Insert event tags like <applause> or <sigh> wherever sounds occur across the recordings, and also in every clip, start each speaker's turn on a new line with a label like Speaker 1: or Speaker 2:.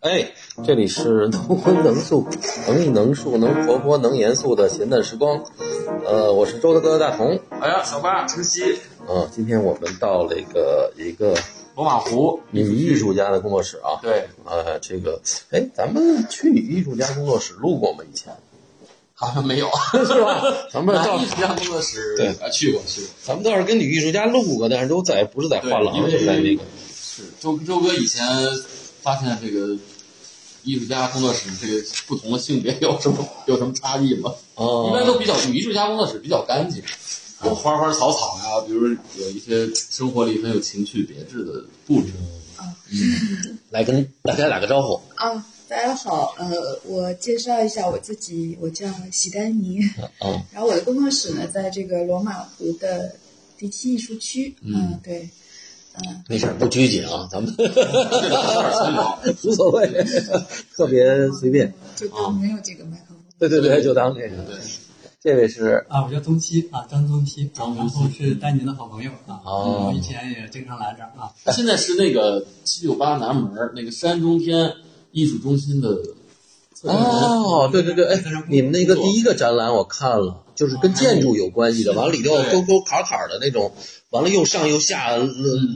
Speaker 1: 哎，这里是能荤能素、 <laughs> 能艺能术、能活泼能严肃的闲淡时光。呃，我是周大哥的大同。
Speaker 2: 哎呀，小八，晨曦，
Speaker 1: 啊，今天我们到了一个一个
Speaker 2: 罗马湖，
Speaker 1: 女艺术家的工作室啊。
Speaker 2: 对，
Speaker 1: 呃，这个，哎，咱们去女艺术家工作室录过吗？以前
Speaker 2: 好像没有。
Speaker 1: 是吧？咱们
Speaker 2: 男
Speaker 1: 倒
Speaker 2: 艺术家工作室，
Speaker 1: 对
Speaker 2: 啊，去过去过。
Speaker 1: 咱们倒是跟女艺术家录过，但是都在不是在画廊，
Speaker 2: 对因为
Speaker 1: 就在那个
Speaker 2: 是周周哥以前发现这个艺术家工作室这个不同的性别有什么有什么差异吗？
Speaker 1: 哦
Speaker 2: 一般都比较女艺术家工作室比较干净，有花花草草呀、比如有一些生活里很有情趣别致的布
Speaker 1: <laughs>
Speaker 2: 置。
Speaker 1: 来跟大家打个招呼。
Speaker 3: 啊，大家好，呃，我介绍一下我自己，我叫喜丹妮，
Speaker 1: 嗯，
Speaker 3: <laughs> 然后我的工作室呢在这个罗马湖的第七艺术区，嗯，对，
Speaker 1: 没事儿，不拘谨啊，咱们
Speaker 2: 好
Speaker 1: 无所
Speaker 2: <laughs>
Speaker 1: 谓，特别随便。哦
Speaker 3: 就都没有这个麦克风，
Speaker 1: 对对对，就当这个。
Speaker 2: 对，
Speaker 1: 这位是
Speaker 4: 啊，我叫东七啊，张东七，
Speaker 2: 张东
Speaker 4: 然
Speaker 2: 七
Speaker 4: 后是丹宁的好朋友啊，
Speaker 1: 哦
Speaker 4: 我以前也经常来这儿啊，
Speaker 2: 现在是那个七九八南门儿那个山中天艺术中心的策展人。
Speaker 1: 哦，对对对，哎，你们那个第一个展览我看了，就是跟建筑有关系的，完了里头
Speaker 2: 对
Speaker 1: 沟沟坎坎的那种，完了又上又下，呃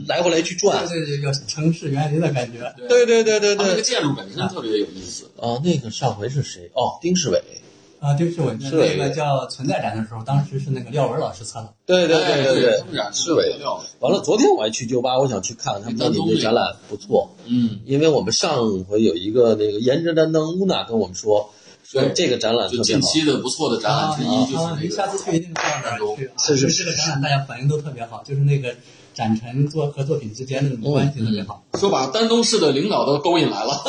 Speaker 1: 来回来去转。
Speaker 4: 这是一个城市园林的感觉，
Speaker 1: 对对对对
Speaker 2: 它那个
Speaker 1: 对。
Speaker 2: 建筑本身特别有意思。
Speaker 1: 啊，那个上回是谁？哦，丁世伟。
Speaker 4: 啊，就是我那
Speaker 1: 是的
Speaker 4: 那个叫存在展的时候，当时是那个廖文老师策的，
Speaker 1: 对对
Speaker 2: 哎
Speaker 1: 对对对
Speaker 2: 他们俩，
Speaker 1: 世伟。完了，昨天我还去酒吧，我想去看看他们说你们这展览不错，
Speaker 2: 嗯，
Speaker 1: 因为我们上回有一个那个颜值担当乌娜跟我们说，说
Speaker 2: 对
Speaker 1: 这个展览特
Speaker 2: 就
Speaker 1: 别
Speaker 2: 近
Speaker 1: 好。
Speaker 2: 期的不错的展览之一
Speaker 4: 啊
Speaker 2: 就是
Speaker 4: 啊
Speaker 2: 那
Speaker 4: 您
Speaker 2: 个
Speaker 4: 下次去一定到那儿去啊，
Speaker 1: 是是
Speaker 4: 因为这个展览大家反应都特别好，就是那个展陈作和作品之间的那种关系特别好，
Speaker 2: 说把丹东市的领导都勾引来了。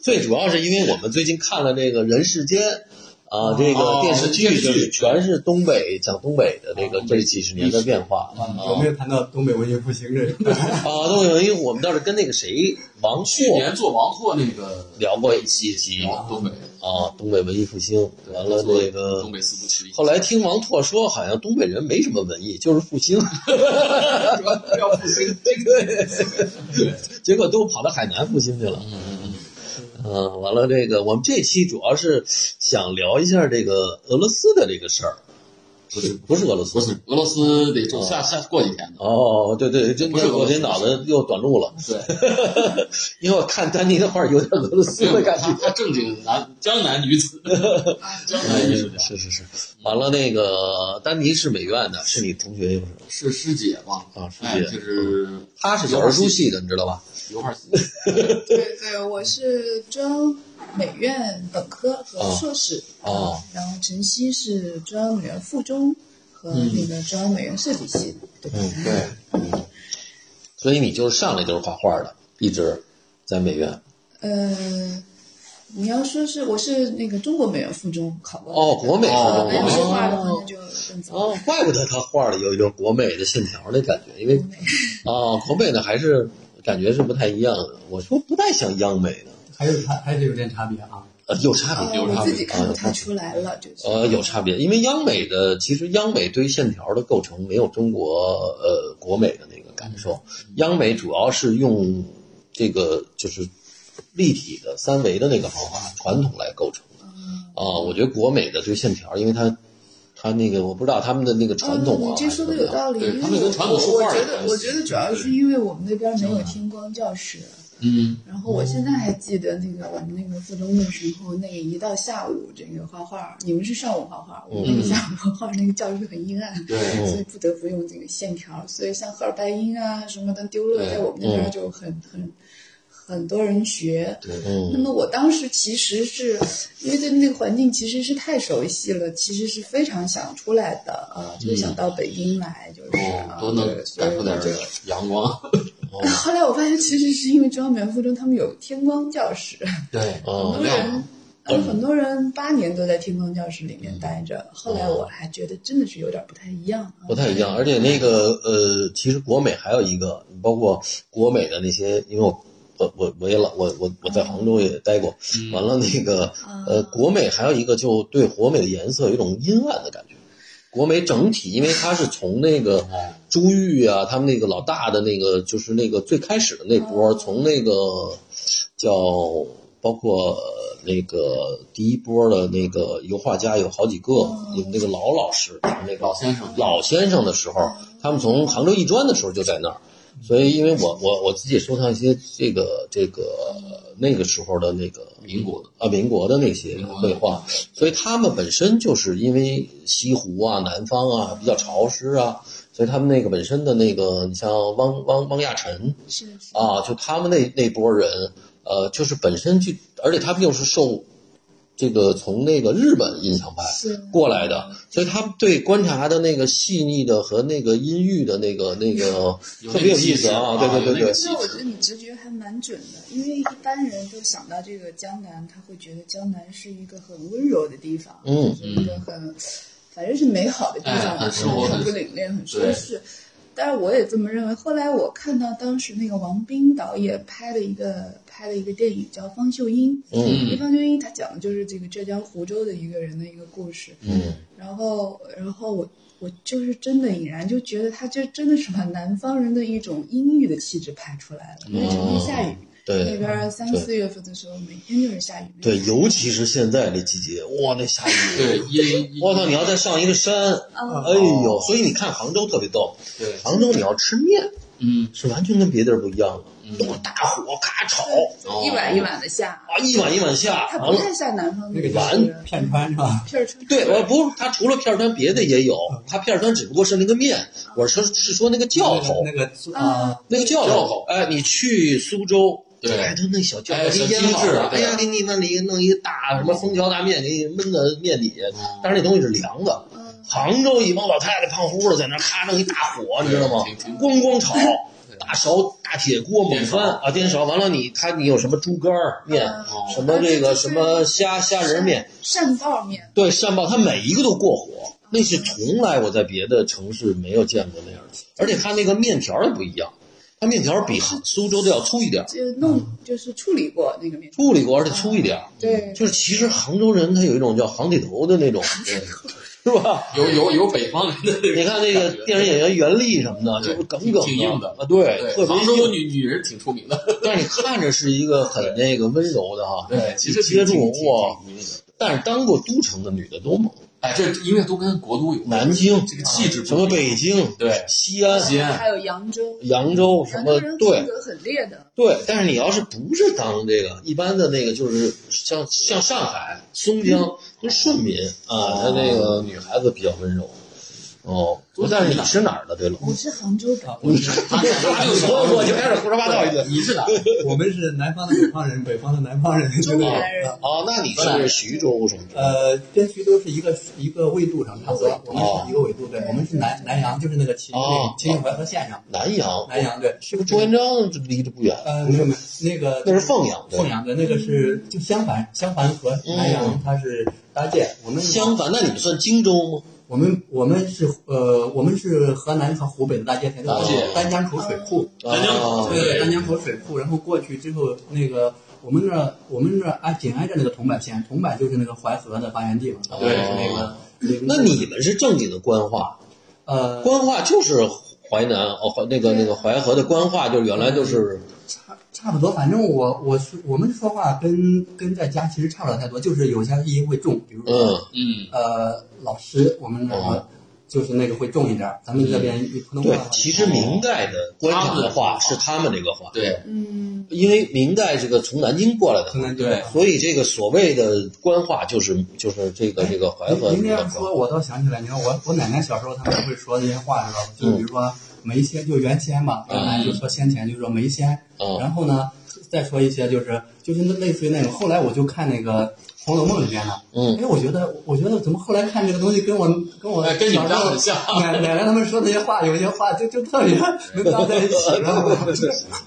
Speaker 1: 最主要是因为我们最近看了那个《人世间》，啊，这个
Speaker 2: 哦
Speaker 1: 电视
Speaker 2: 电视
Speaker 1: 剧
Speaker 2: 剧
Speaker 1: 就是全是东北讲东北的那个
Speaker 2: 哦
Speaker 1: 这几十年的变化
Speaker 4: 啊，有没有谈到东北文艺复兴这
Speaker 1: <laughs>
Speaker 4: 个？
Speaker 1: 啊。都有，因为我们倒是跟那个谁王朔
Speaker 2: 去年做王拓那个
Speaker 1: 聊过一期集
Speaker 2: 聊东北，
Speaker 1: 啊，东北文艺复兴，
Speaker 2: 对
Speaker 1: 完了
Speaker 2: 做
Speaker 1: 那个
Speaker 2: 东。北四部曲，
Speaker 1: 后来听王拓说，好像东北人没什么文艺，就是复 <laughs> 兴，
Speaker 2: 要复兴。
Speaker 1: 结果都跑到海南复兴去了。
Speaker 2: 嗯嗯
Speaker 1: 嗯，完了这个，我们这期主要是想聊一下这个俄罗斯的这个事儿，
Speaker 2: 不是
Speaker 1: 不是俄罗斯，
Speaker 2: 不是俄罗斯得就下下过几天的。
Speaker 1: 哦，对对，真
Speaker 2: 不是
Speaker 1: 的，
Speaker 2: 俄罗
Speaker 1: 昨
Speaker 2: 斯
Speaker 1: 天脑子又短路了，
Speaker 2: 对，
Speaker 1: 因为我看丹尼的画有点俄罗斯的
Speaker 2: 对，
Speaker 1: 感
Speaker 2: 他
Speaker 1: <laughs> 觉。
Speaker 2: 他正经男江南女子，江南艺术家
Speaker 1: 哎是是是，完了那个丹尼是美院的，是你同学又是
Speaker 2: 是师姐嘛？
Speaker 1: 啊，师
Speaker 2: 哎，
Speaker 1: 姐，
Speaker 2: 就是
Speaker 1: 他是小人书系的，你知道吧？
Speaker 2: 油画系。
Speaker 3: 对对，我是中央美院本科和硕士，
Speaker 1: 哦
Speaker 3: 啊，然后晨曦是中央美院附中和
Speaker 1: 嗯
Speaker 3: 那个中央美院设计系，对吧？
Speaker 2: 对，
Speaker 1: 所以你就是上来就是画画的，一直在美院。
Speaker 3: 呃，你要说是我是那个中国美院附中考过
Speaker 1: 哦，国美
Speaker 2: 哦
Speaker 3: 呃，
Speaker 1: 附
Speaker 3: 没有
Speaker 1: 中
Speaker 3: 说话的话，
Speaker 1: 哦
Speaker 3: 那就更糟。
Speaker 1: 哦，怪不得他画的有一种国美的线条的感觉，因为啊，国美的还是感觉是不太一样的。我说不太像央美的，
Speaker 4: 还有差还是有点差别啊，
Speaker 1: 呃，有差别，
Speaker 3: 呃，
Speaker 1: 有差别
Speaker 3: 我
Speaker 1: 嗯
Speaker 3: 自己看不太出来了，就是
Speaker 1: 呃，有差别，因为央美的其实央美对于线条的构成没有中国呃国美的那个感受，
Speaker 3: 嗯
Speaker 1: 央美主要是用这个就是立体的三维的那个方法传统来构成的
Speaker 3: 嗯
Speaker 1: 啊、我觉得国美的对线条，因为它它那个我不知道他们的那个传统啊，
Speaker 3: 嗯你这说的有道理，
Speaker 2: 对
Speaker 3: 因
Speaker 2: 他们
Speaker 3: 为
Speaker 2: 跟传统
Speaker 3: 我
Speaker 2: 书
Speaker 3: 我
Speaker 2: 画有关
Speaker 3: 觉得
Speaker 2: 系
Speaker 3: 我觉得主要是因为我们那边没有听光教室，
Speaker 2: 嗯，
Speaker 3: 然后我现在还记得那个我们那个附中的时候，那个一到下午这个画画，你们是上午画画，我们那个下午画画，那个教室很阴暗，
Speaker 2: 对
Speaker 3: 所以不得不用这个线条，所以像赫尔拜因啊什么的丢勒，
Speaker 2: 对
Speaker 3: 在我们那边就很很很多人学，那
Speaker 1: 嗯
Speaker 3: 么我当时其实是因为对那个环境其实是太熟悉了，其实是非常想出来的啊，就是想到北京来，就是
Speaker 2: 嗯哦
Speaker 3: 啊，，
Speaker 2: 都能
Speaker 3: 对所以
Speaker 2: 感受
Speaker 3: 我
Speaker 2: 点
Speaker 3: 就。哎
Speaker 2: 阳光。
Speaker 3: 后来我发现，其实是因为中央美院附中他们有天光教室，
Speaker 2: 对，
Speaker 3: 很
Speaker 1: 哦
Speaker 3: 多人，有
Speaker 2: 嗯
Speaker 3: 很多人八年都在天光教室里面待着。后来我还觉得真的是有点不太一样啊，
Speaker 2: 哦
Speaker 1: 不太一样，而且那个呃，其实国美还有一个，包括国美的那些，因为我我我我也老我我我在杭州也待过，完了那个 <laughs> 呃，国美还有一个就对国美的颜色有一种阴暗的感觉。国美整体，因为它是从那个朱玉啊，他们那个老大的那个，就是那个最开始的那波，从那个叫包括呃那个第一波的那个油画家有好几个，有那个老老师，那个
Speaker 2: 老先生
Speaker 1: 老先生的时候，他们从杭州艺专的时候就在那儿，所以因为我我我自己收藏一些这个这个呃那个时候的那个
Speaker 2: 民国的
Speaker 1: 啊民国的那些绘画，所以他们本身就是因为西湖啊、南方啊比较潮湿啊，所以他们那个本身的那个，你像汪汪汪亚尘
Speaker 3: 是是
Speaker 1: 啊，就他们那那波人，呃，就是本身就，而且他们又是受这个从那个日本印象派
Speaker 3: 是
Speaker 1: 过来的，所以他们对观察的那个细腻的和那个音域的那个
Speaker 2: <laughs>
Speaker 1: 那个
Speaker 2: 有
Speaker 1: 特别有
Speaker 2: 那个
Speaker 1: 意思啊，
Speaker 2: 意思啊有那
Speaker 1: 对对对对
Speaker 2: 个，
Speaker 3: 那我觉得你直觉还蛮准的，因为一般人都想到这个江南，他会觉得江南是一个很温柔的地方，
Speaker 1: 嗯
Speaker 3: 是一个很，反正是美好的地
Speaker 2: 哎
Speaker 3: 方，
Speaker 2: 很
Speaker 3: 就是
Speaker 2: 生活
Speaker 3: 很
Speaker 2: 很
Speaker 3: 不凛冽，很舒
Speaker 2: 对
Speaker 3: 适。但是我也这么认为。后来我看到当时那个王斌导演拍了一个拍了一个电影叫《方秀英》，
Speaker 1: 嗯
Speaker 3: 这方秀英他讲的就是这个浙江湖州的一个人的一个故事。
Speaker 1: 嗯
Speaker 3: 然后，然后我我就是真的引然就觉得他这真的是把南方人的一种阴郁的气质拍出来了，因为整天下雨，那
Speaker 1: 嗯对嗯
Speaker 3: 边儿三
Speaker 1: 对
Speaker 3: 四月份的时候每天就是下雨。
Speaker 1: 对，尤其是现在这季节，哇，那
Speaker 2: <laughs>
Speaker 1: 下雨，
Speaker 2: 对，一一
Speaker 1: 我操，你要再上一个山，
Speaker 3: 啊，
Speaker 1: 哎呦，所以你看杭州特别逗，
Speaker 2: 对，
Speaker 1: 杭州你要吃面
Speaker 2: 嗯
Speaker 1: 是完全跟别地儿不一样的，
Speaker 2: 嗯
Speaker 1: 都是大火咔炒。哦
Speaker 3: 对一碗一碗的下，
Speaker 1: 啊，一碗一碗下，
Speaker 3: 他
Speaker 1: 完
Speaker 3: 不
Speaker 1: 了，
Speaker 3: 太像南方
Speaker 4: 那
Speaker 3: 个
Speaker 4: 个
Speaker 1: 碗
Speaker 3: 就是
Speaker 4: 片川是吧？
Speaker 3: 片儿川。
Speaker 1: 对，我不是，它除了片儿川，别的也有。它片儿川只不过是那个面，我是是啊说那个教头，
Speaker 4: 那个
Speaker 3: 啊
Speaker 4: 啊，
Speaker 1: 那个教
Speaker 2: 教
Speaker 1: 头
Speaker 2: 头。
Speaker 1: 哎，你去苏州，
Speaker 2: 对
Speaker 1: 哎，都那小教头
Speaker 2: 哎
Speaker 1: 给
Speaker 2: 小
Speaker 1: 腌
Speaker 2: 精
Speaker 1: 好
Speaker 2: 致
Speaker 1: 了，哎
Speaker 2: 对
Speaker 1: 呀，给你碗里弄一大什么枫桥大面，给你焖到面里，但是那东西是凉的。
Speaker 3: 嗯，
Speaker 1: 杭州一帮老太太胖乎乎的在那儿咔弄一大火，你知道吗
Speaker 2: 对挺？
Speaker 1: 咣咣炒，大勺大铁锅猛
Speaker 2: 颠勺
Speaker 1: 翻啊，颠勺。完了你他你有什么猪肝儿面，
Speaker 3: 哦
Speaker 1: 什么这
Speaker 3: 啊
Speaker 1: 个
Speaker 3: 这就是
Speaker 1: 什么虾虾仁面，
Speaker 3: 扇道面，
Speaker 1: 对，善报它每一个都过火，那是从来我在别的城市没有见过那样的，而且它那个面条儿也不一样，它面条儿比杭苏州的要粗一点儿，
Speaker 3: 就
Speaker 1: 嗯
Speaker 3: 弄就是处理过那个面。
Speaker 1: 处理过而且粗一点儿。
Speaker 3: 对，
Speaker 1: 就是其实杭州人他有一种叫杭铁头的那种，是吧？
Speaker 2: 有有有北方人的这
Speaker 1: 你
Speaker 2: 个，
Speaker 1: 看那个电影演员袁立什么的，就
Speaker 2: 对
Speaker 1: 是耿耿
Speaker 2: 挺硬的
Speaker 1: 啊，对，特
Speaker 2: 对，
Speaker 1: 别
Speaker 2: 杭州
Speaker 1: 硬。
Speaker 2: 女女人挺出名的，
Speaker 1: 但是你看着是一个很那个温柔的哈，
Speaker 2: 对，其实挺
Speaker 1: 接触
Speaker 2: 挺挺
Speaker 1: 哇，
Speaker 2: 挺挺挺
Speaker 1: 但是当过都城的女的都猛，
Speaker 2: 哎，这因为都跟国都有关
Speaker 1: 南京
Speaker 2: 这个气质不一样，
Speaker 1: 什么北京、
Speaker 2: 对
Speaker 1: 西安、
Speaker 2: 西安
Speaker 3: 还有扬州，
Speaker 1: 扬州什
Speaker 3: 扬
Speaker 1: 么
Speaker 3: 州人
Speaker 1: 对
Speaker 3: 风。格很烈的，
Speaker 1: 对，但是你要是不是当这个一般的那个，就是像像上海、松江都是顺民啊，他那个女孩子比较温柔。哦，但是你是哪儿的？对了，
Speaker 3: 我是杭州
Speaker 1: 嗯
Speaker 3: 的，
Speaker 4: 啊
Speaker 1: <laughs>
Speaker 4: 我嗯
Speaker 1: 我我就开始胡说八道一顿。
Speaker 2: 你是哪？
Speaker 4: <laughs> 我们是南方的北方人，北方的南方人，对
Speaker 3: 中
Speaker 4: 不对？
Speaker 3: 原人。
Speaker 1: 哦，那你是徐州什么的？
Speaker 4: 呃，跟徐州是一个一个纬度上差不多，我们是一个纬度，对，我们是南南阳，就是那个秦
Speaker 1: 哦
Speaker 4: 秦淮河线上，
Speaker 1: 南阳哦
Speaker 4: 南阳对，
Speaker 1: 是不是朱元璋离得不远？
Speaker 4: 呃，
Speaker 1: 不
Speaker 4: 没有
Speaker 1: 是，
Speaker 4: 没有，那个
Speaker 1: 那是凤阳对
Speaker 4: 凤阳的那个是就襄樊，襄樊和南阳它是搭界，我们
Speaker 1: 相反，那你们算荆州吗？
Speaker 4: 我们我们是呃，我们是河南和湖北的大界才
Speaker 1: 搭界
Speaker 4: 丹江口水库，
Speaker 2: 南京
Speaker 1: 啊
Speaker 4: 对，
Speaker 2: 对
Speaker 4: 丹江口水库，然后过去之后，那个我们那儿我们那儿挨紧挨着那个桐柏县，桐柏就是那个淮河的发源地嘛，
Speaker 1: 哦
Speaker 4: 对，是那个。
Speaker 1: 那你们是正经的官话，
Speaker 4: 呃，
Speaker 1: 官话就是淮南哦，淮那个那个淮河的官话，就是原来就是
Speaker 4: 差差不多，反正我我是我们说话跟跟在家其实差不了太多，就是有些音会重，比如说、
Speaker 1: 嗯，
Speaker 2: 嗯，
Speaker 4: 呃老师，我们那
Speaker 1: 哦嗯
Speaker 4: 个就是那个会重一点儿，咱们这边普通话
Speaker 1: 对
Speaker 4: 的话，嗯
Speaker 1: 其实明代的官场的话是他们这个话，
Speaker 2: 对，
Speaker 3: 嗯，
Speaker 1: 因为明代这个从南京过来的
Speaker 4: 可
Speaker 1: 话，
Speaker 4: 能
Speaker 2: 对
Speaker 1: 所以这个所谓的官话就是就是这个这个淮河这
Speaker 4: 您这
Speaker 1: 个
Speaker 4: 样
Speaker 1: 话
Speaker 4: 说，我倒想起来，你看我我奶奶小时候他们会说那些话，知道吗？就比如说梅仙，就原先嘛，
Speaker 1: 嗯
Speaker 4: 原来就说先前就是说梅仙，
Speaker 2: 嗯
Speaker 1: 啊，
Speaker 4: 然后呢，再说一些就是就是那类似于那种。后来我就看那个《红楼梦》里边的，
Speaker 1: 嗯
Speaker 4: 哎，我觉得我觉得怎么后来看这个东西跟我跟我
Speaker 2: 哎跟你们家
Speaker 4: 小时候
Speaker 2: 很像
Speaker 4: 奶奶奶他们说那些话，有一些话就就
Speaker 2: <laughs>
Speaker 4: 特别能搭在一起，然后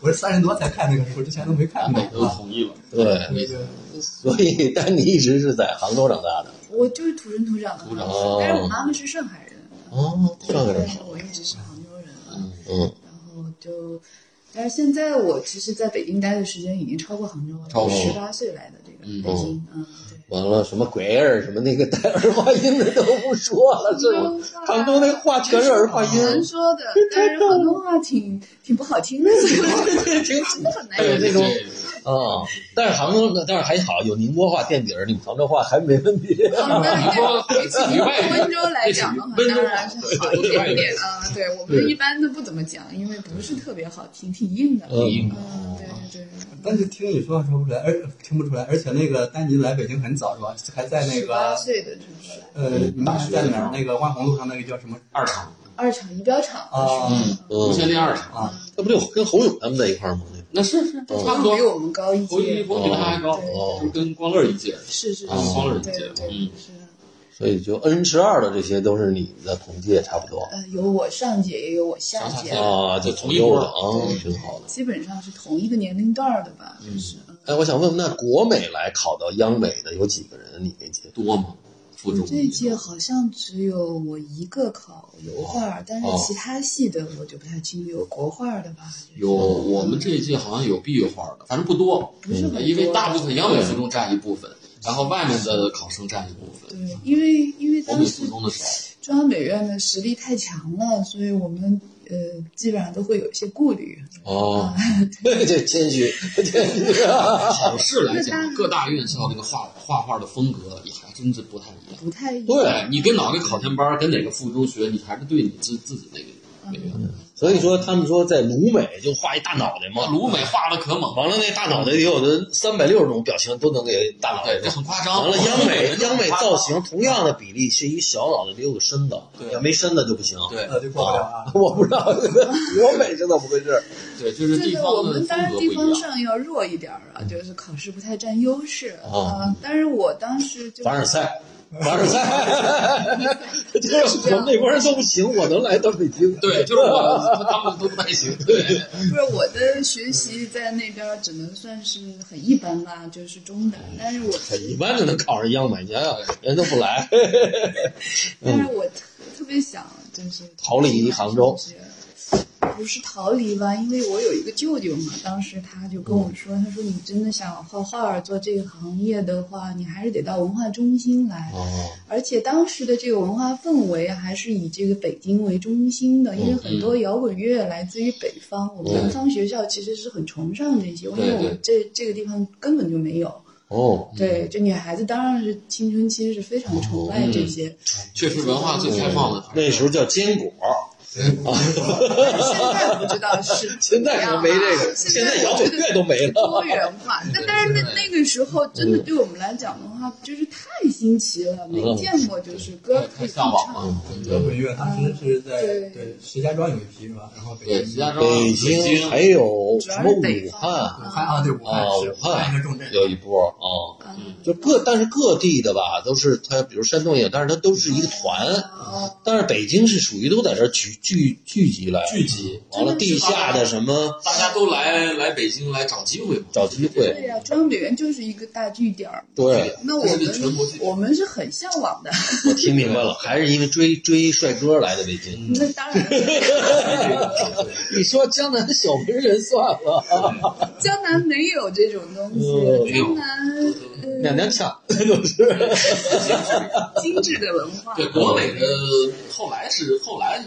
Speaker 4: 我是三十多才看那个书，之前都没看过
Speaker 2: 美。都统一了，
Speaker 1: 对，
Speaker 4: 那个
Speaker 1: 所以但你一直是在杭州长大的
Speaker 3: 我就是土生土长的
Speaker 2: 土
Speaker 3: 杭
Speaker 2: 长
Speaker 3: 州，但是我妈妈是上海人，
Speaker 1: 哦，上海
Speaker 3: 对
Speaker 1: 人，
Speaker 3: 我一直是杭州人，啊
Speaker 1: 嗯，
Speaker 3: 然后就，但是现在我其实在北京待的时间已经超过杭州了，
Speaker 2: 超过
Speaker 3: 十八岁来的这个北京，嗯，对。
Speaker 1: 完了什么鬼儿什么那个带儿化音的都不说 <laughs> 了，是吗？啊杭州那话全是儿化音，
Speaker 3: 难
Speaker 1: <laughs>
Speaker 3: 说 <laughs> 的，但是广东话挺挺不好听的，所以我觉得真的很难
Speaker 1: 还有
Speaker 3: 有
Speaker 1: 那
Speaker 3: 这
Speaker 1: 种
Speaker 3: 种。
Speaker 1: 啊，但是杭州，但是还好有宁波话垫底儿，你们杭州话还没问题。
Speaker 3: <laughs> 啊那
Speaker 2: 说
Speaker 3: 对对于温州来讲的话，
Speaker 2: 温州
Speaker 3: 当然是好一点点啊。对我们一般都不怎么讲，因为不是特别好听，挺硬的。
Speaker 1: 嗯
Speaker 2: 硬
Speaker 3: 嗯，对对对。
Speaker 4: 但是听你说话说不出来，而听不出来，而且那个丹尼来北京很早是吧？还在那
Speaker 3: 十八
Speaker 4: 个
Speaker 3: 岁的城市，
Speaker 4: 呃，你们是在哪儿？那个万红路上那个叫什么
Speaker 2: 二厂，
Speaker 3: 二厂仪表厂
Speaker 4: 啊
Speaker 2: 无
Speaker 1: 嗯，
Speaker 2: 线电二厂，嗯
Speaker 4: 啊？
Speaker 1: 那不就跟侯勇他们在一块儿吗？那
Speaker 2: 那是是都差
Speaker 3: 他
Speaker 2: 不
Speaker 3: 比
Speaker 2: 多。
Speaker 3: 我们高一
Speaker 2: 我比
Speaker 3: 届，
Speaker 2: 我比他还高，
Speaker 1: 哦
Speaker 2: 就跟光乐一届，
Speaker 3: 是是是，
Speaker 2: 啊光乐一
Speaker 3: 对
Speaker 2: 届
Speaker 3: 对，对
Speaker 2: 嗯，
Speaker 3: 是。
Speaker 1: 所以就 N 十二的这些都是你的同届差不
Speaker 2: 哎
Speaker 1: 多
Speaker 3: 呃，有我上届也有我下
Speaker 2: 上下
Speaker 3: 届，
Speaker 2: 届
Speaker 1: 啊，就左右了啊，
Speaker 2: 嗯
Speaker 1: 挺好的。
Speaker 3: 基本上是同一个年龄段儿的吧，就是嗯
Speaker 1: 哎，我想问问，那国美来考到央美的有几个人？啊你那届
Speaker 2: 多吗？附中
Speaker 3: 这一届好像只有我一个考油画，但
Speaker 2: 哦
Speaker 3: 是其他系的我就不太清楚，有国画的吧，
Speaker 2: 有，我们这一届好像有壁画的，反正不多，
Speaker 3: 不是很多
Speaker 2: 因为大部分央美附中占一部分，然后外面的考生占一部分，
Speaker 3: 对，因为因为
Speaker 2: 国美
Speaker 3: 当时
Speaker 2: 附中的少。
Speaker 3: 中央美院的实力太强了，所以我们呃基本上都会有一些顾虑。
Speaker 1: 哦，这谦虚，谦
Speaker 2: <laughs>
Speaker 1: 虚啊！
Speaker 2: 考试来
Speaker 3: 那
Speaker 2: 讲，各大院校那个画画画的风格也还真是不太一样。
Speaker 3: 不太一样
Speaker 1: 对
Speaker 2: 对你跟哪个考前班儿，跟哪个附中学，你还是对你自自己那个
Speaker 3: 嗯
Speaker 2: 那个。
Speaker 1: 所以说他们说在鲁美就画一大脑袋
Speaker 2: 哇，
Speaker 1: 嘛，
Speaker 2: 鲁美画的可猛了，
Speaker 1: 完了那大脑袋里有的三百六十种表情都能给大脑袋
Speaker 2: 对，这。很夸张。
Speaker 1: 嗯
Speaker 2: <laughs>
Speaker 1: 完了，央美央美造
Speaker 2: 很
Speaker 1: 型同样的比例是一小脑袋里有个深的，
Speaker 2: 对
Speaker 1: 要没深的就不行。
Speaker 2: 夸张，
Speaker 4: 呃，就过不了啊。
Speaker 1: 我不知道 <laughs> 国美是怎么回事。
Speaker 2: 对对，就是
Speaker 3: 这
Speaker 2: 地
Speaker 3: 个
Speaker 2: 方
Speaker 3: 我
Speaker 2: 的
Speaker 3: 们当
Speaker 2: 风
Speaker 3: 然
Speaker 2: 格
Speaker 3: 地
Speaker 2: 不一
Speaker 3: 方
Speaker 2: 样。
Speaker 3: 上要弱一点儿啊，就是考试不太占优势啊、
Speaker 1: 哦
Speaker 2: 嗯
Speaker 3: 但是我当时就
Speaker 1: 凡尔赛，凡尔赛， <laughs> 就是我们那帮人都不行，我能来到北京。
Speaker 2: 对，就是我，他们都不太行。对，
Speaker 3: 不是我的学习在那边儿只能算是很一般吧，就是中等。但是我
Speaker 1: 很一般就能考上央美，想想人都不来。
Speaker 3: 但是我特特别想就是
Speaker 1: 嗯逃离杭州
Speaker 3: 上学。不是逃离吧，因为我有一个舅舅嘛，当时他就跟我说，他说你真的想画画做这个行业的话，你还是得到文化中心来。
Speaker 1: 哦，
Speaker 3: 而且当时的这个文化氛围还是以这个北京为中
Speaker 1: 嗯
Speaker 3: 心的，因为很多摇滚乐来自于北方，我们南方学校其实是很崇尚这些，因为我们这这个地方根本就没有。
Speaker 1: 哦，
Speaker 3: 对，这女孩子当然是青春期是非常崇拜这些，
Speaker 2: 确实文化最开放的。
Speaker 1: 那时候叫坚果，
Speaker 3: 但是现在不知道
Speaker 1: <laughs>
Speaker 3: 是
Speaker 1: 现在可能没这个，现
Speaker 3: 啊现
Speaker 1: 在
Speaker 3: 在
Speaker 1: 摇
Speaker 3: 我觉
Speaker 1: 滚
Speaker 3: 得
Speaker 1: 乐都没了。
Speaker 3: 多元化。
Speaker 1: <laughs>
Speaker 3: 但但是那那个时候，真
Speaker 1: 嗯
Speaker 3: 的对我们来讲的话，就是太新奇了，没见过，就是歌可
Speaker 2: 嗯太
Speaker 3: 以
Speaker 2: 向往了
Speaker 3: 唱。
Speaker 4: 摇滚乐当时是在
Speaker 3: 对
Speaker 4: 对石家庄有一批是吧？然后北
Speaker 2: 对，石
Speaker 4: 京
Speaker 2: 家庄、
Speaker 1: 北京还有什么武汉
Speaker 4: 武汉啊，对武汉
Speaker 1: 啊，
Speaker 4: 是
Speaker 1: 武汉
Speaker 4: 是重镇。
Speaker 1: 有一波啊，
Speaker 3: 嗯
Speaker 1: 就各但是各地的吧，都是它，比如山东也有，但是它都是一个团。
Speaker 3: 哦
Speaker 1: 但是北京是属于都在这儿聚聚聚集来，
Speaker 2: 聚集，
Speaker 1: 完了地下的什么
Speaker 2: 大家都来来北京来找机会嘛。
Speaker 1: 找机会，
Speaker 3: 对呀、中央美院就是一个大据点儿。
Speaker 1: 对
Speaker 3: 那我
Speaker 2: 这是
Speaker 3: 们
Speaker 2: 个全国据点
Speaker 3: 我们是很向往的，
Speaker 1: 我听明白了，还是因为追追帅哥来的北京。
Speaker 3: 那当然，
Speaker 1: <laughs> 你说江南小文人算了，
Speaker 3: 江南没有这种东
Speaker 1: 嗯
Speaker 3: 西，江南呃
Speaker 1: 两两抢都是。
Speaker 3: 精致的文化，
Speaker 2: 对，国美的后来是后来。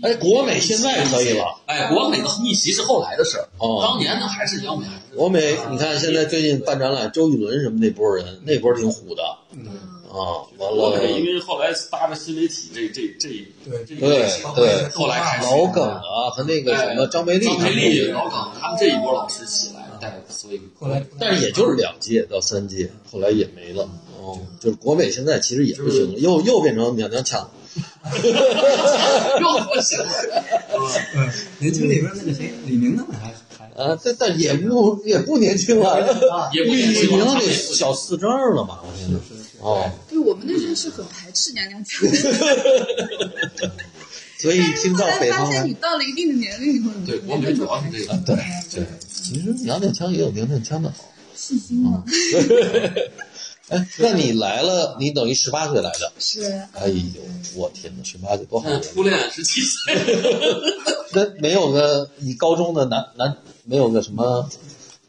Speaker 1: 哎，国美现在可以了，
Speaker 2: 哎，国美的逆袭是后来的事儿，
Speaker 1: 哦
Speaker 2: 当年呢还是央美，还是
Speaker 1: 国美，你看现在最近办展览，周玉伦什么那波人，那波挺虎的啊。完
Speaker 2: 国
Speaker 1: 了，
Speaker 2: 美，因为后来搭着新媒体这这这
Speaker 4: 对
Speaker 2: 这
Speaker 1: 对
Speaker 2: 这
Speaker 1: 对
Speaker 2: 后来开始
Speaker 1: 老耿啊和哎那个什么张培丽，
Speaker 2: 张培丽、老耿他们这一波老师起来带，所以
Speaker 1: <laughs>
Speaker 4: 后来，
Speaker 1: 但是也就是两届到三届，后来也没了。哦，就是国美现在其实也不行了，又又变成娘娘腔。
Speaker 2: <laughs> 又火起来了。
Speaker 4: 嗯，年轻里边那个谁，李宁他们还还
Speaker 1: 啊，但但也不也不年轻了，
Speaker 4: 啊，
Speaker 2: 也不
Speaker 1: 李
Speaker 2: 年轻
Speaker 1: 宁
Speaker 2: 了，他
Speaker 1: 得
Speaker 2: 们
Speaker 1: 小四丈了吧？我天呐！
Speaker 4: 是是
Speaker 1: 哦，
Speaker 3: 对我们那时候是很排斥娘娘腔的。
Speaker 1: 所以听到
Speaker 3: 后来
Speaker 1: 北
Speaker 3: 发
Speaker 1: 方
Speaker 3: 现
Speaker 1: 来
Speaker 3: 你，到了一定的年龄以后，
Speaker 2: <laughs>
Speaker 3: 你
Speaker 2: 对
Speaker 3: 就
Speaker 2: 国美主要是这个，
Speaker 1: 对对，其实娘娘腔也有娘娘腔的好。 <laughs>
Speaker 3: 细心嘛。
Speaker 1: 哎，那你来了，你等于十八岁来的。
Speaker 3: 是，
Speaker 1: 哎呦，我天呐，十八岁多好
Speaker 2: 那
Speaker 1: 呀！
Speaker 2: 初恋十七
Speaker 1: <laughs>
Speaker 2: 岁，
Speaker 1: 那没有个你高中的男男，没有个什么，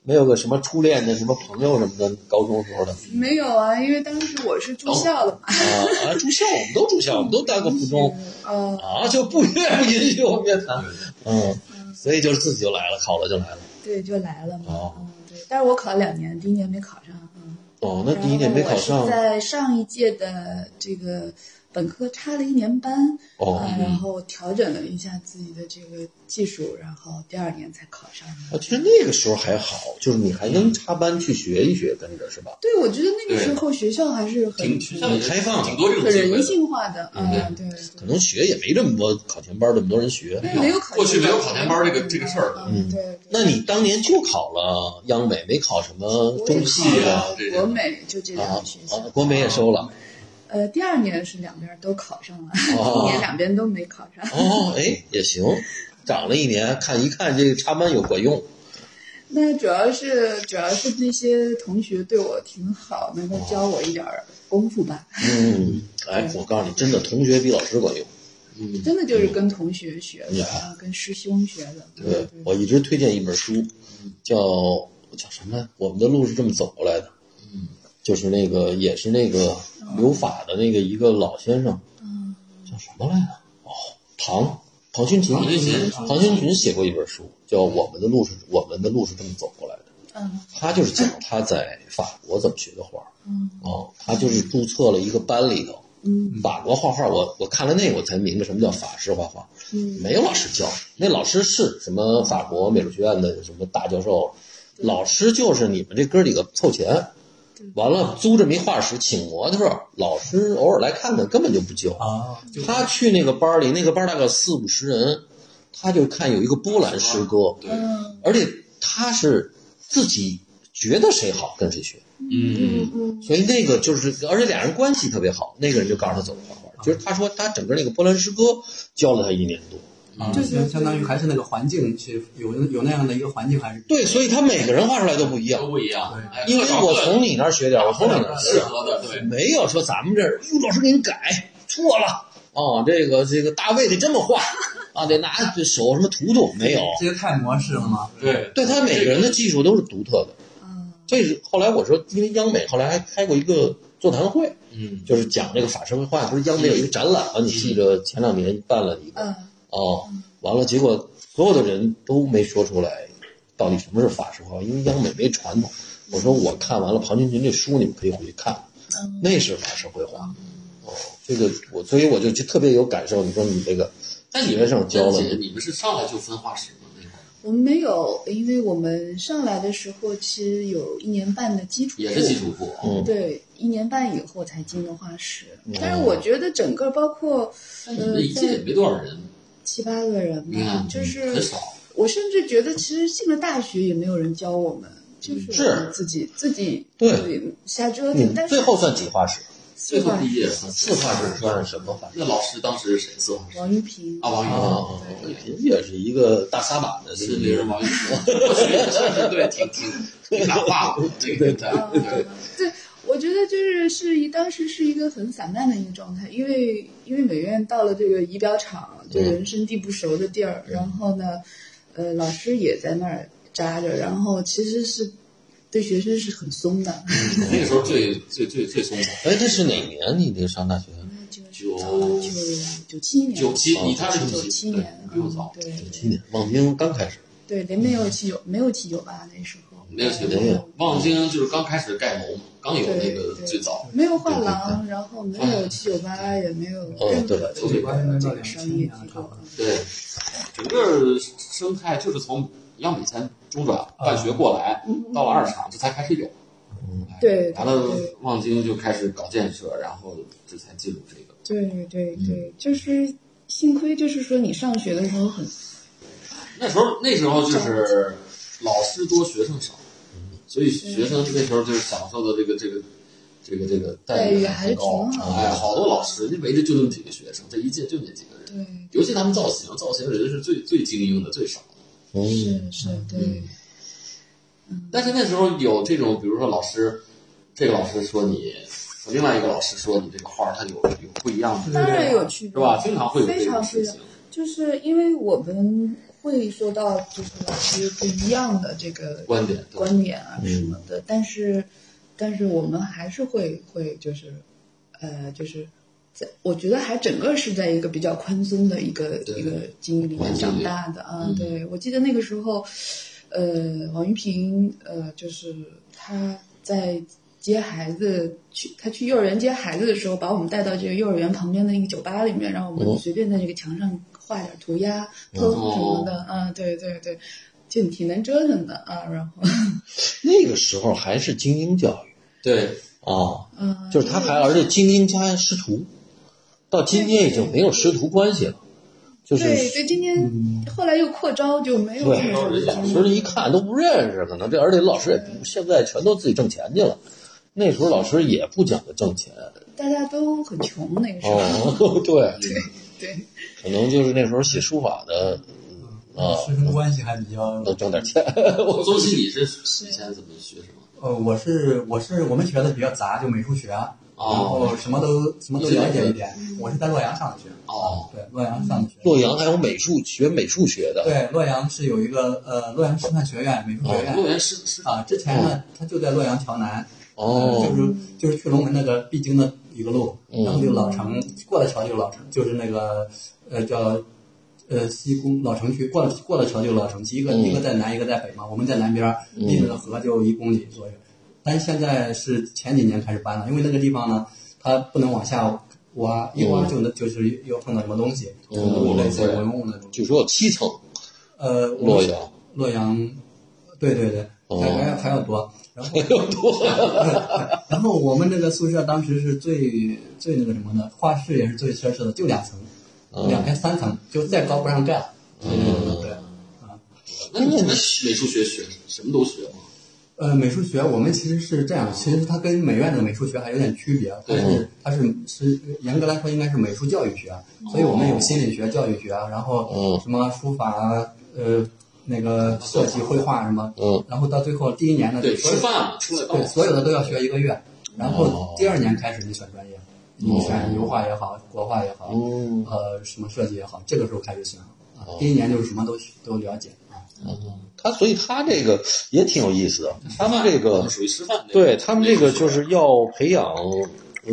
Speaker 1: 没有个什么初恋的什么朋友什么的，高中时候的
Speaker 3: 没有啊，因为当时我是住校的嘛。
Speaker 1: 啊啊！住校，我们都住校，我们都待过附中。
Speaker 3: 哦，
Speaker 1: 啊，就不越不允许我面谈，嗯，所以就是自己就来了，考了就来了，
Speaker 3: 对，就来了嘛。
Speaker 1: 哦
Speaker 3: 嗯，对，对，但是我考了两年，第一年没考上，嗯。
Speaker 1: 哦，那第一年没考
Speaker 3: 然
Speaker 1: 上
Speaker 3: 后我是，在上一届的这个本科插了一年班，
Speaker 1: 哦
Speaker 3: 呃然后调整了一下自己的这个技术，然后第二年才考上的。
Speaker 1: 啊，其实那个时候还好，就是你还能插班去学一学，跟着是吧？
Speaker 3: 对，我觉得那个
Speaker 2: 对
Speaker 3: 时候学校还是很
Speaker 2: 挺学校也是
Speaker 1: 很开放的
Speaker 2: 挺多这种
Speaker 3: 很
Speaker 2: 机会
Speaker 3: 人
Speaker 2: 的。
Speaker 3: 性化的，嗯，对，
Speaker 1: 可能学也没这么多考前班，这么多人学。
Speaker 3: 对没有考
Speaker 2: 过去没有考前班这个这个事儿
Speaker 3: 嗯，对。对
Speaker 1: 那你当年就考了央美，没考什么
Speaker 3: 我
Speaker 1: 中
Speaker 3: 也
Speaker 1: 戏
Speaker 3: 考
Speaker 1: 啊？
Speaker 3: 了
Speaker 2: 这
Speaker 3: 国美就这两
Speaker 1: 啊
Speaker 3: 个学校
Speaker 1: 啊，，国美也收了。
Speaker 3: 呃，第二年是两边都考上了，
Speaker 1: 哦
Speaker 3: <laughs> 一年两边都没考上。
Speaker 1: 哦，哎，也行，长了一年，看一看这个插班有管用。
Speaker 3: 那主要是主要是那些同学对我挺好，能够教我一点儿功夫吧。
Speaker 1: 嗯，哎，我告诉你，真的，同学比老师管用。
Speaker 2: 哦
Speaker 3: 真的
Speaker 2: 嗯
Speaker 3: 就是跟同学学的，然后跟师兄学的。对
Speaker 1: 对，我一直推荐一本书，叫叫什么来？我们的路是这么走过来的。嗯，就是那个，也是那个留法的那个一个老先生，
Speaker 3: 嗯，
Speaker 1: 叫什么来着？哦，唐唐勋琴，
Speaker 2: 唐勋琴
Speaker 1: 唐勋琴写过一本书，叫《我们的路是我们的路是这么走过来的》。
Speaker 3: 嗯
Speaker 1: 他就是讲他在法国怎么学的画儿
Speaker 3: 嗯
Speaker 1: 啊，他就是注册了一个班里头。
Speaker 3: 嗯
Speaker 1: 法国画画，我我看了那个，我才明白什么叫法式画画。
Speaker 3: 嗯，
Speaker 1: 没有老师教，那老师是什么法国美术学院的什么大教授，老师就是你们这哥几个凑钱，完了租这么一画室，请模特儿，老师偶尔来看看，根本就不教。
Speaker 4: 啊，就
Speaker 1: 他去那个班儿里，那个班儿大概四五十人，他就看有一个波兰诗歌，
Speaker 2: 对，
Speaker 3: 嗯
Speaker 1: 而且他是自己觉得谁好跟谁学，
Speaker 2: 嗯，
Speaker 3: 嗯嗯
Speaker 1: 所以那个就是，而且俩人关系特别好，那个人就告诉他怎么画画，就是他说他整个那个波兰诗歌教了他一年多。
Speaker 4: 啊
Speaker 3: 就
Speaker 4: 就是是相当于还是那个环境去有有那样的一个环境，还是
Speaker 1: 对，所以他每个人画出来都不一
Speaker 2: 都
Speaker 1: 样，
Speaker 2: 不一样。啊哎
Speaker 1: 因为我从你那儿学点儿，我从嗯你那儿
Speaker 2: 适
Speaker 1: 学，
Speaker 2: 合的，对，
Speaker 1: 没有说咱们这儿，哟，老师给你改错了哦，这个这个大卫得这么画啊，得拿手什么涂涂，没有，
Speaker 4: 这些太模式了吗？
Speaker 2: 对，
Speaker 1: 对他每个人的技术都是独特的。
Speaker 3: 嗯
Speaker 1: 这是后来我说，因为央美后来还开过一个座谈会，
Speaker 2: 嗯，
Speaker 1: 就是讲这个法式绘画，不是央美有一个展览吗？你记着前两年办了一个
Speaker 3: 嗯
Speaker 1: 哦，完了结果所有的人都没说出来到底什么是法式绘画，因为央美没传统。我说我看完了庞君群这书，你们可以回去看，
Speaker 3: 嗯
Speaker 1: 那是法式绘画。哦，这个我所以我就就特别有感受。你说你这个
Speaker 2: 但
Speaker 1: 理
Speaker 2: 你
Speaker 1: 论
Speaker 2: 们
Speaker 1: 上教了
Speaker 2: 姐，你们是上来就分画室吗？那会儿
Speaker 3: 我们没有，因为我们上来的时候其实有一年半的基础
Speaker 2: 也是基础部，
Speaker 1: 嗯
Speaker 3: 对，一年半以后才进的画室。但是我觉得整个包括
Speaker 2: 但哦你们一届也没多少人，
Speaker 3: 七八个人
Speaker 2: 你
Speaker 3: 吧
Speaker 2: 看，
Speaker 3: 呃就是
Speaker 2: 很少。
Speaker 3: 我甚至觉得，其实进了大学也没有人教我们，就是我们自己自己
Speaker 1: 对
Speaker 3: 自己瞎
Speaker 2: 嗯
Speaker 3: 折
Speaker 1: 你们
Speaker 3: 腾。嗯但是
Speaker 1: 最后算几画室？
Speaker 2: 最
Speaker 3: 四
Speaker 2: 后
Speaker 3: 画
Speaker 2: 毕业
Speaker 1: 四画室算什么画室？
Speaker 2: 那老师当时是谁？四画室
Speaker 3: 王玉平
Speaker 2: 啊，王宇
Speaker 1: 啊，也是一个大撒把的，
Speaker 2: 是名人王宇，过去也算是对，挺挺挺打话的那个年代，
Speaker 3: 啊
Speaker 2: 对，
Speaker 3: 对，我觉得就是是一当时是一个很散漫的一个状态，因为因为美院到了这个仪表厂，就
Speaker 2: 嗯
Speaker 3: 人生地不熟的地儿，然后呢，呃，老师也在那儿扎着，然后其实是对学生是很松的。
Speaker 2: 那个时候最最最最松的。
Speaker 1: 哎，那是哪年？你这上大学？
Speaker 3: <laughs> 这个是
Speaker 2: 九
Speaker 3: 九九七年，
Speaker 2: 九七，你他是
Speaker 3: 九七年，
Speaker 2: 比我早，
Speaker 3: 嗯对
Speaker 1: 九七年，望京刚开始。
Speaker 3: 对，连没有一起有没有一起酒吧那时候，
Speaker 2: 没有学
Speaker 1: 没有
Speaker 2: 过。望京就是刚开始盖楼嘛，刚有那个最早，
Speaker 3: 没有画廊，然后没有七九八，也没有
Speaker 2: 哦
Speaker 3: 任何的这个这个商业机构。
Speaker 2: 对，整个生态就是从央美前中转办学过来，到了二厂这才开始有。哎
Speaker 3: 对
Speaker 2: 完了
Speaker 3: 对，
Speaker 2: 望京就开始搞建设，然后这才进入这个。
Speaker 3: 对对
Speaker 2: 嗯
Speaker 3: 对，就是幸亏就是说你上学的时候很
Speaker 2: 那时候那时候
Speaker 3: 嗯
Speaker 2: 就是老师多，学生少，所以学生那时候就是享受的这个这个这个这个待
Speaker 3: 待遇还
Speaker 2: 还
Speaker 3: 是
Speaker 2: 是
Speaker 3: 挺
Speaker 2: 高。
Speaker 3: 好的
Speaker 2: 哎，好多老师，人家围着就那么几个学生，这一届就那几个人。
Speaker 3: 对，
Speaker 2: 尤其他们造型，造型人是最最精英的，最少的。
Speaker 1: 嗯，
Speaker 3: 是是，对，
Speaker 2: 嗯但是那时候有这种，比如说老师，这个老师说你，另外一个老师说你这个画儿它有有不一样的，
Speaker 3: 当然有区
Speaker 2: 是
Speaker 3: 别，
Speaker 2: 吧？经常会有
Speaker 3: 非
Speaker 2: 这种
Speaker 3: 常
Speaker 2: 事
Speaker 3: 非常
Speaker 2: 情。
Speaker 3: 就是因为我们会受到就是老师不一样的这个
Speaker 2: 观点对嗯
Speaker 3: 观点啊什么的，但是但是我们还是会会就是呃就是在我觉得还整个是在一个比较宽松的一个
Speaker 2: 对
Speaker 3: 一个经历里面长大的啊。
Speaker 2: 嗯
Speaker 3: 对我记得那个时候。呃，王玉平，呃，就是他在接孩子去，他去幼儿园接孩子的时候，把我们带到这个幼儿园旁边的一个酒吧里面，然后
Speaker 1: 哦
Speaker 3: 我们随便在这个墙上画点涂鸦、喷什么的啊，对对对，就挺能折腾的啊。然后，
Speaker 1: 那个时候还是精英教育
Speaker 2: 对，
Speaker 1: 啊，
Speaker 2: 哦
Speaker 3: 嗯，
Speaker 1: 就是他还而且精英加师徒，到今天已经没有师徒关系了，就是嗯
Speaker 3: 对对，今天后来又扩招，就没有
Speaker 1: 对
Speaker 3: 这种
Speaker 1: 老师一看都不认识，可能这而且老师也不现在全都自己挣钱去了，那时候老师也不讲究挣钱
Speaker 3: 大家都很穷那个时候，
Speaker 1: 哦， <laughs> 对，
Speaker 3: 对，
Speaker 1: 可能就是那时候写书法的啊
Speaker 4: 师生关系还比较
Speaker 1: 能挣点钱，
Speaker 2: 周琦，你是以前怎么学什么？
Speaker 4: 呃，我是我是我们学的比较杂，就美术学，啊然后什么都什么都了解一点。我是在洛阳上的学，
Speaker 2: 哦，
Speaker 4: 对，洛阳上的学。
Speaker 1: 洛阳还有美术学美术学的，
Speaker 4: 对，洛阳是有一个呃洛阳师范学院美术学
Speaker 2: 幼儿
Speaker 4: 院
Speaker 2: 园师师
Speaker 4: 啊，之前呢，它就在洛阳桥南，呃
Speaker 1: 哦，嗯
Speaker 4: 就是就是去龙门那个必经的一个路，然后就老城过了桥就老城，就是那个呃叫呃西宫老城区，过了过了桥就老城区，一个、
Speaker 1: 嗯
Speaker 4: 一个在南，一个在北嘛，我们在南边儿，离着河就一公里左右。但是现在是前几年开始搬了，因为那个地方呢，它不能往下挖，一挖就能就是又碰到什么东西，
Speaker 1: 嗯
Speaker 4: 类似于文物那种。
Speaker 1: 据说有七层
Speaker 4: 呃，
Speaker 1: 洛
Speaker 4: 我们
Speaker 1: 阳，哦
Speaker 4: 洛阳，对对对，还还要还要多。然
Speaker 1: <laughs>
Speaker 4: 后 <laughs> 然后我们那个宿舍当时是最最那个什么的，画室也是最奢侈的，就两层，两开三层，就再高不让盖了。嗯，对。
Speaker 2: 那你们美术学学什么都学吗？
Speaker 4: 呃，美术学我们其实是这样，其实它跟美院的美术学还有点区别，它是它是是严格来说应该是美术教育学，所以我们有心理学、教育学，啊然后
Speaker 1: 嗯
Speaker 4: 什么书法，呃，那个设计、绘画什么，
Speaker 1: 嗯，
Speaker 4: 然后到最后第一年呢，
Speaker 2: 对，
Speaker 4: 所
Speaker 2: 吃
Speaker 4: 有
Speaker 2: 饭嘛，出来
Speaker 4: 对，哦所有的都要学一个月，然
Speaker 1: 哦
Speaker 4: 后第二年开始你选专业，你选油画也好，国画也好，
Speaker 1: 嗯哦
Speaker 4: 呃，什么设计也好，这个时候开始选啊，第一年就是什么都都了解啊，
Speaker 1: 他所以他这个也挺有意思的，他们这个
Speaker 2: 属于师范那
Speaker 1: 对他们这个就是要培养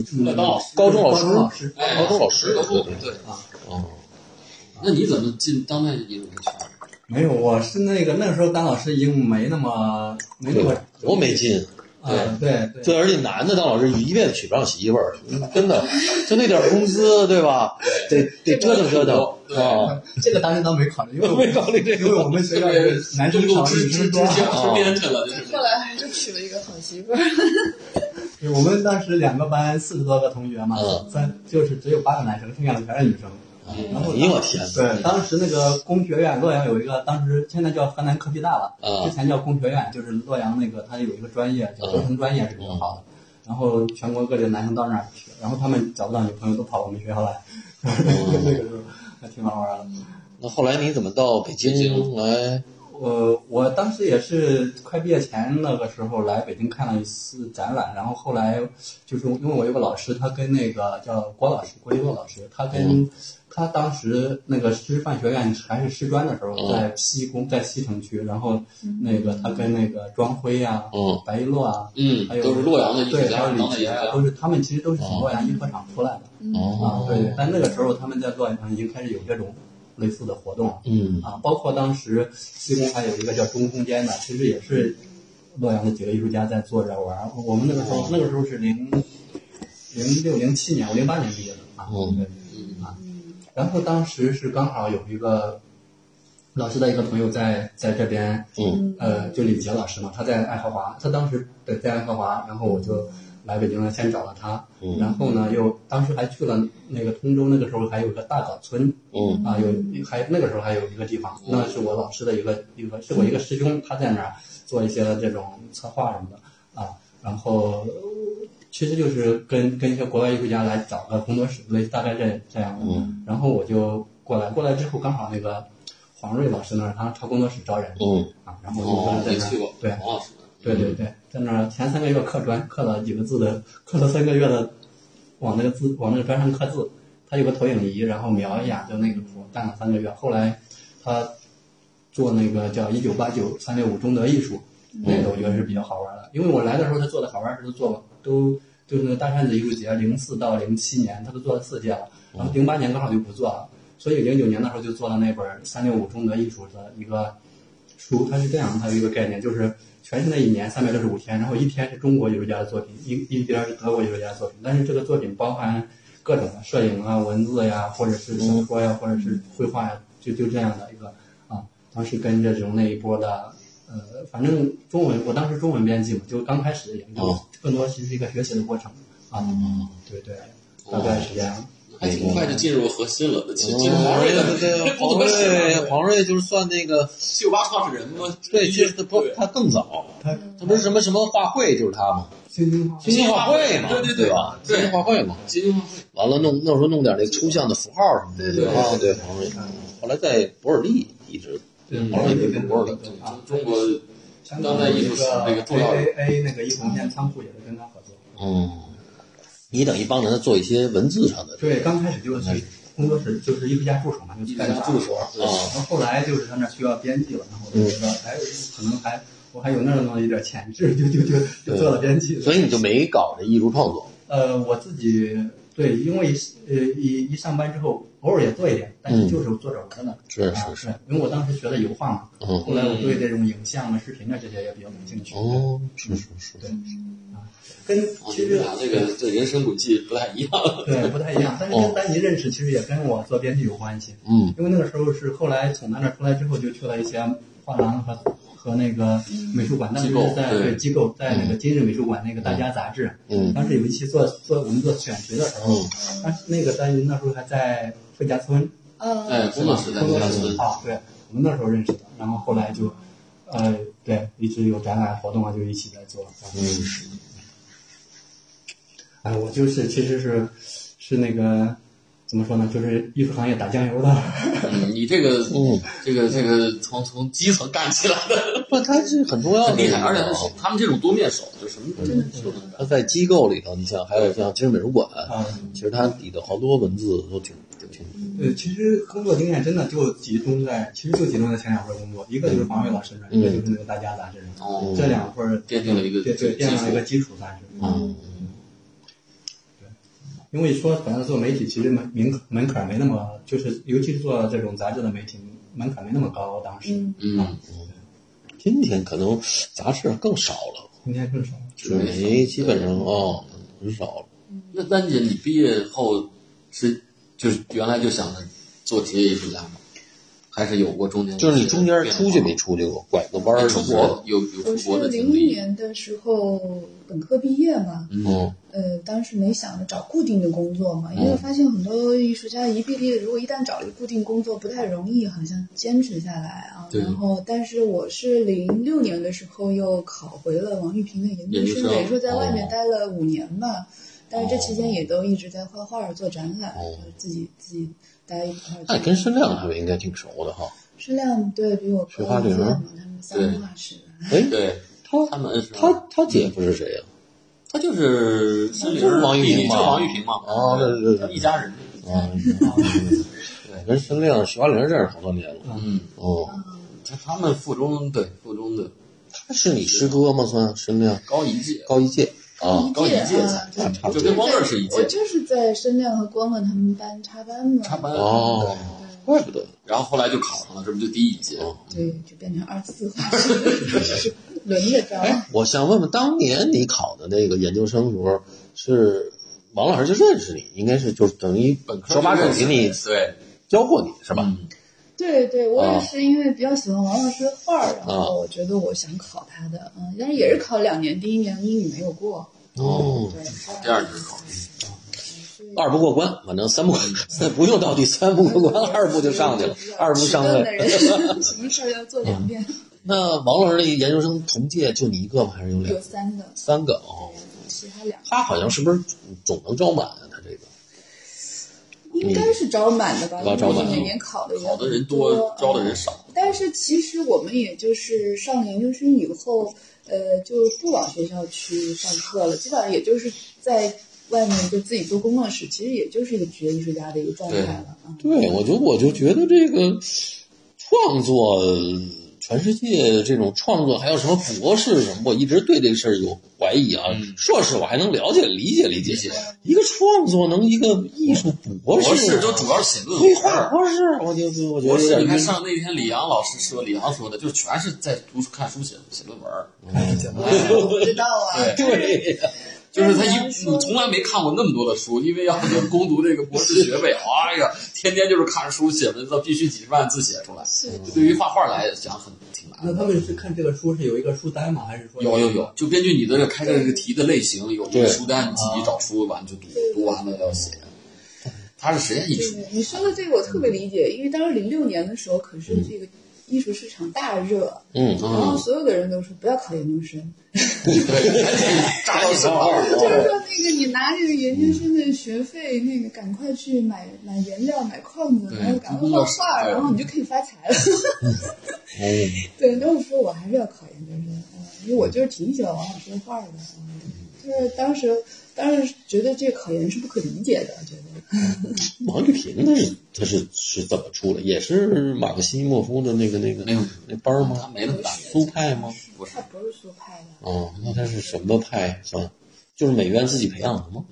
Speaker 2: 出来当老师，
Speaker 1: 高中老师
Speaker 4: 高中老师，
Speaker 2: 哎，
Speaker 1: 高中老师
Speaker 2: 高中
Speaker 1: 对
Speaker 2: 对
Speaker 4: 啊。
Speaker 1: 哦，
Speaker 2: 那你怎么进当代艺术这圈儿？
Speaker 4: 没有，我是那个那个时候当老师已经没那么没那
Speaker 1: 对
Speaker 4: 么，
Speaker 1: 多没劲。
Speaker 4: 啊，对对，
Speaker 1: 对，而且男的当老师一辈子娶不上媳妇儿，真的，就那点工资，对吧？得得折腾折腾啊！
Speaker 4: 这个当时倒没考虑，因为
Speaker 1: 没
Speaker 4: 我
Speaker 1: 考虑这
Speaker 4: 因为
Speaker 1: 个，
Speaker 4: 我们学校是男生
Speaker 2: 路
Speaker 4: 少
Speaker 2: 之
Speaker 4: 女
Speaker 2: 之之
Speaker 4: 生
Speaker 2: 间
Speaker 4: 多，
Speaker 2: 之边去了，就是
Speaker 3: 后来还是娶了一个好媳
Speaker 1: <laughs>
Speaker 3: 妇儿。
Speaker 4: 对 <laughs> 我们当时两个班四十多个同学嘛
Speaker 1: 嗯，
Speaker 4: 三就是只有八个男生，剩下的全是女生。然后
Speaker 1: 哎呦我天哪！
Speaker 4: 对，当时那个工学院，洛阳有一个，当时现在叫河南科技大了，
Speaker 1: 啊
Speaker 4: 之前叫工学院，就是洛阳那个，它有一个专业
Speaker 1: 嗯
Speaker 4: 叫工程专业是比较好的。然后全国各地的男生到那儿去，然后他们找不到女朋友，都跑我们学校来，
Speaker 1: 嗯
Speaker 4: <laughs> 那个时候还挺好玩的。
Speaker 1: 那后来你怎么到北京来？
Speaker 4: 我呃我当时也是快毕业前那个时候来北京看了一次展览，然后后来就是因为我有个老师，他跟那个叫郭老师郭一洛老师，他跟、
Speaker 2: 嗯
Speaker 4: 他当时那个师范学院还是师专的时候，
Speaker 2: 嗯
Speaker 4: 在西工在西城区，然后那个他跟那个庄辉呀、
Speaker 1: 嗯
Speaker 4: 白一洛啊，
Speaker 2: 嗯
Speaker 4: 还有
Speaker 2: 都是洛阳的艺术
Speaker 4: 对，
Speaker 2: 家
Speaker 4: 还有
Speaker 2: 当代
Speaker 4: 李
Speaker 2: 艺术
Speaker 4: 杰
Speaker 2: 家
Speaker 4: 啊，都是他们其实都是从洛阳印刷厂出来的、
Speaker 2: 嗯
Speaker 4: 啊，
Speaker 1: 哦，
Speaker 4: 对，但那个时候他们在洛阳已经开始有这种类似的活动了。
Speaker 1: 嗯
Speaker 4: 啊，包括当时西工还有一个叫中空间的，其实也是洛阳的几个艺术家在做着玩儿。我们那个时
Speaker 1: 哦
Speaker 4: 候，那个时候是零零六零七年，我零八年毕业的啊，
Speaker 1: 嗯
Speaker 4: 对，啊，然后当时是刚好有一个老师的一个朋友在在这边，
Speaker 1: 嗯，
Speaker 4: 呃，就李杰老师嘛，他在爱荷华，他当时对在爱荷华，然后我就来北京了，先找了他，
Speaker 2: 嗯
Speaker 4: 然后呢，又当时还去了那个通州，那个时候还有一个大岗村，
Speaker 1: 嗯
Speaker 4: 啊，有还那个时候还有一个地
Speaker 2: 嗯
Speaker 4: 方，那是我老师的一个一个是我一个师兄，他在那儿做一些这种策划什么的啊，然后其实就是跟跟一些国外艺术家来找个工作室，类似大概这这样的，
Speaker 2: 嗯
Speaker 4: 然后我就过来，过来之后刚好那个黄瑞老师那儿，他他工作室招人，
Speaker 1: 嗯
Speaker 4: 啊，然后
Speaker 2: 哦
Speaker 4: 我，就
Speaker 2: 没
Speaker 4: 在那
Speaker 2: 去过哦
Speaker 4: 儿，，对
Speaker 2: 王老师，
Speaker 4: 对对
Speaker 2: 嗯
Speaker 4: 对，在那儿前三个月刻砖，刻了几个字的，刻了三个月的，往那个字往那个砖上刻字，他有个投影仪，然后描一下，就那个图干了三个月。后来他做那个叫一九八九三六五中德艺术，那个我觉得是比较好玩的，因为我来的时候他做的好玩的事都做都就是那个大扇子艺术节零四到零七年他都做了四届了，然后零八年刚好就不做了，所以零九年的时候就做了那本三六五中德艺术的一个。书，它是这样，它有一个概念，就是全新的一年三百六十五天，然后一天是中国艺术家的作品，一一天是德国艺术家的作品，但是这个作品包含各种的摄影啊、文字呀，或者是小说呀，或者是绘画呀，就就这样的一个啊。当时跟着种那一波的，呃，反正中文，我当时中文编辑嘛，就刚开始也就
Speaker 1: 哦
Speaker 4: 更多其实是一个学习的过程啊。对对，大概是这样。
Speaker 2: 还挺快就进入核心了，进进入
Speaker 1: 黄
Speaker 2: 黄
Speaker 1: 瑞
Speaker 2: 瑞
Speaker 1: 哦对
Speaker 2: 的
Speaker 1: 对，
Speaker 2: <laughs> 不
Speaker 1: 黄
Speaker 2: 怎么
Speaker 1: 瑞
Speaker 2: 写，
Speaker 1: 黄瑞就是算那个
Speaker 2: 七九八创始人嘛，
Speaker 1: 对，其实他不
Speaker 2: 对，
Speaker 1: 他更早，
Speaker 4: 他
Speaker 1: 他不是什么什么画会就是他嘛，
Speaker 4: 新京画
Speaker 1: 新京画会嘛，
Speaker 2: 对对
Speaker 1: 对
Speaker 2: 对
Speaker 1: 吧？
Speaker 2: 对
Speaker 1: 新京画会嘛，
Speaker 2: 金庸
Speaker 1: 完了弄那时候弄点那个抽象的符号什么的，
Speaker 2: 对
Speaker 1: 啊对，黄瑞，后来在博尔利一直
Speaker 4: 对
Speaker 1: 黄瑞一直
Speaker 4: 对
Speaker 1: 博尔利，
Speaker 4: 啊，
Speaker 2: 中国
Speaker 4: 香港有一
Speaker 2: 那个重要的
Speaker 4: A A 那个一红线仓库也是跟他合作。
Speaker 1: 嗯，你等于帮着他做一些文字上的，
Speaker 4: 对，刚开始就是工作室，就是艺术家助手嘛，就
Speaker 2: 一
Speaker 4: 干
Speaker 2: 直
Speaker 4: 啥
Speaker 2: 助手
Speaker 1: 啊
Speaker 4: 然后后来就是他那需要编辑了，然后我就觉得，哎，可能还我还有那种有点潜质，就就就就做了编辑了。
Speaker 1: 所以你就没搞这艺术创作，
Speaker 4: 呃，我自己对，因为呃一一上班之后，偶尔也做一点，但是就是做着玩儿的。
Speaker 1: 是
Speaker 4: 啊，
Speaker 1: 是是，
Speaker 4: 是，因为我当时学的油画嘛，
Speaker 1: 嗯
Speaker 4: 后来我对这种影像啊、视频啊这些也比较感兴趣。
Speaker 1: 哦，是是是，
Speaker 4: 跟
Speaker 2: 哦你
Speaker 4: 其
Speaker 2: 们
Speaker 4: 实
Speaker 2: 俩这个这人生轨迹不太一样，
Speaker 4: 对不太一样，但是跟丹尼认识其实也跟我做编辑有关系。
Speaker 1: 嗯
Speaker 4: 因为那个时候是后来从他那出来之后，就去了一些画廊和和那个美术馆，当时
Speaker 2: 机构
Speaker 4: 是在
Speaker 2: 对嗯
Speaker 4: 对机构在那个今日美术馆那个大家杂志，
Speaker 1: 嗯
Speaker 4: 当时有一期做做我们做选题的时候，
Speaker 1: 嗯
Speaker 4: 当时那个丹云那时候还在费家村，
Speaker 2: 哎，
Speaker 3: 呃，
Speaker 2: 工作室在
Speaker 4: 工
Speaker 2: 农
Speaker 4: 作
Speaker 2: 家
Speaker 4: 室
Speaker 2: 村，
Speaker 4: 啊，对，我们那时候认识的，然后后来就，呃，对，一直有展览活动啊，就一起在做，
Speaker 1: 嗯，
Speaker 4: 哎，我就是其实是是那个怎么说呢，就是艺术行业打酱油的， <laughs>
Speaker 2: 嗯，你这个
Speaker 1: 嗯
Speaker 2: 这个这个从从基层干起来的，
Speaker 1: 不，他是很重要的
Speaker 2: 很厉害，
Speaker 1: 一个啊
Speaker 2: 而且他是他们这种多面手，就什么都
Speaker 3: 真的是的。
Speaker 1: 他在机构里头，你像还有像今日美术馆，
Speaker 4: 啊、
Speaker 2: 嗯
Speaker 1: 其实它里头好多文字都挺挺
Speaker 4: 呃，其实工作经验真的就集中在，其实就集中在前两份工作，一个就是黄伟老师那儿，
Speaker 1: 嗯
Speaker 4: 一个就是那个大家杂志上，
Speaker 2: 哦，
Speaker 4: 这两份儿
Speaker 2: 奠定了一个
Speaker 4: 对
Speaker 2: 基
Speaker 4: 对奠定了一
Speaker 2: 础
Speaker 4: 个，基础杂志。
Speaker 1: 嗯
Speaker 4: 因为说本来做媒体，其实门门槛门槛没那么，就是尤其是做这种杂志的媒体，门槛没那么高。当时，
Speaker 3: 嗯
Speaker 2: 嗯，
Speaker 1: 今天可能杂志更少了，
Speaker 4: 今天更少。
Speaker 1: 纸媒基本上哦很少了。
Speaker 2: 那丹姐，你毕业后是就是原来就想着做职业艺术家吗？还是有过中间
Speaker 1: 就是你中间
Speaker 2: 一些
Speaker 1: 出去
Speaker 2: 变化
Speaker 1: 没出去过，拐个弯儿什
Speaker 2: 出
Speaker 1: 么的
Speaker 2: 国？有有
Speaker 3: 我
Speaker 2: 出
Speaker 3: 是
Speaker 2: 国的
Speaker 3: 零
Speaker 2: 经
Speaker 3: 一
Speaker 2: 历，
Speaker 3: 年的时候本科毕业嘛，
Speaker 1: 嗯
Speaker 3: 呃，当时没想着找固定的工作嘛，因为发现很多艺术家一毕业，如果一旦找了固定工作，不太容易，好像坚持下来啊。
Speaker 2: 对
Speaker 3: 然后，但是我是零六年的时候又考回了王玉平的研
Speaker 2: 研
Speaker 3: 究
Speaker 2: 究
Speaker 3: 生，
Speaker 2: 生
Speaker 3: 等于说在外面
Speaker 1: 哦
Speaker 3: 待了五年吧。但是这期间也都一直在画画、做展览，
Speaker 1: 哦
Speaker 3: 就是自己自己待一块儿做。
Speaker 1: 那你跟申亮他们应该挺熟的哈。
Speaker 3: 质量对比我
Speaker 1: 雪
Speaker 3: 高
Speaker 1: 花
Speaker 3: 一届
Speaker 1: 玲儿
Speaker 3: 嘛，他们三
Speaker 2: 对
Speaker 3: 个画室。
Speaker 1: 哎，
Speaker 2: 对
Speaker 1: 他
Speaker 2: 他们是
Speaker 1: 他他姐夫是谁呀？
Speaker 2: 他就是孙女
Speaker 1: 就是王玉
Speaker 2: 弟弟
Speaker 1: 平
Speaker 2: 就
Speaker 1: 嘛
Speaker 2: 是王玉平嘛，
Speaker 1: 哦对对对
Speaker 2: 一家人，
Speaker 1: 啊，我 <laughs> 跟申亮、许华玲认识好多年了。
Speaker 2: 嗯，
Speaker 1: 哦，
Speaker 2: 他他们附中对附中的
Speaker 1: 他是你师哥吗？算申亮
Speaker 2: 高一届，
Speaker 1: 高一届啊。
Speaker 2: 高一届
Speaker 3: 啊
Speaker 2: 才，
Speaker 3: 对
Speaker 1: 差不
Speaker 2: 就
Speaker 1: 多
Speaker 2: 跟光棍儿是一
Speaker 3: 我
Speaker 2: 届，
Speaker 3: 就是在申亮和光棍他们班插班嘛，
Speaker 2: 插班，
Speaker 1: 哦，怪不得。
Speaker 2: 然后后来就考上了，这不就第一届？
Speaker 1: 哦
Speaker 3: 对，就变成二四 <laughs> 画室，轮着招。
Speaker 1: 哎，我想问问，当年你考的那个研究生时候，是王老师就认识你，应该是就是等于
Speaker 2: 本科
Speaker 1: 手把手给你
Speaker 2: 对
Speaker 1: 教过你是吧？
Speaker 2: 嗯
Speaker 3: 对对，我
Speaker 1: 啊
Speaker 3: 也是因为比较喜欢王老师的画儿，然
Speaker 1: 啊
Speaker 3: 后我觉得我想考他的，嗯，但是也是考两年，第一年英语没有过，
Speaker 1: 哦，
Speaker 3: 对，
Speaker 2: 第二年考，
Speaker 1: 二不过关，反正三不
Speaker 2: 嗯
Speaker 1: 三 <laughs> 不用到第三不过关，二不就上去了，二不上
Speaker 3: 位
Speaker 1: 位。
Speaker 3: 人， <laughs> 什么事儿要做两
Speaker 2: 嗯
Speaker 3: 遍，
Speaker 1: 那王老师那个研究生同届就你一个吗？还是有两
Speaker 3: 有
Speaker 1: 个？
Speaker 3: 三的，
Speaker 1: 三个哦，
Speaker 3: 其他
Speaker 2: 嗯
Speaker 3: 两个
Speaker 1: 他好像是不是总能招满啊？他这个
Speaker 3: 应该是招满的吧，
Speaker 1: 要招满
Speaker 3: 因为每年考的也
Speaker 2: 考的人
Speaker 3: 多嗯
Speaker 2: 多，，招的人少，
Speaker 3: 但是其实我们也就是上了研究生以后，呃，就不往学校去上课了，基本上也就是在外面就自己做工作室，其实也就是一个职业艺术家的一个状态了啊。
Speaker 1: 对我就我就觉得这个创作全世界这种创作还有什么博士什么，我一直对这个事儿有怀疑啊。
Speaker 2: 嗯
Speaker 1: 硕士我还能了解理解理解
Speaker 2: 理解，
Speaker 1: 一个创作能一个艺术博士，
Speaker 2: 博士就主要是写论
Speaker 1: 绘
Speaker 2: 文
Speaker 1: 画
Speaker 2: 儿。
Speaker 1: 博士，我就就我觉
Speaker 2: 博
Speaker 1: 得
Speaker 2: 士，
Speaker 1: 有点
Speaker 2: 你看
Speaker 1: 晕。
Speaker 2: 上那天李阳老师说，李阳说的，就全是在读书看书写写论文儿，哎
Speaker 3: 我不知道啊。
Speaker 2: 对
Speaker 1: 对，
Speaker 2: 就是他一
Speaker 3: 但是
Speaker 2: 我从来没看过那么多的书，因为要是攻读这个博士学位，哎呀，天天就是看书写文字，必须几十万字写出来。
Speaker 3: 是
Speaker 2: 这对于画画来讲很挺难
Speaker 4: 那他
Speaker 2: 的。
Speaker 4: 们是看这个书是有一个书单吗？还是说
Speaker 2: 有有有，就根据你的这开的这个题的类型，有一
Speaker 1: 对
Speaker 2: 个书单，你自己找书完就读，读完了要写。他是实验艺术
Speaker 3: <laughs> 对，你说的这个我特别理解，因为当时零六年的时候，可是这个艺术市场大热，
Speaker 1: 嗯，
Speaker 3: 然后所有的人都说不要考研究生，
Speaker 2: 对，赶紧扎一手啊
Speaker 3: 就是说那个你拿这个研究生的学费，那个赶快去买买原料、买矿物，
Speaker 2: 对
Speaker 3: 然后赶快画画，
Speaker 2: 对
Speaker 3: 然后你就可以发财了。
Speaker 2: 嗯
Speaker 3: <laughs> 对，那我说我还是要考研究生，嗯，因为我就是挺喜欢王老师的画的，嗯，就是当时当时觉得这个考研是不可理解的，觉得
Speaker 1: 王志平那是他是是怎么出来？也是马克西莫夫的那个那个
Speaker 2: 没有
Speaker 1: 那班儿
Speaker 2: 他
Speaker 1: 吗？
Speaker 2: 没那么大年纪
Speaker 1: 苏派吗？
Speaker 2: 不是
Speaker 3: 他不是苏派的。
Speaker 1: 哦，那他是什么派啊？就是美院自己培养的吗？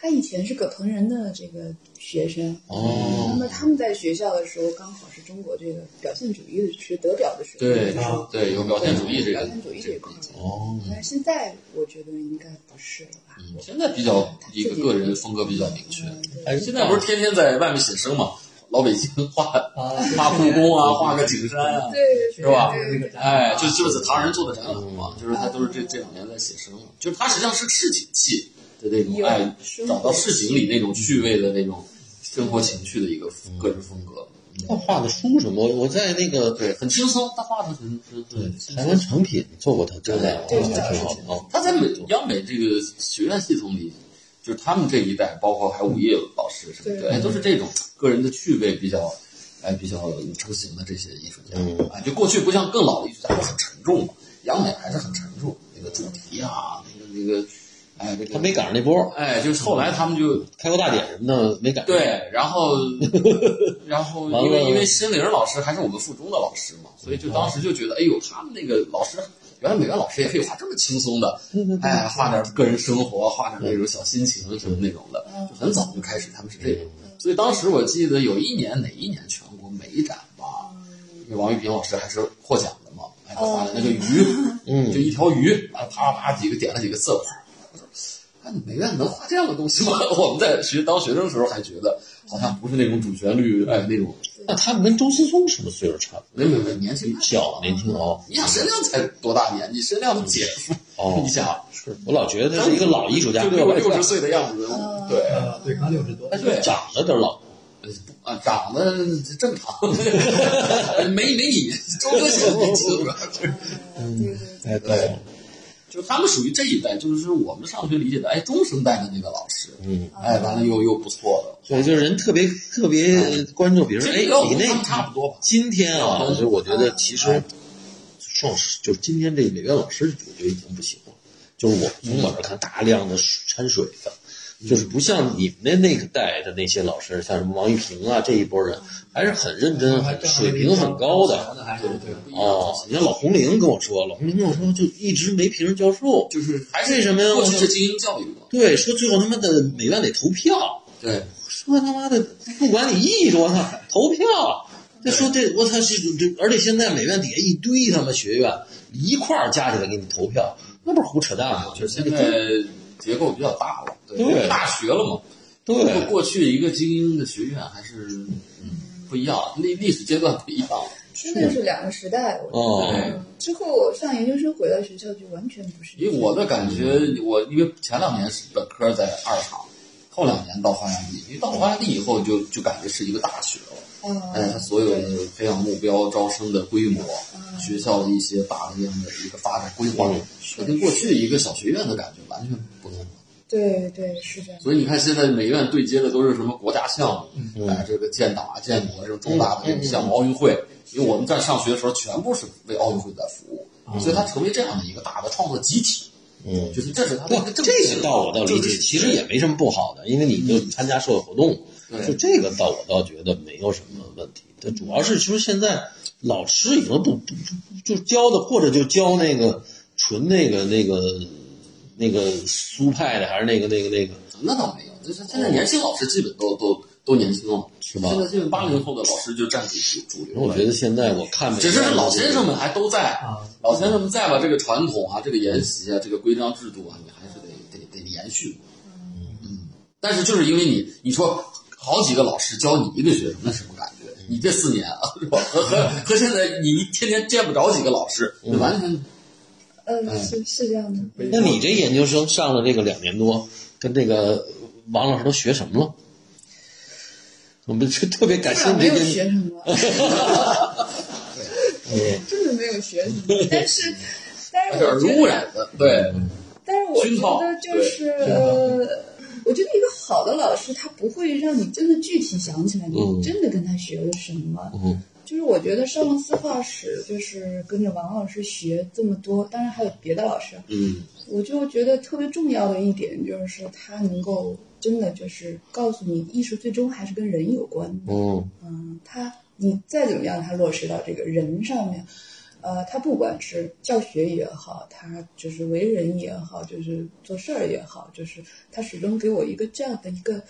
Speaker 3: 他以前是葛鹏人的这个学生，那
Speaker 1: 哦，
Speaker 3: 么他们在学校的时候，刚好是中国这个表现主义的学德表的时候，
Speaker 2: 对
Speaker 4: 啊
Speaker 2: 对，有表现主义这
Speaker 3: 表
Speaker 2: 个
Speaker 3: 现主义这一块儿。
Speaker 1: 哦，
Speaker 3: 但是现在我觉得应该不是了吧？
Speaker 2: 嗯现在比较一个个人风格比较明确。
Speaker 4: 哎
Speaker 2: 现在不是天天在外面写生嘛，老北京画
Speaker 4: 啊，
Speaker 2: 画故宫啊，画个景山啊，
Speaker 3: 对，
Speaker 2: 是吧
Speaker 3: 对对对
Speaker 2: 哎，就就是唐人做的展览嘛，
Speaker 1: 嗯
Speaker 2: 就是他都是这这两年在写生嘛，就是他实际上是市井气的那种，
Speaker 3: 有
Speaker 2: 哎，
Speaker 3: 生活
Speaker 2: 找到市井里那种趣味的那种生活情趣的一个
Speaker 1: 嗯
Speaker 2: 个人风格，
Speaker 1: 他画的书什么？我在那个
Speaker 2: 对，很轻松，他画的很很很轻
Speaker 1: 台湾
Speaker 2: 松。
Speaker 1: 成品做过他展览，
Speaker 3: 对
Speaker 1: 我觉得还挺好的啊。
Speaker 2: 他在美央美这个学院系统里，就是他们这一代，包括还有午夜老师什么的，
Speaker 3: 对
Speaker 2: 哎，都是这种个人的趣味比较，哎，比较成型的这些艺术家。
Speaker 1: 嗯
Speaker 2: 啊，就过去不像更老的艺术家都很沉重嘛，央美还是很沉重，那个主题啊，那个那个，哎，这个
Speaker 1: 他没赶上那波，
Speaker 2: 哎，就是后来他们就
Speaker 1: 开国大典什么的没赶上。，
Speaker 2: 对，然后，然后
Speaker 1: 完了
Speaker 2: 因为因为申玲老师还是我们附中的老师嘛，所以就当时就觉得，哎呦，他们那个老师，原来美院老师也可以画这么轻松的，哎，画点个人生活，画点那种小心情什么那种的，就很早就开始他们是这种。所以当时我记得有一年哪一年全国美展吧，因为王玉平老师还是获奖的嘛，哎，他画的那个鱼，
Speaker 1: 嗯
Speaker 2: 就一条鱼，啊，啪啪几个点了几个色块。哎，美院能画这样的东西吗？ <laughs> 我们在学当学生的时候还觉得好像不是那种主旋律，哎，那种
Speaker 1: 那他们跟周思聪什么岁数差不多？
Speaker 2: 没没没年轻人
Speaker 1: 小年轻哦，
Speaker 2: 你想申亮才多大年纪？申亮的姐夫，<laughs>
Speaker 1: 哦
Speaker 2: 你想
Speaker 1: 是我老觉得他是一个老艺术家，
Speaker 2: 就
Speaker 1: 对
Speaker 2: 六
Speaker 1: 我来
Speaker 2: 六十
Speaker 1: 说，
Speaker 2: 岁的样子，对，
Speaker 4: 呃，对，刚六十多，
Speaker 1: 他就是长得有点老。
Speaker 2: 啊，长得正
Speaker 1: <laughs>
Speaker 2: 常，没没你周哥显年轻了。
Speaker 1: <laughs>
Speaker 3: 对对对。
Speaker 1: 哎，对，
Speaker 2: 就他们属于这一代，就是我们上学理解的，哎，中生代的那个老师，
Speaker 1: 嗯，
Speaker 2: 哎，完了又又不错的，
Speaker 1: 对，就是人特别特别
Speaker 2: 嗯
Speaker 1: 关注，比如说，哎，
Speaker 2: 这个
Speaker 1: 你
Speaker 2: 跟他们差
Speaker 1: 那
Speaker 2: 不多吧。
Speaker 1: 今天啊，就是我觉得其实创始就是今天这美院老师，我觉得已经不行了。就是我从网上看大量的掺水的，就是不像你们的那个代的那些老师，像什么王玉平啊这一波人，嗯还是很认真、很水平很高的。，
Speaker 4: 还是对。
Speaker 1: 哦，你看老红玲跟我说，老红玲跟我说就一直没评上教授，
Speaker 2: 就是还
Speaker 1: 为
Speaker 2: 是
Speaker 1: 什么呀
Speaker 2: 过去是精英教育嘛，
Speaker 1: 对，说最后他妈的美院得投票，
Speaker 2: 对，
Speaker 1: 说他妈的不管你艺术，我操，投票。再说这我操是这，而且现在美院底下一堆他妈学院一块儿加起来给你投票，那不是胡扯淡吗？
Speaker 2: 就是现在结构比较大了，对，
Speaker 1: 对
Speaker 2: 大学了嘛，
Speaker 1: 对
Speaker 2: 过，过去一个精英的学院还是嗯不一样，历历史阶段不一样，
Speaker 3: 真的是两个时代，我觉得。
Speaker 2: 哦
Speaker 3: 嗯之后我上研究生回到学校就完全不是。
Speaker 2: 以我的感觉，我因为前两年是本科在二厂，后两年到华阳地，因为到华阳地以后就就感觉是一个大学了。哎，它
Speaker 3: 嗯，
Speaker 2: 所有的培养目标、招生的规模、学校的一些大的这样的一个发展规划，
Speaker 1: 嗯
Speaker 2: 这跟过去一个小学院的感觉完全不同。
Speaker 3: 对对是这样。
Speaker 2: 所以你看，现在美院对接的都是什么国家项
Speaker 1: 嗯
Speaker 2: 目，哎，这个建党啊、建国这种重大的这种项目，奥运会。因为我们在上学的时候，全部是为奥运会在服
Speaker 1: 啊
Speaker 2: 务，所以它成为这样的一个大的创作集体。
Speaker 1: 嗯，
Speaker 2: 就是这是它的
Speaker 1: 不
Speaker 2: 一个，正
Speaker 1: 这
Speaker 2: 式
Speaker 1: 个
Speaker 2: 的
Speaker 1: 倒我倒理
Speaker 2: 正式
Speaker 1: 解，
Speaker 2: 的
Speaker 1: 其实也没什么不好的，因为你就参加社会活动，
Speaker 2: 对
Speaker 1: 就这个倒我倒觉得没有什么问题。这主要是其实现在老师已经不不不就教的，或者就教那个纯那个那个那个苏派的，还是那个那个那个
Speaker 2: 那倒没有，就是现在年轻老师基本都都都年轻了，
Speaker 1: 是吧
Speaker 2: 现在基本八零后的老师就占主主主流
Speaker 1: 我
Speaker 2: 了
Speaker 1: 觉。得现在我看每
Speaker 2: 只是
Speaker 1: 个人
Speaker 2: 老
Speaker 1: 都
Speaker 2: 先生们还都在，
Speaker 4: 啊
Speaker 2: 老先生们在吧？这个传统啊，这个研习啊，这个规章制度啊，你还是得得得延续。嗯，但是就是因为你你说好几个老师教你一个学生，那什么感觉？你这四年啊，是吧？和和和现在你天天见不着几个老师，那完全哎
Speaker 3: 嗯，是是这样的。
Speaker 1: 那你这研究生上了这个两年多，跟这个王老师都学什么了？我们就特别感
Speaker 3: 不
Speaker 1: 兴
Speaker 3: 然
Speaker 1: 趣这
Speaker 3: 没有
Speaker 1: 个
Speaker 3: 学
Speaker 2: <laughs>
Speaker 3: 什么，
Speaker 2: 哎
Speaker 3: 真的没有学什么。但是，但
Speaker 2: 哎有
Speaker 3: 是
Speaker 2: 点
Speaker 3: 我觉
Speaker 2: 污染
Speaker 3: 得，
Speaker 2: 的。对，
Speaker 3: 但是我
Speaker 2: 熏陶
Speaker 3: 觉得就是，呃我觉得一个好的老师，他不会让你真的具体想起来
Speaker 1: 嗯
Speaker 3: 你真的跟他学了什么。
Speaker 1: 嗯
Speaker 3: 就是我觉得上了四化史，就是跟着王老师学这么多，当然还有别的老师啊，
Speaker 1: 嗯
Speaker 3: 我就觉得特别重要的一点就是他能够真的就是告诉你，艺术最终还是跟人有关的。
Speaker 1: 嗯
Speaker 3: 嗯，他你再怎么样，他落实到这个人上面，呃，他不管是教学也好，他就是为人也好，就是做事儿也好，就是他始终给我一个这样的一个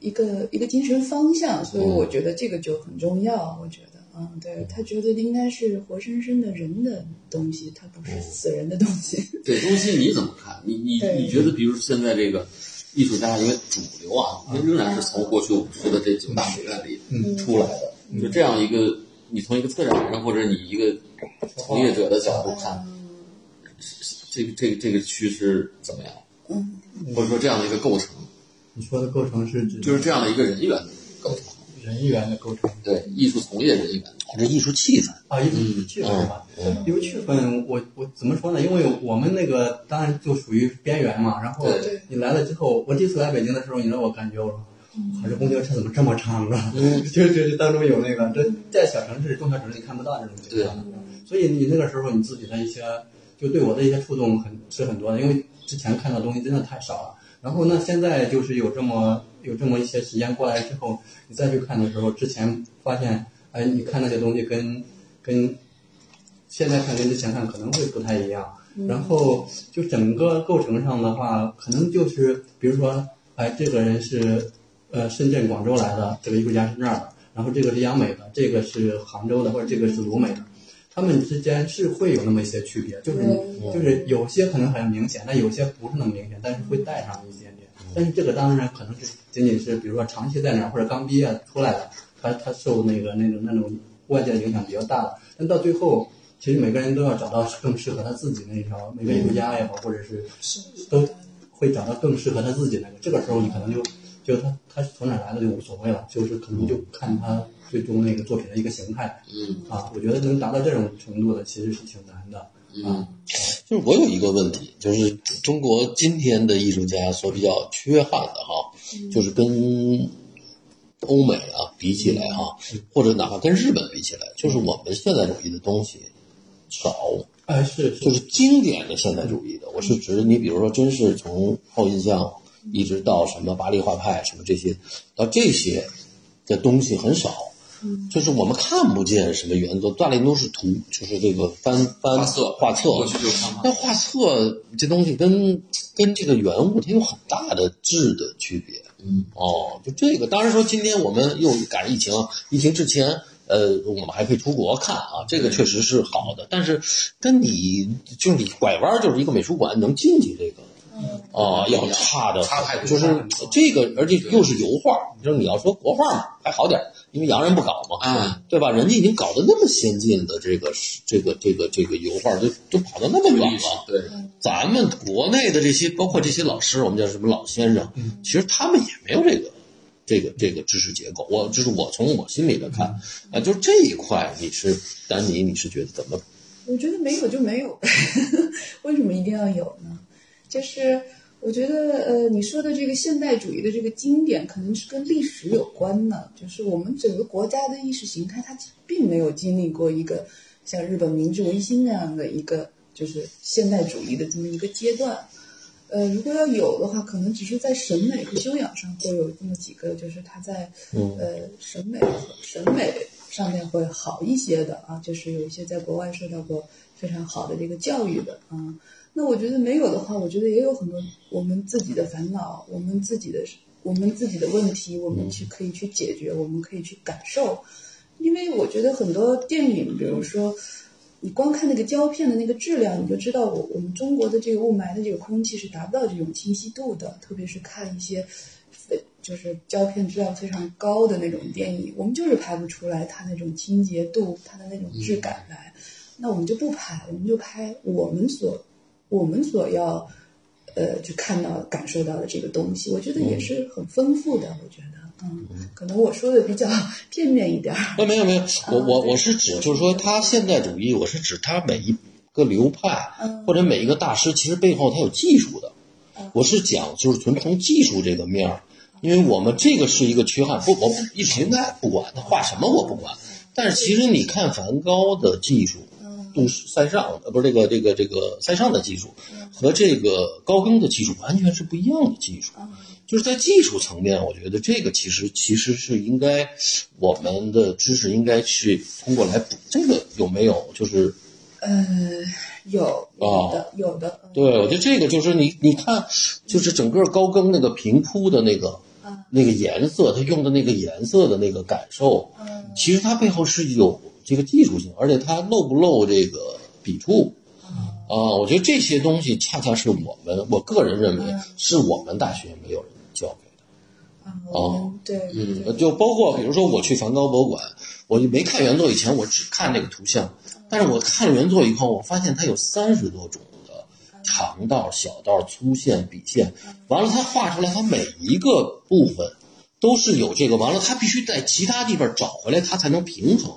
Speaker 3: 一个一个精神方向，所以我觉得这个就很重要。我觉得，嗯，对他觉得应该是活生生的人的东西，它不是死人的东西。
Speaker 2: 这东西你怎么看？你你
Speaker 3: 对
Speaker 2: 你觉得，比如现在这个艺术家，因为主流啊，仍然是从过去我们说的这九大学院里出来的，就这样一个，你从一个策展人或者你一个从业者的角度看，这个这个这个趋势怎么样？
Speaker 3: 嗯，
Speaker 2: 或者说这样的一个构成，
Speaker 4: 你说的构成是指
Speaker 2: 就是这样的一个人员的构成，
Speaker 4: 人员的构成
Speaker 2: 对艺术从业人员，
Speaker 1: 这艺术气氛，
Speaker 4: 啊，一种气氛是吧？因为气氛，我我怎么说呢？因为我们那个当然就属于边缘嘛。然后
Speaker 2: 对
Speaker 3: 对
Speaker 4: 你来了之后，我第一次来北京的时候，你让我感觉我说，
Speaker 2: 嗯
Speaker 4: 哇，这公交车怎么这么长啊？ <laughs> 就觉得当中有那个，这在小城市、中小城市你看不到这种情况的。啊所以你那个时候你自己的一些，就对我的一些触动很是很多的，因为之前看到的东西真的太少了。然后呢，现在就是有这么有这么一些时间过来之后，你再去看的时候，之前发现，哎，你看那些东西跟跟现在看跟之前看可能会不太一样。然后就整个构成上的话，可能就是比如说，哎，这个人是呃深圳、广州来的，这个艺术家是那儿的，然后这个是央美的，这个是杭州的，或者这个是鲁美的。他们之间是会有那么一些区别，就是你就是有些可能很明显，但有些不是那么明显，但是会带上一点点。嗯但是这个当然可能是仅仅是比如说长期在那儿或者刚毕业出来的，他他受那个那种那种外界的影响比较大了。但到最后，其实每个人都要找到更适合他自己那一条，每个艺术家也好，或者是都会找到更适合他自己那个。这个时候你可能就就他他是从哪来的就无所谓了，就是可能就看他最终那个作品的一个形态。
Speaker 2: 嗯
Speaker 4: 啊，我觉得能达到这种程度的其实是挺难的。
Speaker 2: 嗯
Speaker 1: 就是我有一个问题，就是中国今天的艺术家所比较缺憾的哈，
Speaker 2: 嗯
Speaker 1: 就是跟欧美啊比起来哈、
Speaker 2: 嗯
Speaker 1: 或者哪怕跟日本比起来，就是我们现代主义的东西少，
Speaker 4: 哎，是，
Speaker 1: 就是是经典的现代主义的。我是指你，比如说，真是从后印象一直到什么巴黎画派什么这些，到这些的东西很少。就是我们看不见什么原作，大量都是图，就是这个翻翻
Speaker 2: 画册
Speaker 1: 画册。
Speaker 2: 过去就看画
Speaker 1: 那画册这东西跟跟这个原物它有很大的质的区别。嗯，哦，就这个，当然说今天我们又赶上疫情，疫情之前，呃，我们还可以出国看啊，这个确实是好的。但是跟你就是你拐弯就是一个美术馆能进去这个。啊，要差的，
Speaker 2: 嗯差太多
Speaker 1: 就是这个，而且又是油画，就是你要说国画嘛，还好点儿，因为洋人不搞嘛，
Speaker 2: 啊，
Speaker 1: 对吧？人家已经搞得那么先进的这个这个这个这个油画，都都跑到那么远
Speaker 2: 历史
Speaker 1: 了，
Speaker 2: 对
Speaker 1: 咱们国内的这些，包括这些老师，我们叫什么老先生，其实他们也没有这个这个这个知识结构。我就是我从我心里的看，啊，就这一块，你是丹尼，你是觉得怎么？
Speaker 3: 我觉得没有就没有呗， <laughs> 为什么一定要有呢？就是我觉得，呃，你说的这个现代主义的这个经典，可能是跟历史有关的。就是我们整个国家的意识形态，它并没有经历过一个像日本明治维新那样的一个就是现代主义的这么一个阶段。呃，如果要有的话，可能只是在审美和修养上会有这么几个，就是他在、呃审美和审美上面会好一些的啊，就是有一些在国外受到过非常好的这个教育的啊。那我觉得没有的话，我觉得也有很多我们自己的烦恼，我们自己的我们自己的问题，我们去可以去解决，我们可以去感受。因为我觉得很多电影，比如说你光看那个胶片的那个质量，你就知道我我们中国的这个雾霾的这个空气是达不到这种清晰度的，特别是看一些。就是胶片质量非常高的那种电影，我们就是拍不出来它那种清洁度、它的那种质感来。那我们就不拍，我们就拍我们所我们所要呃就看到、感受到的这个东西。我觉得也是很丰富的。我觉得，嗯，可能我说的比较 <laughs> 片面一点。
Speaker 1: 那呃没有没有，我我我是指就是说，他现代主义，我是指他每一个流派或者每一个大师，其实背后他有技术的。我是讲就是从从技术这个面儿。因为我们这个是一个缺憾，不，我一直在不管他画什么，我不管。但是其实你看梵高的技术，杜塞尚呃不是这个这个这个塞尚的技术和这个高更的技术完全是不一样的技术，就是在技术层面，我觉得这个其实其实是应该我们的知识应该去通过来补这个有没有就是
Speaker 3: 呃有有的有的，嗯
Speaker 1: 对我觉得这个就是你你看就是整个高更那个平铺的那个。那个颜色，他用的那个颜色的那个感受，其实它背后是有这个技术性，而且它露不露这个笔触，啊、呃，我觉得这些东西恰恰是我们，我个人认为是我们大学没有人教给
Speaker 3: 啊，我们对，
Speaker 1: 的，呃就包括比如说我去梵高博物馆，我就没看原作以前，我只看那个图像，但是我看了原作以后，我发现它有三十多种。长道、小道、粗线、笔线，完了，他画出来，他每一个部分都是有这个，完了，他必须在其他地方找回来，他才能平衡。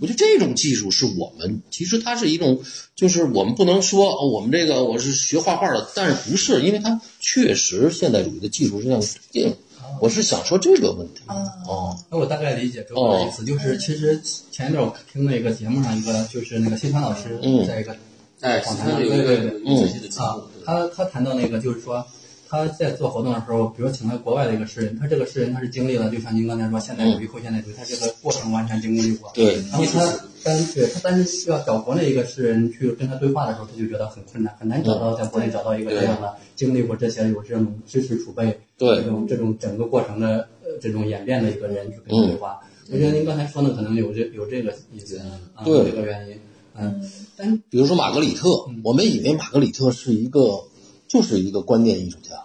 Speaker 1: 我觉得这种技术是我们，其实它是一种，就是我们不能说、哦、我们这个我是学画画的，但是不是，因为它确实现代主义的技术是这样推进。我是想说这个问题。哦，
Speaker 4: 那我大概理解周哥的意思，就是其实前一段我听那个节目上一个，就是那个谢川老师在一个。
Speaker 2: 哎，
Speaker 4: 访谈
Speaker 2: 他
Speaker 4: 上
Speaker 2: 有一
Speaker 4: 嗯对
Speaker 2: 个
Speaker 4: 对
Speaker 2: 有
Speaker 4: 对
Speaker 2: 一个仔细的记
Speaker 4: 啊
Speaker 2: 录，，
Speaker 4: 他他谈到那个就是说，他在做活动的时候，比如请了国外的一个诗人，他这个诗人他是经历了，就像您刚才说现代主义、后现代主义，他这个过程完全经历过。
Speaker 1: 对，
Speaker 4: 然后他但对他但是要找国内一个诗人去跟他对话的时候，他就觉得很困难，很难找到在国内找到一个这样的经历过这些有这种知识储备，
Speaker 1: 对
Speaker 4: 这种这种整个过程的呃这种演变的一个人去跟他对话。
Speaker 2: 嗯
Speaker 4: 我觉得您刚才说的可能有这有这个意思，啊，
Speaker 1: 对
Speaker 4: 有这个原因，嗯，但
Speaker 1: 比如说玛格丽特，我们以为玛格丽特是一个，就是一个观念艺术家。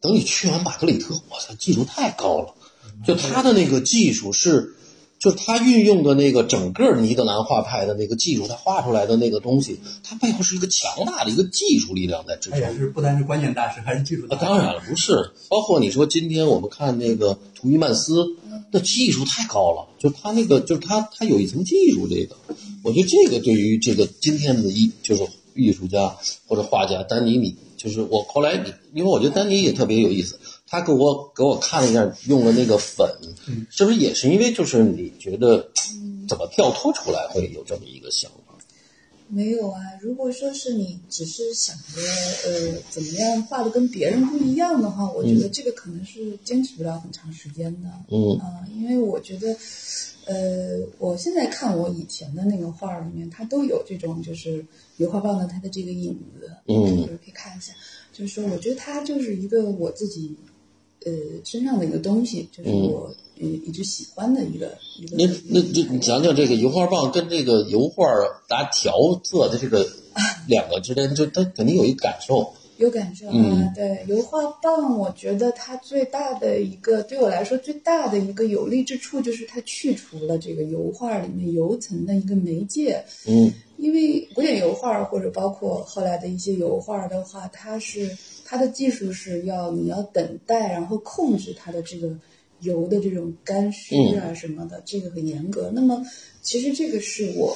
Speaker 1: 等你去完玛格丽特，哇塞，技术太高了，就他的那个技术是，就是他运用的那个整个尼德兰画派的那个技术，他画出来的那个东西，它背后是一个强大的一个技术力量在支
Speaker 4: 他
Speaker 1: 撑。
Speaker 4: 也是不单是关键大师，还是技术
Speaker 1: 啊，
Speaker 4: 大师。
Speaker 1: 当然了，不是，包括你说今天我们看那个图伊曼斯，那技术太高了，就是他那个，就是他他有一层技术，这个，我觉得这个对于这个今天的艺就是艺术家或者画家丹尼，你就是我后来你，因为我觉得丹尼也特别有意思，他给我给我看了一下用的那个粉，是不是也是因为就是你觉得怎么跳脱出来会有这么一个想法？
Speaker 3: 没有啊，如果说是你只是想着呃怎么样画的跟别人不一样的话，我觉得这个可能是坚持不了很长时间的。
Speaker 1: 嗯
Speaker 3: 啊、因为我觉得，呃，我现在看我以前的那个画儿里面，它都有这种就是油画棒的它的这个影子。
Speaker 1: 嗯
Speaker 3: 可以看一下，就是说，我觉得它就是一个我自己呃身上的一个东西，就是我呃一直喜欢的一个一个。
Speaker 1: 嗯那那这你讲讲这个油画棒跟这个油画拿调色的这个两个之间，就它肯定有一感受。
Speaker 3: 有感受啊，
Speaker 1: 嗯
Speaker 3: 对油画棒，我觉得它最大的一个对我来说最大的一个有利之处就是它去除了这个油画里面油层的一个媒介，
Speaker 1: 嗯
Speaker 3: 因为古典油画或者包括后来的一些油画的话，它是它的技术是要你要等待，然后控制它的这个油的这种干湿
Speaker 1: 嗯
Speaker 3: 啊什么的，这个很严格。那么其实这个是我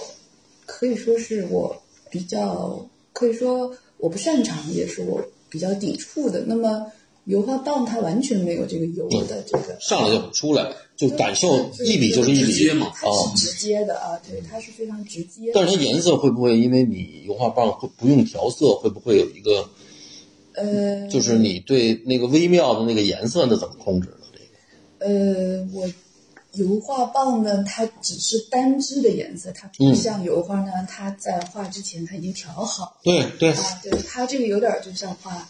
Speaker 3: 可以说是我比较可以说我不擅长，也是我比较抵触的。那么油画棒它完全没有这个油的这个。
Speaker 1: 上来就出来，就嗯感受一笔就是一
Speaker 2: 直接
Speaker 1: 笔
Speaker 2: 嘛
Speaker 1: 啊。
Speaker 3: 它是直接的啊，对，它是非常直接的。
Speaker 1: 但是它颜色会不会因为你油画棒不不用调色，会不会有一个
Speaker 3: 呃，
Speaker 1: 就是你对那个微妙的那个颜色呢怎么控制呢？这个
Speaker 3: 呃，我油画棒呢，它只是单支的颜色，它不像油画呢，它在画之前它已经调好
Speaker 1: 对对
Speaker 3: 啊，对，它这个有点就像画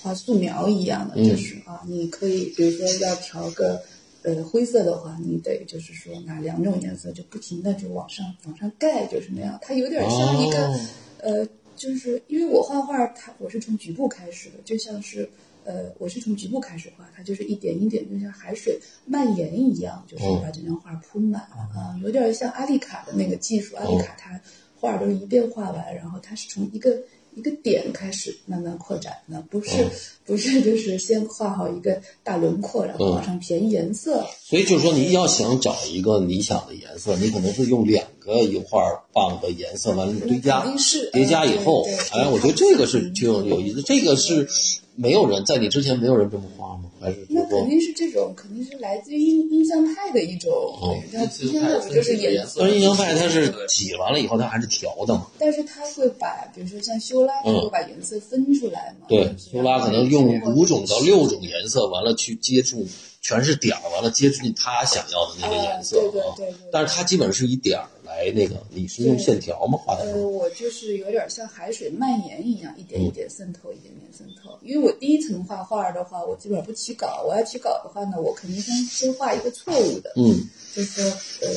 Speaker 3: 画素描一样的，
Speaker 1: 嗯
Speaker 3: 就是啊，你可以比如说要调个呃灰色的话，你得就是说拿两种颜色就不停的就往上往上盖，就是那样，它有点像一个、
Speaker 1: 哦
Speaker 3: 呃，就是因为我画画，它我是从局部开始的，就像是呃，我是从局部开始画，它就是一点一点，就像海水蔓延一样，就是
Speaker 1: 嗯
Speaker 3: 把整张画铺满啊、
Speaker 1: 哦
Speaker 3: 有点像阿丽卡的那个技术，阿丽卡她画都是一遍画完，然后它是从一个。一个点开始慢慢扩展的，不是、
Speaker 1: 哦
Speaker 3: 不是就是先画好一个大轮廓，然后
Speaker 1: 嗯
Speaker 3: 往上填颜色，
Speaker 1: 所以就是说，你要想找一个理想的颜色，你可能是用两个油画棒的颜色完了堆加
Speaker 3: 嗯肯定是
Speaker 1: 叠加以后
Speaker 3: 对对，对
Speaker 1: 哎，我觉得这个是挺有有意思。这个是没有人在你之前没有人这么画吗？还是就
Speaker 3: 那
Speaker 1: 是
Speaker 3: 肯
Speaker 1: 说，
Speaker 3: 定是这种，肯定是来自于印印象派的一种。
Speaker 1: 哦
Speaker 3: 对，那印象派不就是颜色？
Speaker 1: 但是印象派它是挤完了以后，它还是调的嘛。
Speaker 3: 但是他会把，比如说像修拉，他
Speaker 1: 嗯
Speaker 3: 会把颜色分出来嘛？
Speaker 1: 对，苏拉可能用五种到六种颜色，完了去接触，全是点儿，完了接触他想要的那个颜色
Speaker 3: 啊对对
Speaker 1: 啊
Speaker 3: 对对对。
Speaker 1: 但是它基本是以点儿来那个，你是用
Speaker 3: 对
Speaker 1: 线条吗？画的
Speaker 3: 呃，
Speaker 1: 吗？
Speaker 3: 我就是有点像海水蔓延一样，一
Speaker 1: 嗯
Speaker 3: 点一点渗透，一点点渗透。因为我第一层画画的话，我基本上不起稿。我要起稿的话呢，我肯定先先画一个错误的，
Speaker 1: 嗯
Speaker 3: 就是说呃，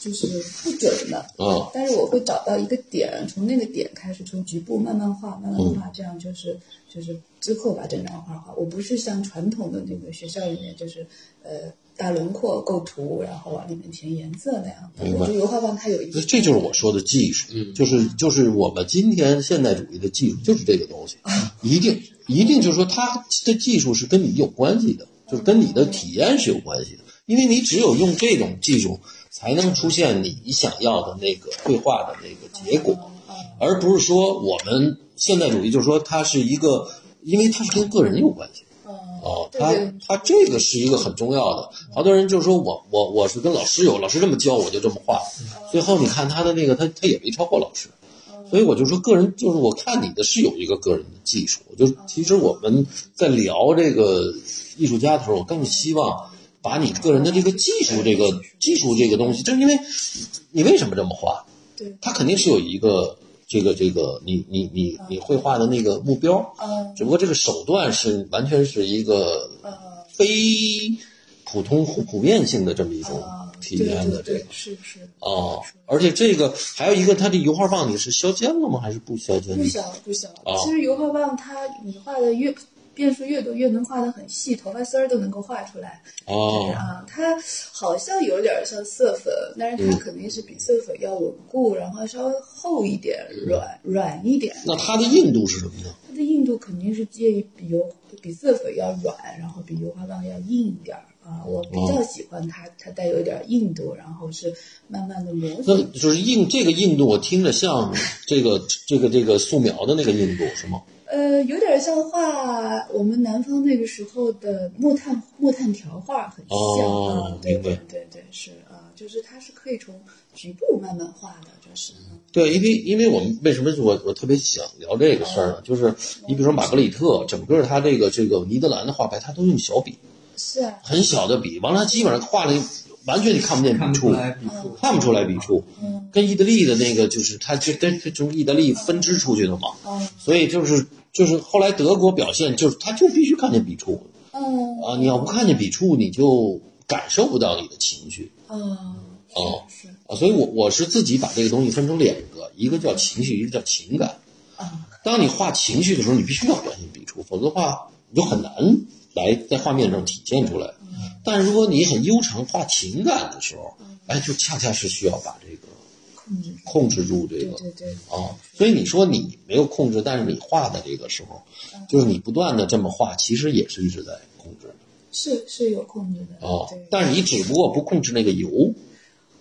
Speaker 3: 就是不准的。
Speaker 1: 嗯
Speaker 3: 但是我会找到一个点，从那个点开始，从局部慢慢画，慢慢
Speaker 1: 嗯
Speaker 3: 画，这样就是就是之后把整张画画。我不是像传统的那个学校里面，就是呃大轮廓构图，然后往里面填颜色那样的。
Speaker 1: 明白
Speaker 3: 我觉得油画棒它有一个
Speaker 1: 所以，这就是我说的技术，就是就是我们今天现代主义的技术就是这个东西，一定一定就是说它的技术是跟你有关系的，就是跟你的体验是有关系的，因为你只有用这种技术，才能出现你想要的那个绘画的那个结果，而不是说我们现代主义就是说它是一个，因为它是跟个人有关系的。哦，
Speaker 3: 对
Speaker 1: 他
Speaker 3: 对
Speaker 1: 他这个是一个很重要的，好多人就说我我我是跟老师有，老师这么教我就这么画，
Speaker 3: 嗯
Speaker 1: 最后你看他的那个他他也没超过老师，所以我就说个人就是我看你的是有一个个人的技术，我
Speaker 3: 嗯
Speaker 1: 就其实我们在聊这个艺术家的时候，我更希望把你个人的这个技术这个技术这个东西，就是因为你为什么这么画，
Speaker 3: 对，
Speaker 1: 他肯定是有一个这个这个你你你你绘画的那个目标，
Speaker 3: 嗯
Speaker 1: 只不过这个手段是完全是一个
Speaker 3: 呃
Speaker 1: 非普通普遍性的这么一种
Speaker 3: 呃，
Speaker 1: 体验的这
Speaker 3: 对对
Speaker 1: 个
Speaker 3: 对是是
Speaker 1: 啊，而且这个还有一个，它这油画棒你是削尖了吗？还是不削尖
Speaker 3: 不？小不小。
Speaker 1: 哦
Speaker 3: 其实油画棒它你画的越变数越多，越能画的很细，头发丝儿都能够画出来。
Speaker 1: 哦，
Speaker 3: 啊，它好像有点像色粉，但是它肯定是比色粉要稳固，然后稍微厚一点，软软一点。
Speaker 1: 那它的硬度是什么呢？
Speaker 3: 它的硬度肯定是介于比油比色粉要软，然后比油画棒要硬一点儿啊。我比较喜欢它，它带有一点硬度，然后是慢慢的磨
Speaker 1: 那
Speaker 3: 粉。
Speaker 1: 就是硬这个硬度，我听着像这个这个这个素描的那个硬度是吗？
Speaker 3: 呃，有点像画我们南方那个时候的墨炭墨炭条画很像、
Speaker 1: 哦
Speaker 3: 啊，对
Speaker 1: 明白
Speaker 3: 对对对是啊，就是它是可以从局部慢慢画的，就是嗯
Speaker 1: 对，因为因为我们为什么我我特别想聊这个事儿呢？就是你比如说玛格丽特，整个他这个这个尼德兰的画派，他都用小笔，
Speaker 3: 是啊，
Speaker 1: 很小的笔，完了他基本上画的完全你看不见
Speaker 4: 看
Speaker 1: 笔
Speaker 4: 不
Speaker 1: 触，
Speaker 4: 出来笔触，
Speaker 1: 看不出来笔触。
Speaker 3: 嗯
Speaker 1: 跟意大利的那个就是他就跟他从意大利分支出去的嘛，
Speaker 3: 嗯
Speaker 1: 所以就是就是后来德国表现就是他就必须看见笔触
Speaker 3: 嗯
Speaker 1: 啊，你要不看见笔触，你就感受不到你的情绪。
Speaker 3: 嗯
Speaker 1: 哦
Speaker 3: 是
Speaker 1: 啊，所以我我是自己把这个东西分成两个，一个叫情绪，一个叫情感。
Speaker 3: 啊
Speaker 1: 当你画情绪的时候，你必须要表现笔触，否则的话你就很难来在画面上体现出来。
Speaker 3: 嗯
Speaker 1: 但如果你很悠长画情感的时候，哎，就恰恰是需要把这个
Speaker 3: 控制住，
Speaker 1: 控制住这
Speaker 3: 对
Speaker 1: 个
Speaker 3: 对对，
Speaker 1: 啊。所以你说你没有控制，但是你画的这个时候，
Speaker 3: 嗯
Speaker 1: 就是你不断的这么画，其实也是一直在控制的
Speaker 3: 是是有控制的
Speaker 1: 啊
Speaker 3: 对。。
Speaker 1: 但是你只不过不控制那个油，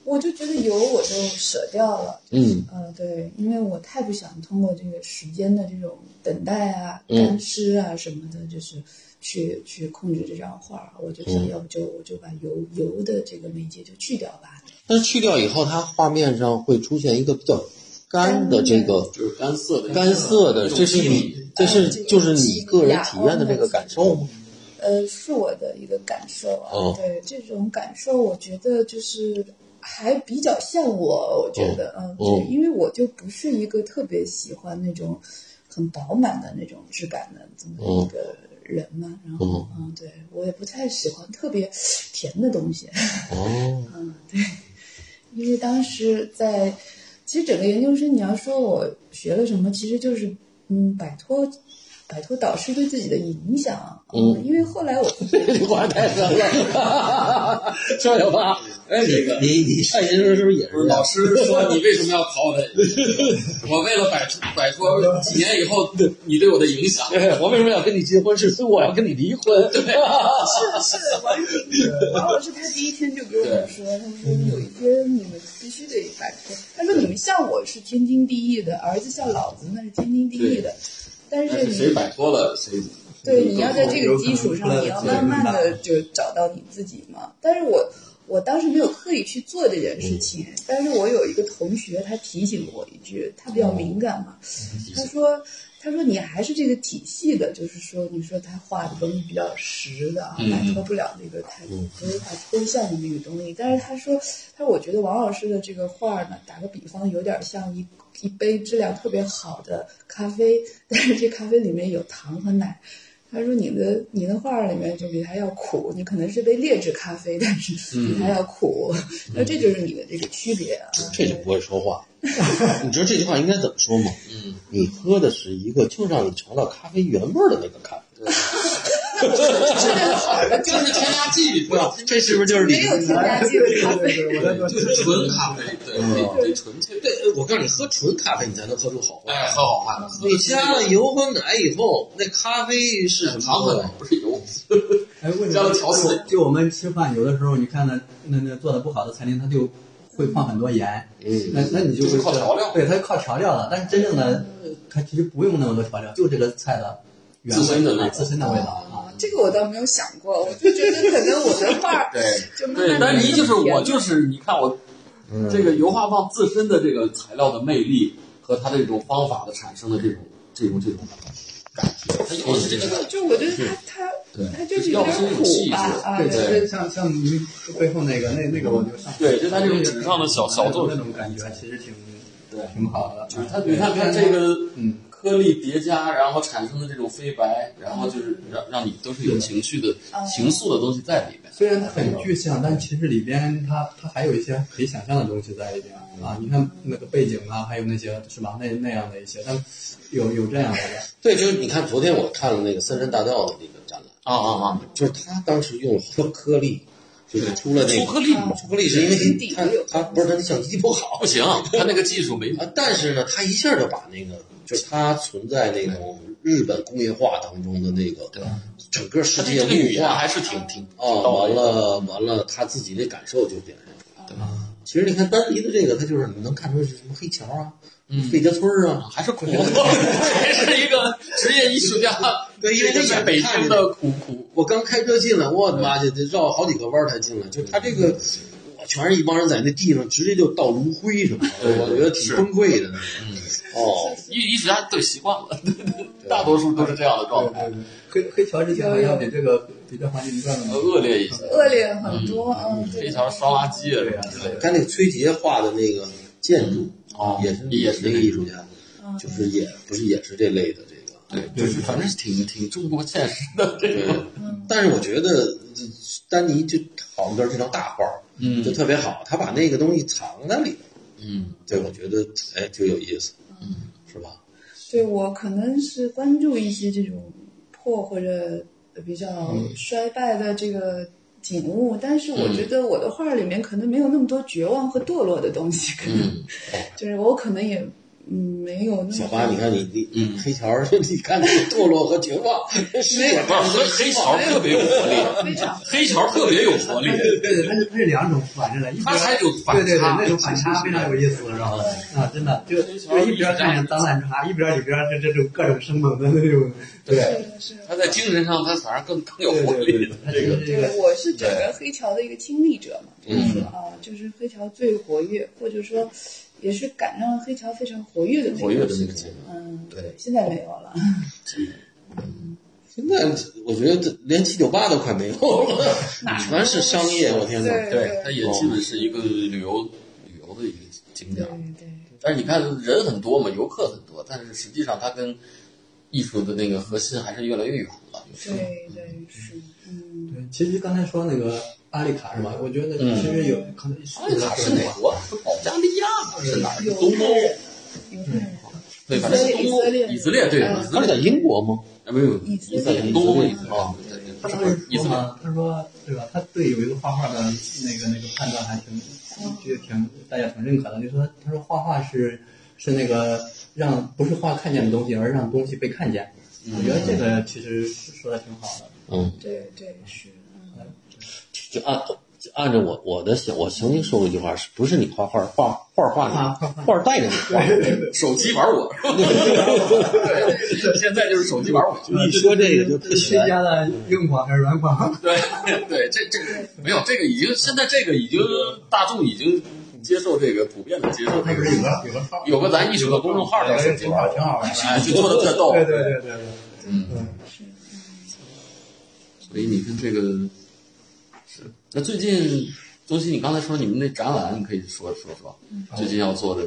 Speaker 3: 我就觉得油我就舍掉了，
Speaker 1: 嗯
Speaker 3: 呃，对，因为我太不想通过这个时间的这种等待啊、
Speaker 1: 嗯
Speaker 3: 干湿啊什么的，就是去去控制这张画儿，我就
Speaker 1: 嗯
Speaker 3: 想要不就我就把油油的这个媒介就去掉吧。
Speaker 1: 但是去掉以后，它画面上会出现一个比较干的这个
Speaker 2: 就是干涩的，
Speaker 3: 呃
Speaker 1: <laughs> 干涩的，这是你，这是就是你个人体验的这个感受吗？
Speaker 3: 哦呃，是我的一个感受啊。
Speaker 1: 哦
Speaker 3: 对这种感受，我觉得就是还比较像我，我觉得，嗯，
Speaker 1: 哦
Speaker 3: 对因为我就不是一个特别喜欢那种很饱满的那种质感的这么一个人嘛。然后，嗯，对我也不太喜欢特别甜的东西。
Speaker 1: 哦，
Speaker 3: <laughs> 嗯，对，因为当时在，其实整个研究生，你要说我学了什么，其实就是嗯，摆脱摆脱导师对自己的影响。啊
Speaker 1: 嗯，
Speaker 3: 因为后来我
Speaker 1: 这句话太深了，说小话，
Speaker 2: 哎，那个
Speaker 1: 你你上研究生是不是也
Speaker 2: 不是
Speaker 1: 是 <laughs>
Speaker 2: 老师说你为什么要考我的？我为了摆脱摆脱几年以后你对我的影响。
Speaker 1: 对，哎我为什么要跟你结婚？是因为我要跟你离婚。
Speaker 3: 是是王王老师，他第一天就跟我们说，他说有一天你们必须得摆脱。他说你们像我是天经地义的，儿子像老子那是天经地义的，但
Speaker 2: 但
Speaker 3: 是
Speaker 2: 是谁
Speaker 3: 你
Speaker 2: 摆脱了谁？
Speaker 3: 对，你要在这个基础
Speaker 4: 有
Speaker 3: 上，
Speaker 4: 可能
Speaker 3: 你要慢慢的就找到你自己嘛。但是我我当时没有刻意去做这件事情，但是我有一个同学，他提醒我一句，他比较敏感嘛，他说。他说：“你还是这个体系的，就是说，你说他画的东西比较实的啊，
Speaker 2: 嗯
Speaker 3: 摆脱不了那个太规划抽象的那个东西。但是他说，他说我觉得王老师的这个画儿呢，打个比方，有点像一一杯质量特别好的咖啡，但是这咖啡里面有糖和奶。他说你的你的画儿里面就比它要苦，你可能是杯劣质咖啡，但是
Speaker 4: 嗯
Speaker 3: 比它要苦。那、这就是你的这个区别啊。
Speaker 1: 这就不会说话。 <laughs> 你知道这句话应该怎么说吗？
Speaker 2: 嗯，
Speaker 1: 你喝的是一个就让你尝到咖啡原味儿的那个咖啡。
Speaker 2: 就是添加剂里头
Speaker 1: 这是不是就是
Speaker 3: 没有添加剂的咖啡。
Speaker 4: 对，我在说
Speaker 2: 就是纯咖啡，对，得得纯粹。
Speaker 1: 对，我告诉你，喝纯咖啡你才能喝出好坏。
Speaker 2: 哎，喝好话，喝
Speaker 1: 你加了油和奶以后，那咖啡是什么
Speaker 2: 糖
Speaker 1: 口
Speaker 2: 和
Speaker 1: 味
Speaker 2: 奶？不是油，
Speaker 4: 哎，为什
Speaker 2: 加了
Speaker 4: 么
Speaker 2: 调色
Speaker 4: 就我们吃饭，有的时候你看那那那做的不好的餐厅，他就会放很多盐，
Speaker 1: 嗯
Speaker 4: 那那你就会
Speaker 2: 就是靠
Speaker 4: 知道
Speaker 2: 调料
Speaker 4: 对，它就靠调料了。但是真正的，它其实不用那么多调料，就这个菜的原味
Speaker 2: 自身的味道
Speaker 4: 自身的味道啊。
Speaker 3: 啊，这个我倒没有想过，我就觉得可能我的画儿
Speaker 2: 对。
Speaker 3: 就慢
Speaker 2: 对，
Speaker 3: 慢
Speaker 2: 但
Speaker 3: 地
Speaker 2: 你就是
Speaker 3: 变
Speaker 2: 我，就是你看我这个油画棒自身的这个材料的魅力和它这种方法的产生的这种这种这种感觉，它要的是这
Speaker 3: 就
Speaker 2: 个，
Speaker 3: 就我觉得他他
Speaker 2: 对
Speaker 3: 他就是有
Speaker 2: 要的
Speaker 3: 点
Speaker 2: 是一种
Speaker 3: 苦
Speaker 2: 气质
Speaker 3: 吧，啊，
Speaker 4: 对，
Speaker 2: 对
Speaker 4: 其实像像你背后那个那那个，我就上
Speaker 2: 对就它这种纸上的小小作
Speaker 4: 那
Speaker 2: 品
Speaker 4: 种感觉，其实挺
Speaker 2: 对
Speaker 4: 挺好的。
Speaker 2: 就是它，你看它这个
Speaker 4: 嗯
Speaker 2: 颗粒叠加，然后产生的这种飞白，然后就是让让你都是有情绪的
Speaker 3: 嗯
Speaker 2: 情愫的东西在里面。
Speaker 4: 虽然它很具象，但其实里边它它还有一些可以想象的东西在里边啊。你看那个背景啊，还有那些是吧？那那样的一些，但有有这样的
Speaker 1: 对，就是你看，昨天我看了那个三山大道的那个展览，
Speaker 2: 啊啊啊！
Speaker 1: 就是他当时用了好多颗粒，就是出了那个
Speaker 2: 出颗粒
Speaker 1: 嘛，出颗粒是因为
Speaker 3: 底
Speaker 1: 他
Speaker 3: 子有
Speaker 1: 他不是他那相机不好
Speaker 2: 不 <laughs> 行，它那个技术没
Speaker 1: 啊，但是呢，他一下就把那个就是他存在那种日本工业化当中的那个整个世
Speaker 2: 它
Speaker 1: 界
Speaker 2: 这个语
Speaker 1: 物
Speaker 2: 言
Speaker 1: 化
Speaker 2: 还是挺挺挺
Speaker 1: 啊，完
Speaker 2: 到位。
Speaker 1: 了完了，他自己那感受就表现出来。
Speaker 4: 啊。
Speaker 1: 其实你看丹尼的这个，他就是你能看出是什么黑桥啊、费家村儿啊，
Speaker 2: 还是苦，还是一个职业艺术 <laughs> 家。
Speaker 1: 对，因为他
Speaker 2: 在
Speaker 1: 演
Speaker 2: 北
Speaker 1: 看
Speaker 2: 京
Speaker 1: 见了
Speaker 2: 的苦苦，
Speaker 1: 我刚开车进来，我的妈去，得绕好几个弯儿才进来。就他这个，我全是一帮人在那地上直接就倒炉灰什么
Speaker 2: 对
Speaker 1: 的，我觉得挺
Speaker 2: 是
Speaker 1: 崩溃的。哦，
Speaker 2: 艺艺术家对习惯了，大多数都是这样的状态，
Speaker 4: 黑黑桥之前好像比这个比这环境更
Speaker 2: 呃恶劣一些。
Speaker 3: 恶劣很多，嗯，
Speaker 2: 非
Speaker 3: 对，
Speaker 2: 常刷垃圾
Speaker 4: 对
Speaker 2: 啊
Speaker 4: 啊
Speaker 2: 之类的。
Speaker 1: 看那个崔杰画的那个建筑，
Speaker 2: 哦
Speaker 1: 也是
Speaker 2: 也是
Speaker 1: 是那个艺术家，就是也不是也是这类的这个。
Speaker 2: 对，就是反正是挺挺中国现实的这
Speaker 1: 对
Speaker 2: 种。
Speaker 1: 但是我觉得呃丹尼就好哥这张大画儿
Speaker 2: 嗯
Speaker 1: 就特别好，他把那个东西藏在里头，
Speaker 2: 嗯，
Speaker 1: 对我觉得哎就有意思，是吧？
Speaker 3: 对我可能是关注一些这种破或者比较衰败的这个景物，但是我觉得我的画儿里面可能没有那么多绝望和堕落的东西，可能
Speaker 2: 嗯
Speaker 3: <laughs> 就是我可能也嗯没有那
Speaker 1: 小
Speaker 3: 么
Speaker 1: 花，你
Speaker 3: 多。
Speaker 1: 看你你
Speaker 2: 嗯
Speaker 1: 黑条儿，你看你堕落和绝望，是我
Speaker 2: 不是黑黑桥特别有活 <laughs> 力，
Speaker 3: 非常
Speaker 2: 黑桥特别有活力，
Speaker 4: 对对，它是它是两种反着来，一边
Speaker 2: 它才有反
Speaker 4: 对对对，
Speaker 2: 差
Speaker 4: 那种反差非常有意思，知道吗？啊，真的，就就一边看着脏乱差，一边里边是这种各种生猛的那种，对
Speaker 3: 是的是的。
Speaker 2: 他在精神上他反而更更有
Speaker 4: 对
Speaker 2: 活
Speaker 4: 对对
Speaker 2: 力
Speaker 4: 对。，它其实是一
Speaker 3: 对，
Speaker 4: 个
Speaker 3: 我是整个黑桥的一个亲历者嘛，就
Speaker 1: 嗯
Speaker 3: 是啊，就是黑桥最活跃，或者说也是赶上黑桥非常活跃的那
Speaker 2: 活跃
Speaker 3: 个
Speaker 2: 的
Speaker 3: 时嗯
Speaker 2: 那
Speaker 3: 期。
Speaker 2: 个阶段
Speaker 3: 嗯，对，现在没有了。
Speaker 1: 现在我觉得连七九八都快没有了，全是商业，我天哪！
Speaker 3: 对
Speaker 2: 对，它也基本是一个旅游旅游的一个景点
Speaker 3: <laughs> 对
Speaker 2: 儿。
Speaker 3: 对，
Speaker 2: 但是你看人很多嘛，游客很多，但是实际上它跟艺术的那个核心还是越来越远了。就是
Speaker 3: 对对是，嗯，
Speaker 4: 对，其实刚才说那个阿丽卡是吧？我觉得其实有可能是
Speaker 2: 阿丽卡是哪国？是保加利亚还是哪儿？
Speaker 3: 犹
Speaker 2: 东
Speaker 3: 太
Speaker 2: 欧？
Speaker 3: 人，犹太人，
Speaker 2: 对，反正是东欧。嗯以
Speaker 3: 以
Speaker 2: 色
Speaker 3: 色
Speaker 2: 列对，
Speaker 3: 嗯
Speaker 2: 以色
Speaker 1: 他们在
Speaker 2: 列
Speaker 1: 英国吗？
Speaker 2: 啊，没有
Speaker 3: 以色列
Speaker 2: 列，东欧以色列
Speaker 1: 哦
Speaker 2: 对对，
Speaker 4: 他
Speaker 2: 他是
Speaker 4: 当时
Speaker 2: 以
Speaker 4: 说
Speaker 2: 色列。
Speaker 4: 嘛，他说对吧？他对有一个画画的那个那个判断还挺，就挺大家挺认可的。就说他说画画是是那个让不是画看见的东西，而让东西被看见。我觉得这个其实说的挺好的。
Speaker 1: 嗯，
Speaker 3: 对对是，嗯
Speaker 1: 就按就按照我我的想，我曾经说过一句话，是不是你画画画画画你画带着你画？
Speaker 2: 手机玩 <laughs> 我，对，现在就是手机玩我，
Speaker 4: 呃
Speaker 1: 你说这个就特
Speaker 4: 这是
Speaker 1: 玄
Speaker 4: 谁，家的硬广还是软 <laughs> 广？
Speaker 2: 对对，这这个没有，这个已经现在这个已经大众已经接受这个普遍的接受
Speaker 4: 他
Speaker 2: 这
Speaker 4: 不
Speaker 2: 个
Speaker 4: 是有
Speaker 1: 嗯
Speaker 4: 个有个号，
Speaker 2: 有个咱艺术的公众号叫手机
Speaker 4: 挺
Speaker 2: 玩
Speaker 4: 好，
Speaker 2: 我，
Speaker 4: 挺好玩的。
Speaker 2: 哎，
Speaker 4: <laughs>
Speaker 2: 就做的特逗，
Speaker 4: 对对对对对，
Speaker 2: 嗯，
Speaker 3: 是，
Speaker 2: 所以你看这个是那最近东西，你刚才说你们那展览，你可以说说说，最近要做的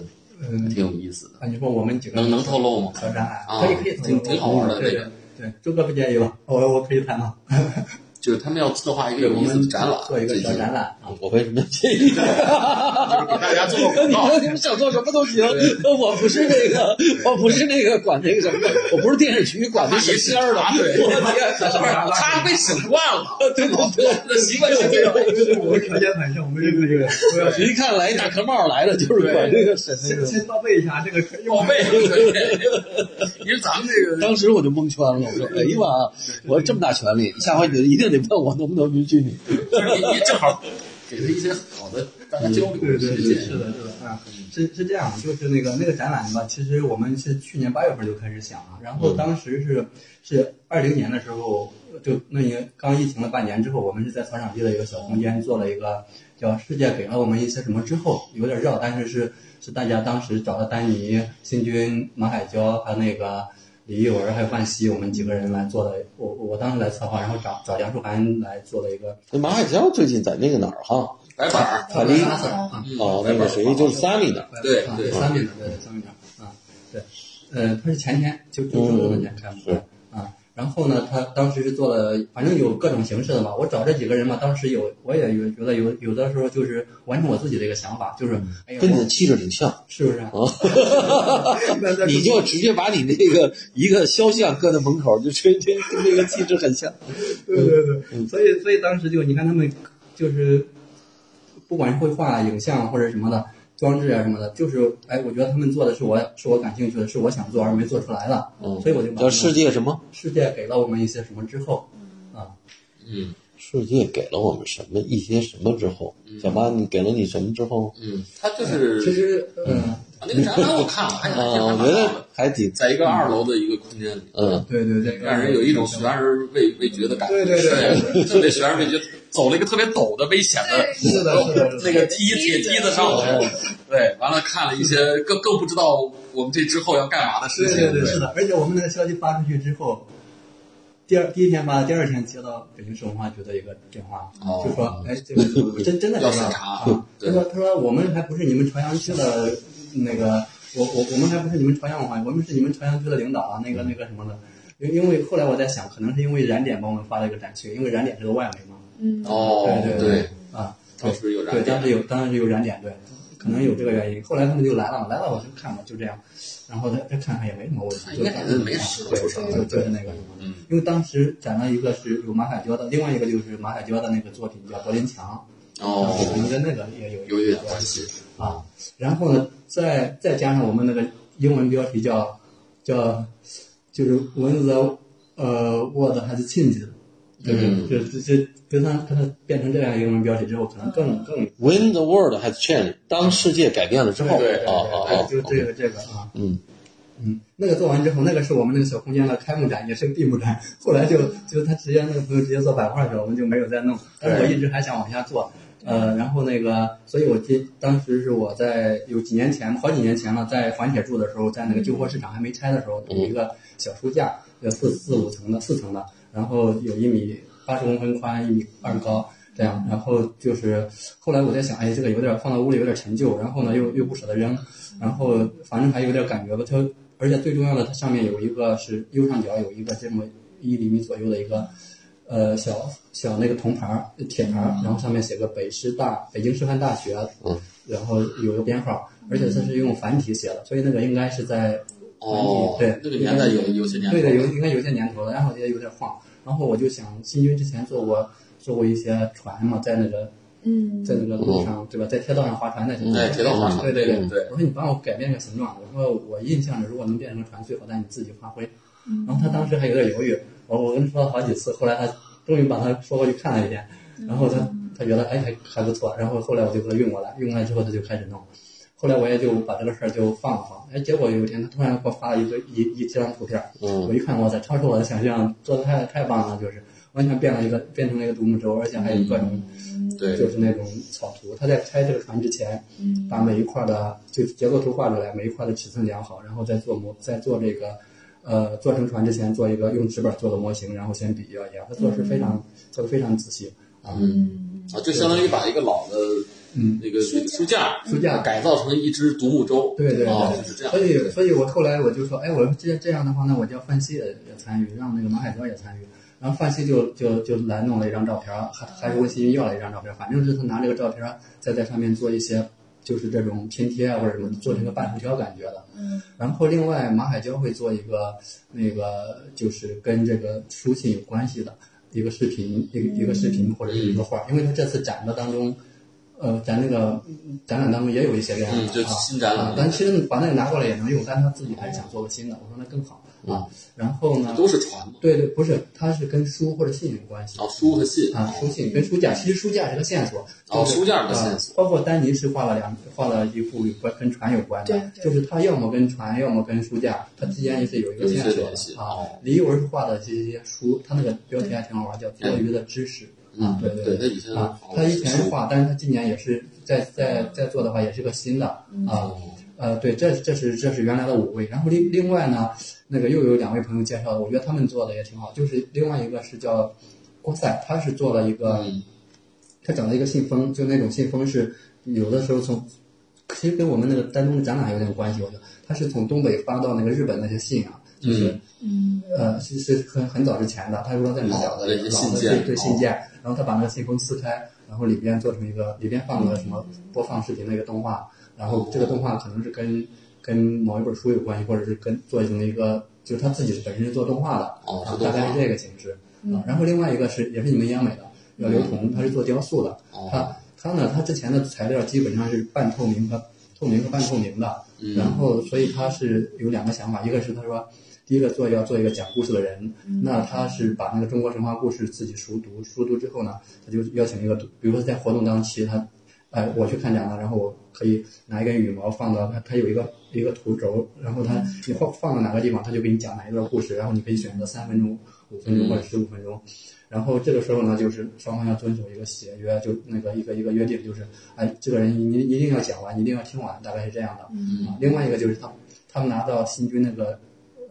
Speaker 2: 挺
Speaker 4: 嗯，
Speaker 2: 有意思的，
Speaker 4: 啊，你说我们几个
Speaker 2: 能能透露吗？
Speaker 4: 挑战啊？
Speaker 2: 啊
Speaker 4: 可以可以，
Speaker 2: 挺挺好玩的
Speaker 4: 对
Speaker 2: 这
Speaker 4: 对
Speaker 2: 个
Speaker 4: 对，周哥不介意吧？我我可以谈吗？
Speaker 2: 就是他们要策划一个有意思的展览，
Speaker 4: 做一个
Speaker 2: 最
Speaker 4: 小
Speaker 2: 近
Speaker 4: 展览啊。
Speaker 1: 我为什么要介意？
Speaker 2: 就是给大家做个
Speaker 1: 你
Speaker 2: 广告
Speaker 1: 说。你们想做什么都行，我不是那个，我不是那个管那个什么的，我不是电视局管那神仙儿的。
Speaker 2: 啊对
Speaker 1: 我天，
Speaker 2: 不是，他被审惯了，
Speaker 1: 对对对，
Speaker 2: 那习惯性这种。
Speaker 4: <laughs> 我们条件很像，我们这个这个都要
Speaker 1: 一看来大壳帽来了，就是管这个神仙
Speaker 4: 先
Speaker 1: 的。
Speaker 4: 先报备一下，这个可以
Speaker 2: 宝
Speaker 4: 吗？
Speaker 2: 贝，因为咱们这个
Speaker 1: 当时我就蒙圈了，我说：“哎呀妈，我这么大权利，下回你一定得问我能不能允许 <laughs> 你。
Speaker 2: 就是你正好给他一些好的大家交流
Speaker 4: 对
Speaker 2: 的
Speaker 4: 对
Speaker 2: 时
Speaker 4: 对，
Speaker 2: 间
Speaker 4: 是。的，是的，啊，是是这样，就是那个那个展览吧，其实我们是去年八月份就开始想了，然后当时是是二零年的时候，就那年刚疫情了半年之后，我们是在草场地的一个小空间做了一个叫“世界给了我们一些什么”之后，有点绕，但是是是大家当时找了丹尼、新军、马海娇，还有那个。李一文还有范希，我们几个人来做的，我我我当时来策划，然后找找杨树涵来做的一个”
Speaker 1: 马海娇最近在那个哪儿哈？
Speaker 2: 白板儿，
Speaker 4: 草
Speaker 1: 丽
Speaker 4: 拉萨啊，
Speaker 1: 啊，那个谁，就是 Sammy 那儿。
Speaker 2: 对
Speaker 4: 啊
Speaker 2: 对嗯
Speaker 4: 三米的，对三米的啊，对，呃，他是前天就就就这么天开幕
Speaker 1: 嗯
Speaker 4: 的啊。然后呢，他当时是做了，反正有各种形式的嘛。我找这几个人嘛，当时有我也有觉得有有的时候就是完成我自己的一个想法，就是哎呀，
Speaker 1: 跟你的
Speaker 4: 我
Speaker 1: 气质挺像，
Speaker 4: 是不是啊？那那
Speaker 1: 你就直接把你那个一个肖像搁在门口，就直接跟那个气质很像。
Speaker 4: 对对
Speaker 1: 嗯
Speaker 4: 对，所以所以当时就你看他们就是，不管是绘画、影像或者什么的装置啊什么的，就是哎，我觉得他们做的是我是我感兴趣的，是我想做而没做出来的，
Speaker 1: 嗯
Speaker 4: 所以我就把
Speaker 1: 叫世界什么？
Speaker 4: 世界给了我们一些什么之后，啊，
Speaker 2: 嗯
Speaker 1: 世界给了我们什么一些什么之后，小八，你给了你什么之后？
Speaker 2: 嗯，他就
Speaker 4: 其
Speaker 2: 是啊
Speaker 4: 实嗯，
Speaker 2: 那个展览我看了，还哎还
Speaker 1: 啊，
Speaker 2: 挺
Speaker 1: 我
Speaker 2: 好
Speaker 1: 觉得还挺
Speaker 2: 在一个二楼的一个空间里，
Speaker 1: 嗯，
Speaker 4: 对对对，
Speaker 2: 让人有一种悬而未未决的感觉。
Speaker 4: 对对对对
Speaker 2: 特别悬而未决，走了一个特别陡的危险的
Speaker 3: 对
Speaker 4: 是的是的是的
Speaker 2: 那个梯铁梯子上
Speaker 1: 哦
Speaker 2: 楼，对，完了看了一些更更不知道我们这之后要干嘛的事
Speaker 4: 对
Speaker 2: 情，
Speaker 4: 对对，是的，而且我们那个消息发出去之后，第二第一天发，第二天接到北京市文化局的一个电话，
Speaker 2: 哦嗯
Speaker 4: 就说，哎，这个真真的
Speaker 2: 要
Speaker 4: 这样
Speaker 2: 审查
Speaker 4: 啊，
Speaker 2: 对
Speaker 4: 他说他说我们还不是你们朝阳区的那个，我我我们还不是你们朝阳文化，我们是你们朝阳区的领导啊，那
Speaker 2: 嗯
Speaker 4: 个那个什么的，因因为后来我在想，可能是因为燃点帮我们发了一个展区，因为燃点是个外围嘛，
Speaker 3: 嗯，
Speaker 2: 哦，
Speaker 4: 对对
Speaker 2: 对，
Speaker 4: 啊，
Speaker 2: 当时有
Speaker 4: 对，
Speaker 2: 燃点，
Speaker 4: 当时有，当时有燃点，对，可能有这个原因。后来他们就来了嘛，来了我就看吧，就这样。然后再再看看也没什么问题，
Speaker 2: 应该也是没事
Speaker 4: 对，就就是那个什么，
Speaker 2: 嗯，
Speaker 4: 因为当时展了一个是有马海娇的，另外一个就是马海娇的那个作品叫《柏林墙》，可能
Speaker 2: 哦，
Speaker 4: 跟那个也有
Speaker 2: 有一点关系，
Speaker 4: 啊。然后呢，再再加上我们那个英文标题叫叫就是蚊子的呃 word 还是 change，就是
Speaker 2: 嗯
Speaker 4: 就是这跟它跟它变成这样一个英文标题之后，可能更更
Speaker 1: When the world has changed，当世界改变了之后，
Speaker 2: 对对对哦
Speaker 1: 啊啊啊，
Speaker 4: 就这个这个啊，
Speaker 1: 嗯
Speaker 4: 嗯，那个做完之后，那个是我们那个小空间的开幕展，也是个闭幕展。后来就就他直接那个朋友直接做版画去了，我们就没有再弄。但是我一直还想往下做，呃，然后那个，所以我记当时是我在有几年前，好几年前了，在环铁住的时候，在那个旧货市场还没拆的时候，有一个小书架，有四四五层的，四层的，然后有一米八十公分宽，一米二高这样，然后就是后来我在想，哎，这个有点放到屋里有点陈旧，然后呢又又不舍得扔，然后反正还有点感觉吧，它而且最重要的，它上面有一个是右上角有一个这么一厘米左右的一个。呃，小小那个铜牌儿、铁牌儿，然后上面写个北师大、北京师范大学，
Speaker 1: 嗯，
Speaker 4: 然后有个编号，而且它是用繁体写的，所以那个应该是在
Speaker 2: 哦，
Speaker 4: 对
Speaker 2: 那个年代有有些年头
Speaker 4: 对的有应该有些年头了，然后也有点晃。然后我就想，新军之前做过做过一些船嘛，在那个
Speaker 3: 嗯
Speaker 4: 在那个路上，对吧，在铁道上划船那些，
Speaker 2: 对铁道划船
Speaker 4: 对对对
Speaker 2: 嗯对
Speaker 4: 我说你帮我改变个形状，我说我印象里如果能变成个船最好，但你自己发挥。然后他当时还有点犹豫，我我跟他说了好几次，后来他终于把他说过去看了一遍，然后他他觉得哎还还不错，然后后来我就给他运过来，运过来之后他就开始弄，后来我也就把这个事儿就放了放，哎，结果有一天他突然给我发了一个一一张图片，
Speaker 1: 嗯
Speaker 4: 我一看，哇塞，超出我的想象，做的太太棒了，就是完全变了一个变成了一个独木舟，而且还有各种。
Speaker 2: 对
Speaker 4: 就是那种草图。他在拆这个船之前，
Speaker 3: 嗯
Speaker 4: 把每一块的就结构图画出来，每一块的尺寸量好，然后再做模，再做这个，呃，做成船之前做一个用纸板做的模型，然后先比较一下。他做的是非常、做的非常仔细啊。
Speaker 3: 嗯
Speaker 2: 啊，就相当于把一个老的
Speaker 4: 嗯
Speaker 2: 那个书架
Speaker 4: 书架
Speaker 2: 改造成一只独木舟，
Speaker 4: 对对对，
Speaker 2: 啊，就是这样，
Speaker 4: 所以所以我后来我就说，哎，我说这这样的话，那我就要范西也也参与，让那个马海彪也参与。然后范西就就就来弄了一张照片儿，还还是问新云要了一张照片儿，反正是他拿这个照片儿再在上面做一些，就是这种拼贴啊或者什么，做成个半浮雕感觉的。
Speaker 3: 嗯
Speaker 4: 然后另外马海娇会做一个那个就是跟这个书信有关系的一个视频，一个一个视频或者是一个画儿，因为他这次展的当中，呃，展那个展览当中也有一些这样的、
Speaker 2: 嗯就
Speaker 4: 啊
Speaker 2: 新展览
Speaker 4: 啊但其实把那个拿过来也能用，但他自己还是想做个新的，我说那更好
Speaker 2: 嗯
Speaker 4: 啊。然后呢，
Speaker 2: 都是船嘛，
Speaker 4: 对对，不是，它是跟书或者信有关系
Speaker 2: 啊，书和信，
Speaker 4: 啊，书信跟书架，其实书架是个线索。
Speaker 2: 哦
Speaker 4: 就是
Speaker 2: 书架是个线索
Speaker 4: 啊包括丹尼是画了两画了一幅有关跟船有关的，
Speaker 3: 对对
Speaker 4: 就是他要么跟船，要么跟书架，它之间是有一个线
Speaker 2: 有一些
Speaker 4: 索
Speaker 2: 联系
Speaker 4: 的啊
Speaker 2: 哦。
Speaker 4: 李一文画的这些书，他那个标题还挺好玩，叫《多余的知识》啊，对
Speaker 2: 嗯对
Speaker 4: 对
Speaker 2: 他以前
Speaker 4: 啊
Speaker 2: 画，过
Speaker 4: 他以
Speaker 2: 书
Speaker 4: 前画，但是他今年也是在在在做的话，也是个新的啊。呃，对，这这是这是原来的五位，然后另另外呢，那个又有两位朋友介绍的，我觉得他们做的也挺好，就是另外一个是叫郭赛，他是做了一个，他找了一个信封，就那种信封是有的时候从，其实跟我们那个丹东的展览还有点关系，我觉得他是从东北发到那个日本那些信啊，就是。
Speaker 3: 嗯
Speaker 4: 呃，是是很很早之前的，他不知道在哪儿找
Speaker 2: 哦
Speaker 4: 的
Speaker 2: 那些
Speaker 4: 老的
Speaker 2: 信
Speaker 4: 对
Speaker 2: 件
Speaker 4: 对
Speaker 2: 哦
Speaker 4: 信件，然后他把那个信封撕开，然后里边做成一个里边放了什么
Speaker 2: 嗯
Speaker 4: 播放视频的一个动画，然后这个动画可能是跟跟某一本书有关系，或者是跟做成了一个就是他自己本身是做动画的，
Speaker 2: 哦做
Speaker 4: 啊
Speaker 2: 动
Speaker 4: 大
Speaker 2: 画
Speaker 4: 概是这个形式啊。然后另外一个是也是你们央美的，叫刘同，他是做雕塑的，他他呢他之前的材料基本上是半透明和透明和半透明的，然后所以他是有两个想法，一个是他说。第一个做要做一个讲故事的人，那他是把那个中国神话故事自己熟读，熟读之后呢，他就邀请一个读，比如说在活动当期，他，哎，我去看展了，然后我可以拿一根羽毛放到他，他有一个一个图轴，然后他你放放到哪个地方，他就给你讲哪一段故事，然后你可以选择三分钟、五分钟或者十五分钟，然后这个时候呢，就是双方要遵守一个协约，就那个一个一个约定，就是哎，这个人你你一定要讲完，你一定要听完，大概是这样的。
Speaker 3: 嗯
Speaker 4: 啊，另外一个就是他们他们拿到新军那个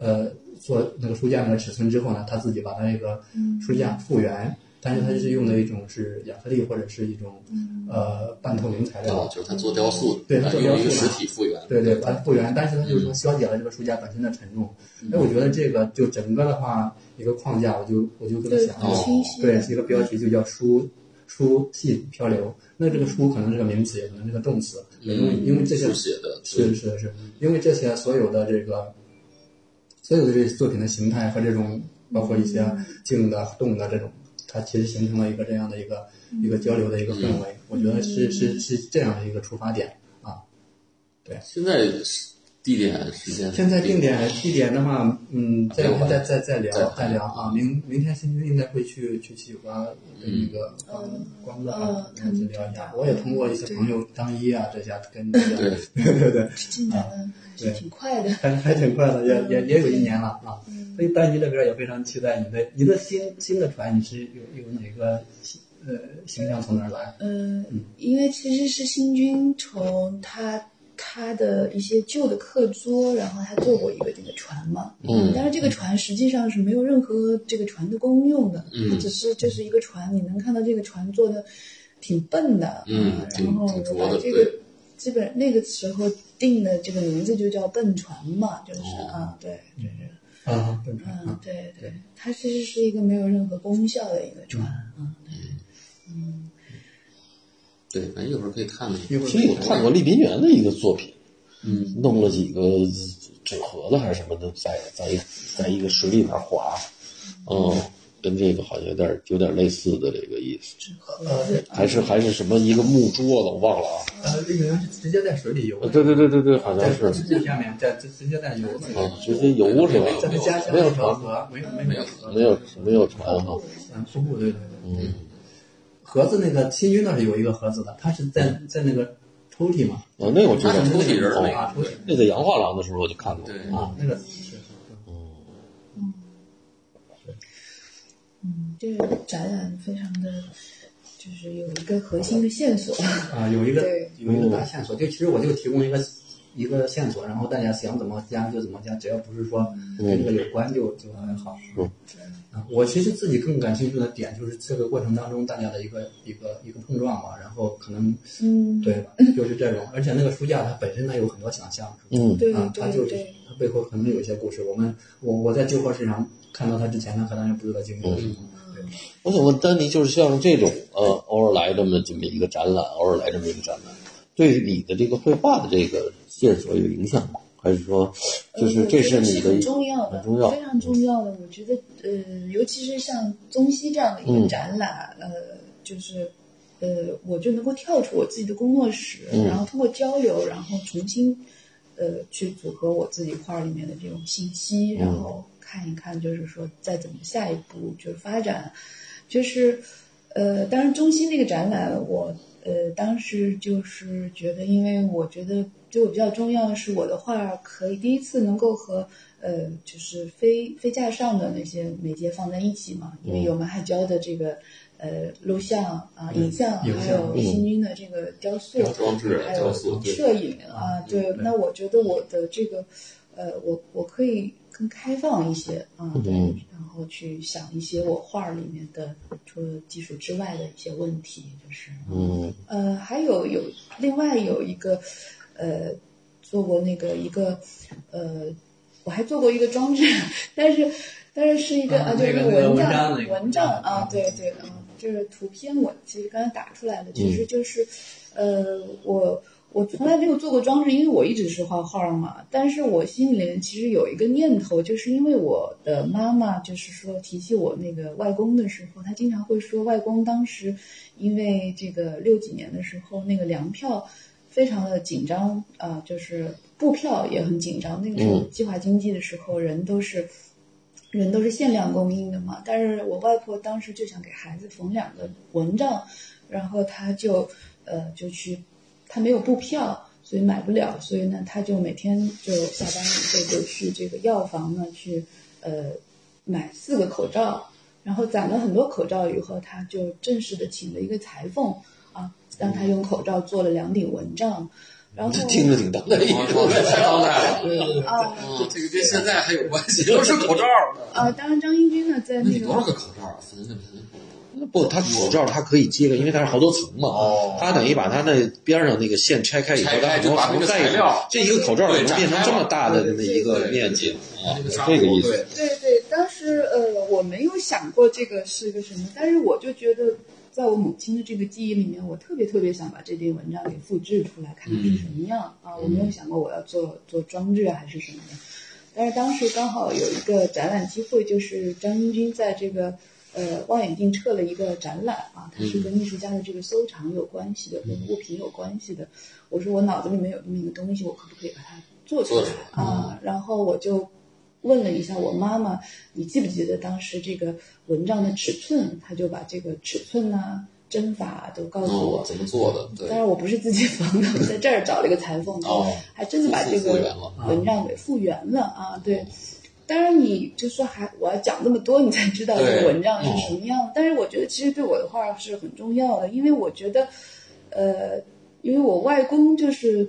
Speaker 4: 呃做那个书架那个尺寸之后呢，他自己把他那个书架复原，但是他是用的一种是亚克力或者是一种呃半透明材料
Speaker 2: 哦，，就是他做雕塑，
Speaker 4: 对
Speaker 2: 呃
Speaker 4: 他做
Speaker 2: 用
Speaker 4: 雕塑
Speaker 2: 一个实体复原，
Speaker 4: 对对，把它复原，但是它
Speaker 2: 嗯
Speaker 4: 就是说消解了这个书架本身的沉重。哎，我觉得这个就整个的话，一个框架，我就我就给它想
Speaker 3: 对
Speaker 4: 了
Speaker 3: 很清晰，
Speaker 4: 对，是一个标题就叫书书信漂流。那这个书可能是个名词，也可能是个动词，因为因为这些
Speaker 2: 嗯书写的，嗯
Speaker 4: 是是是，因为这些所有的这个所有的这些作品的形态和这
Speaker 3: 嗯
Speaker 4: 种包括一些静的、动的这种，它其实形成了一个这样的一个、
Speaker 3: 嗯
Speaker 4: 一个交流的一个氛
Speaker 2: 嗯
Speaker 4: 围。我觉得是是是这样的一个出发点啊。
Speaker 2: 现在地点时间，
Speaker 4: 现在定点地点的话，嗯，再
Speaker 1: 啊
Speaker 2: 聊吧
Speaker 4: 再再再
Speaker 2: 再
Speaker 4: 聊再聊啊。明明天新军应该会去去七九八跟那个光光子啊
Speaker 3: 嗯，
Speaker 4: 再聊一下
Speaker 3: 嗯。
Speaker 4: 我也通过一些朋友张一啊这些跟那 <laughs>
Speaker 2: 对
Speaker 4: 个对对对，
Speaker 3: 进展的还是挺快的，
Speaker 4: 还还挺快的，也也也有一年了啊。
Speaker 3: 嗯
Speaker 4: 所以丹尼这边也非常期待你的你的新新的船，你是有有哪个新呃形象从哪儿来？
Speaker 3: 嗯，因为其实是新军从他他的一些旧的课桌，然后他做过一个这个船嘛，
Speaker 1: 嗯
Speaker 3: 但是这个船实际上是没有任何这个船的功用的，
Speaker 2: 嗯
Speaker 3: 它只是就是一个船，你能看到这个船做的挺笨的，
Speaker 2: 嗯挺
Speaker 3: 然后
Speaker 2: 挺拙
Speaker 3: 把
Speaker 2: 的
Speaker 3: 这
Speaker 2: 对
Speaker 3: 个基本那个时候定的这个名字就叫笨船嘛，就是、
Speaker 2: 哦
Speaker 3: 啊，对，
Speaker 4: 啊，正常
Speaker 3: 嗯
Speaker 4: 啊，，
Speaker 3: 对对，它其实是一个没有任何功效的一个船，嗯，对，嗯。
Speaker 2: 对，反正一会儿可以看看。
Speaker 4: 一会儿
Speaker 1: 其实我看过厉斌元的一个作品，
Speaker 2: 嗯，
Speaker 1: 弄了几个纸盒子还是什么的，在在一在一个水里面划，嗯，跟这个好像有点有点类似的这个意思，还是还是什么一个木桌子，我忘了啊。
Speaker 4: 呃，这个人是直接在水里游
Speaker 1: 呃，对对对对对，好像是
Speaker 4: 在直接下面，在直直接在游的，
Speaker 1: 啊，直接游是吧？
Speaker 4: 在那家乡
Speaker 1: 没有
Speaker 4: 条
Speaker 1: 船，
Speaker 4: 河，没有没有
Speaker 1: 没有没有船哈。
Speaker 4: 嗯，瀑布对对对。
Speaker 1: 嗯
Speaker 4: 盒子那个清军那是有一个盒子的，它是在
Speaker 1: 嗯
Speaker 4: 在那个抽屉嘛，
Speaker 1: 啊，那我知道
Speaker 2: 那，抽屉人儿那
Speaker 4: 啊
Speaker 2: 个，
Speaker 4: 抽屉
Speaker 2: 对
Speaker 1: 那在杨画廊的时候我就看过。
Speaker 2: 对
Speaker 4: 啊，那个是
Speaker 3: 嗯，这个展览非常的，就是有一个核心的线索。
Speaker 4: 啊，有一个
Speaker 3: 对
Speaker 4: 有
Speaker 1: 嗯
Speaker 4: 一个大线索，就其实我就提供一个一个线索，然后大家想怎么加就怎么加，只要不是说跟这个有关就就还好。
Speaker 1: 嗯
Speaker 4: 啊，我其实自己更感兴趣的点就是这个过程当中大家的一个一个一个碰撞嘛，然后可能
Speaker 3: 嗯，
Speaker 4: 对吧，就是这种，而且那个书架它本身它有很多想象，是吧
Speaker 1: 嗯
Speaker 3: 对
Speaker 4: 啊，它
Speaker 3: 对
Speaker 4: 就是
Speaker 3: 对，
Speaker 4: 它背后可能有一些故事。我们我我在旧货市场看到它之前，它可能也不知道经历了什么。
Speaker 1: 嗯我想问丹尼，就是像这种呃，偶尔来这么这么一个展览，偶尔来这么一个展览，对你的这个绘画的这个线索有影响吗？还是说，就是
Speaker 3: 呃
Speaker 1: 这是
Speaker 3: 我觉得
Speaker 1: 你
Speaker 3: 是
Speaker 1: 的
Speaker 3: 很
Speaker 1: 一
Speaker 3: 重要的，
Speaker 1: 很重要
Speaker 3: 非常重要的。我觉得，呃，尤其是像中西这样的一
Speaker 1: 嗯
Speaker 3: 个展览，呃，就是。呃，我就能够跳出我自己的工作室，
Speaker 1: 嗯
Speaker 3: 然后通过交流，然后重新，呃，去组合我自己画里面的这种信息，然
Speaker 1: 嗯
Speaker 3: 后看一看，就是说再怎么下一步就是发展，就是，呃，当然中心那个展览我，呃当时就是觉得，因为我觉得对我比较重要的是我的画可以第一次能够和呃就是非非架上的那些媒介放在一起嘛，因为有马海娇的这个呃录像啊、影像，
Speaker 4: 影
Speaker 3: 还
Speaker 4: 像
Speaker 3: 有新军的这个雕塑、
Speaker 2: 装置
Speaker 3: 还
Speaker 2: 雕
Speaker 3: 有
Speaker 2: 塑对
Speaker 3: 摄影啊，对，那我觉得我的这个，呃，我我可以更开放一些啊，对，然后去想一些我画儿里面的除了技术之外的一些问题，就是，
Speaker 1: 嗯
Speaker 3: 呃，还有有另外有一个，呃，做过那个一个，呃，我还做过一个装置， <laughs> 但是但是是一个
Speaker 4: 啊
Speaker 3: 就
Speaker 4: 那
Speaker 3: 是
Speaker 4: 个那个
Speaker 3: 文
Speaker 4: 文
Speaker 3: 章
Speaker 4: 章那个
Speaker 3: 文章
Speaker 4: 文章
Speaker 3: 啊
Speaker 4: 啊，
Speaker 3: 对对啊，这个图片我其实刚才打出来的，其实就是，呃，我。我从来没有做过装置，因为我一直是画画嘛。但是我心里面其实有一个念头，就是因为我的妈妈就是说提起我那个外公的时候，她经常会说外公当时因为这个六几年的时候那个粮票非常的紧张啊、呃就是布票也很紧张。那个时候计划经济的时候，人都是。人都是限量供应的嘛，但是我外婆当时就想给孩子缝两个蚊帐，然后她就，呃，就去，她没有布票，所以买不了，所以呢，她就每天就下班以后就去这个药房呢去，呃，买四个口罩，然后攒了很多口罩以后，她就正式的请了一个裁缝啊，让他用口罩做了两顶蚊帐，然后
Speaker 1: 这听着挺当代意义
Speaker 2: 哦 <laughs>
Speaker 1: 的，
Speaker 2: 太当代了。
Speaker 3: 啊
Speaker 2: 嗯，这个跟现在还有关系，都是口罩儿。
Speaker 3: 啊，当然张英军呢在
Speaker 2: 那
Speaker 3: 那
Speaker 2: 你
Speaker 3: 个
Speaker 2: 多少个口罩啊？三个。
Speaker 1: 不，它口罩它可以接个，因为它是好多层嘛。
Speaker 2: 哦
Speaker 1: 它等于把它那边上那个线拆开以后，
Speaker 2: 拆
Speaker 1: 它
Speaker 2: 开
Speaker 1: 很多
Speaker 2: 就把那
Speaker 1: 层
Speaker 2: 个
Speaker 1: 再一
Speaker 2: 材料
Speaker 1: 这一个口罩
Speaker 2: 对
Speaker 1: 能变成这么大的
Speaker 3: 展开了
Speaker 1: 那一个面积啊
Speaker 2: 那，
Speaker 1: 是
Speaker 2: 纱
Speaker 1: 这个
Speaker 2: 布
Speaker 1: 意思。
Speaker 2: 对
Speaker 3: 对对，当时呃我没有想过这个是个什么，但是我就觉得，在我母亲的这个记忆里面，我特别特别想把这篇文章给复制出来，看看是什么样、啊！我没有想过我要做做装置啊还是什么的，但是当时刚好有一个展览机会，就是张英军在这个呃望远镜撤了一个展览啊，它
Speaker 2: 嗯
Speaker 3: 是跟艺术家的这个收藏有关系的，跟物品有关系的。我说我脑子里面有这么一个东西，我可不可以把它做出
Speaker 2: 做
Speaker 3: 来
Speaker 2: 出来
Speaker 3: 啊？然后我就问了一下我妈妈，你记不记得当时这个蚊帐的尺寸？她就把这个尺寸呐、针法啊都告诉我。
Speaker 2: 哦，怎么做的？对
Speaker 3: 当，然我不是自己缝
Speaker 2: <laughs>
Speaker 3: 的，我在这儿找了一个裁缝，
Speaker 2: 哦
Speaker 3: 还真的把这
Speaker 2: 复复
Speaker 3: 个
Speaker 2: 原了
Speaker 3: 蚊帐给复原了啊！对，当然，你就说还我要讲那么多，你才知道这
Speaker 2: 对
Speaker 3: 个文章是什么样。但是我觉得，其实对我的话是很重要的，因为我觉得，呃，因为我外公就是，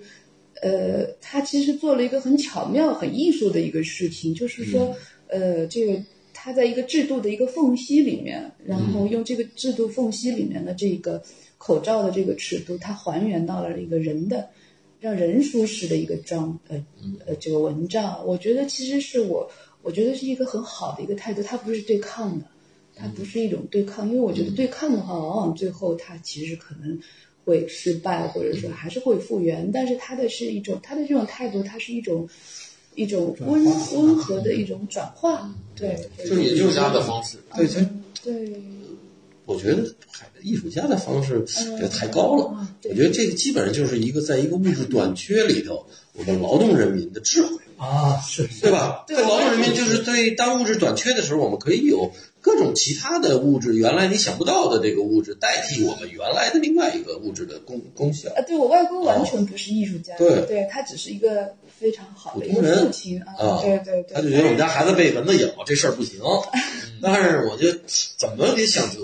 Speaker 3: 呃，他其实做了一个很巧妙、很艺术的一个事情，就是说，呃，这个他在一个制度的一个缝隙里面，然后用这个制度缝隙里面的这个口罩的这个尺度，它还原到了一个人的。让人舒适的一个章，呃呃，这个文章，我觉得其实是我，我觉得是一个很好的一个态度，它不是对抗的，它不是一种对抗，因为我觉得对抗的话，往往最后它其实可能会失败，或者
Speaker 1: 嗯
Speaker 3: 说还是会复原，但是它的是一种，它的这种态度，它是一种一种温温和的一种转化，
Speaker 1: 嗯
Speaker 3: 对，对
Speaker 2: 就是艺术家的方式，
Speaker 1: 对，他
Speaker 3: 对，
Speaker 1: 我觉得海艺术家的方式
Speaker 3: 嗯
Speaker 1: 这个太高了
Speaker 3: 嗯。对
Speaker 1: 我觉得这个基本上就是一个在一个物质短缺里头，我们劳动人民的智慧，
Speaker 4: 啊，是
Speaker 1: 对吧？
Speaker 3: 对
Speaker 1: 在劳动人民就是对当物质短缺的时候，我们可以有各种其他的物质，原来你想不到的这个物质代替我们原来的另外一个物质的功功效。
Speaker 3: 啊，对我外公完全不是艺术家，
Speaker 1: 对
Speaker 3: 他只是一个非常好的一
Speaker 1: 普
Speaker 3: 个
Speaker 1: 通人
Speaker 3: 父亲啊
Speaker 1: 啊，
Speaker 3: 对对对，
Speaker 1: 他就觉得我们家孩子被蚊子咬这事儿不行， <laughs> 但是我就怎么给想辙，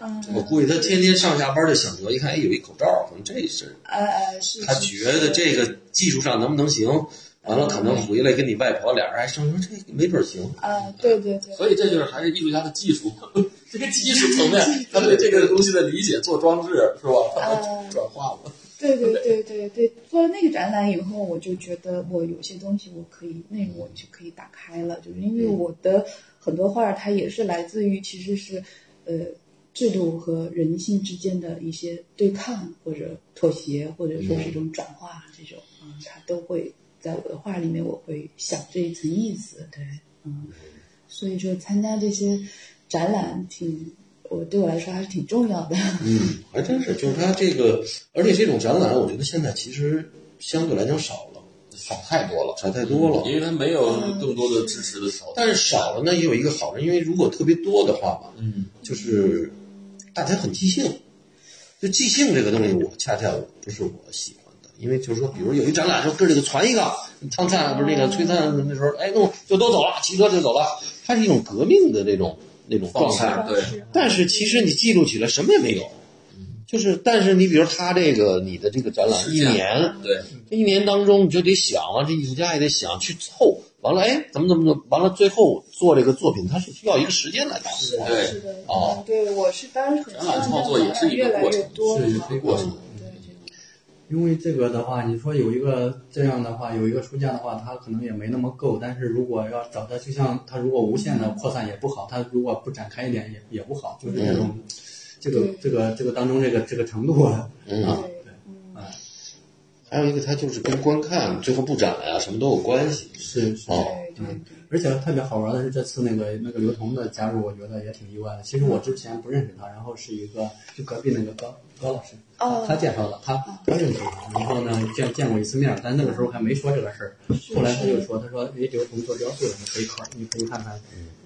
Speaker 3: 嗯，
Speaker 1: 我估计他天天上下班就想辙，一看哎有一口罩，可能这是
Speaker 3: 呃呃是，
Speaker 1: 他
Speaker 3: 是
Speaker 1: 觉得这个技术上能不能行？完了，可能回来跟你外婆俩人还商量说这没准儿行。
Speaker 3: 啊，对对对，
Speaker 2: 所以这就是还是艺术家的技术，这个技术层面，他对这个东西的理解，做装置是吧？他
Speaker 3: 啊
Speaker 2: 转化了，
Speaker 3: 对对对对对，做了那个展览以后，我就觉得我有些东西我可以，那我就可以打开了，就是因为我的很多画儿它也是来自于其实是，呃，制度和人性之间的一些对抗或者妥协，或者说是一种转化，这种嗯，它都会在我的画里面，我会想这一层意思，对，嗯，所以说参加这些展览挺，我对我来说还是挺重要的，
Speaker 1: 嗯，还真是，就是他这个，而且这种展览，我觉得现在其实相对来讲少了，
Speaker 2: 少太多了，
Speaker 1: 少太多了。
Speaker 2: 因为他没有更多的支持的手段。
Speaker 1: 但是少了呢，也有一个好处，因为如果特别多的话吧，
Speaker 2: 嗯，
Speaker 1: 就是大家很即兴。就即兴这个东西，我恰恰我不是我喜欢的，因为就是说，比如有一展览说哥儿几个传一个，汤灿不是那个崔灿那时候，哎，弄就都走了，骑车就走了，它是一种革命的那种那种状态。
Speaker 2: 对
Speaker 1: 但是其实你记录起来什么也没有，就是但是你比如他这个你的这个展览
Speaker 2: 是
Speaker 1: 一
Speaker 2: 这样
Speaker 1: 年，
Speaker 2: 对，
Speaker 1: 这一年当中你就得想啊，这艺术家也得想去凑，完了哎怎么怎么怎么，完了最后做这个作品，它是需要一个时间来打磨的。
Speaker 2: 啊对
Speaker 3: 是的，
Speaker 1: 哦
Speaker 3: 嗯，对，我是当然很希望
Speaker 2: 展览创作也是一个
Speaker 3: 越来
Speaker 2: 过
Speaker 3: 越
Speaker 2: 程
Speaker 3: 多，
Speaker 4: 是一个过程
Speaker 3: 嗯对对
Speaker 4: 因为这个的话，你说有一个这样的话，有一个书架的话，它可能也没那么够。但是如果要找它，就像它如果无限的扩散也不好，它如果不展开一点也也不好，就是这种，这个
Speaker 3: 对
Speaker 4: 这个这个当中这个这个程度啊，
Speaker 1: 嗯，
Speaker 3: 对
Speaker 4: 对
Speaker 3: 嗯
Speaker 1: 还有一个它就是跟观看最后布展啊什么都有关系。
Speaker 4: 是是。
Speaker 1: 哦，
Speaker 3: 对对对，
Speaker 4: 而且特别好玩的是，这次那个那个刘同的加入，我觉得也挺意外的。其实我之前不认识他，然后是一个就隔壁那个高高老师，
Speaker 3: 哦
Speaker 4: 他介绍的，他他认识我，然后呢见见过一次面，但那个时候还没说这个事儿。后来他就说，他说，哎，刘同做雕塑的，你可以考，你可以看看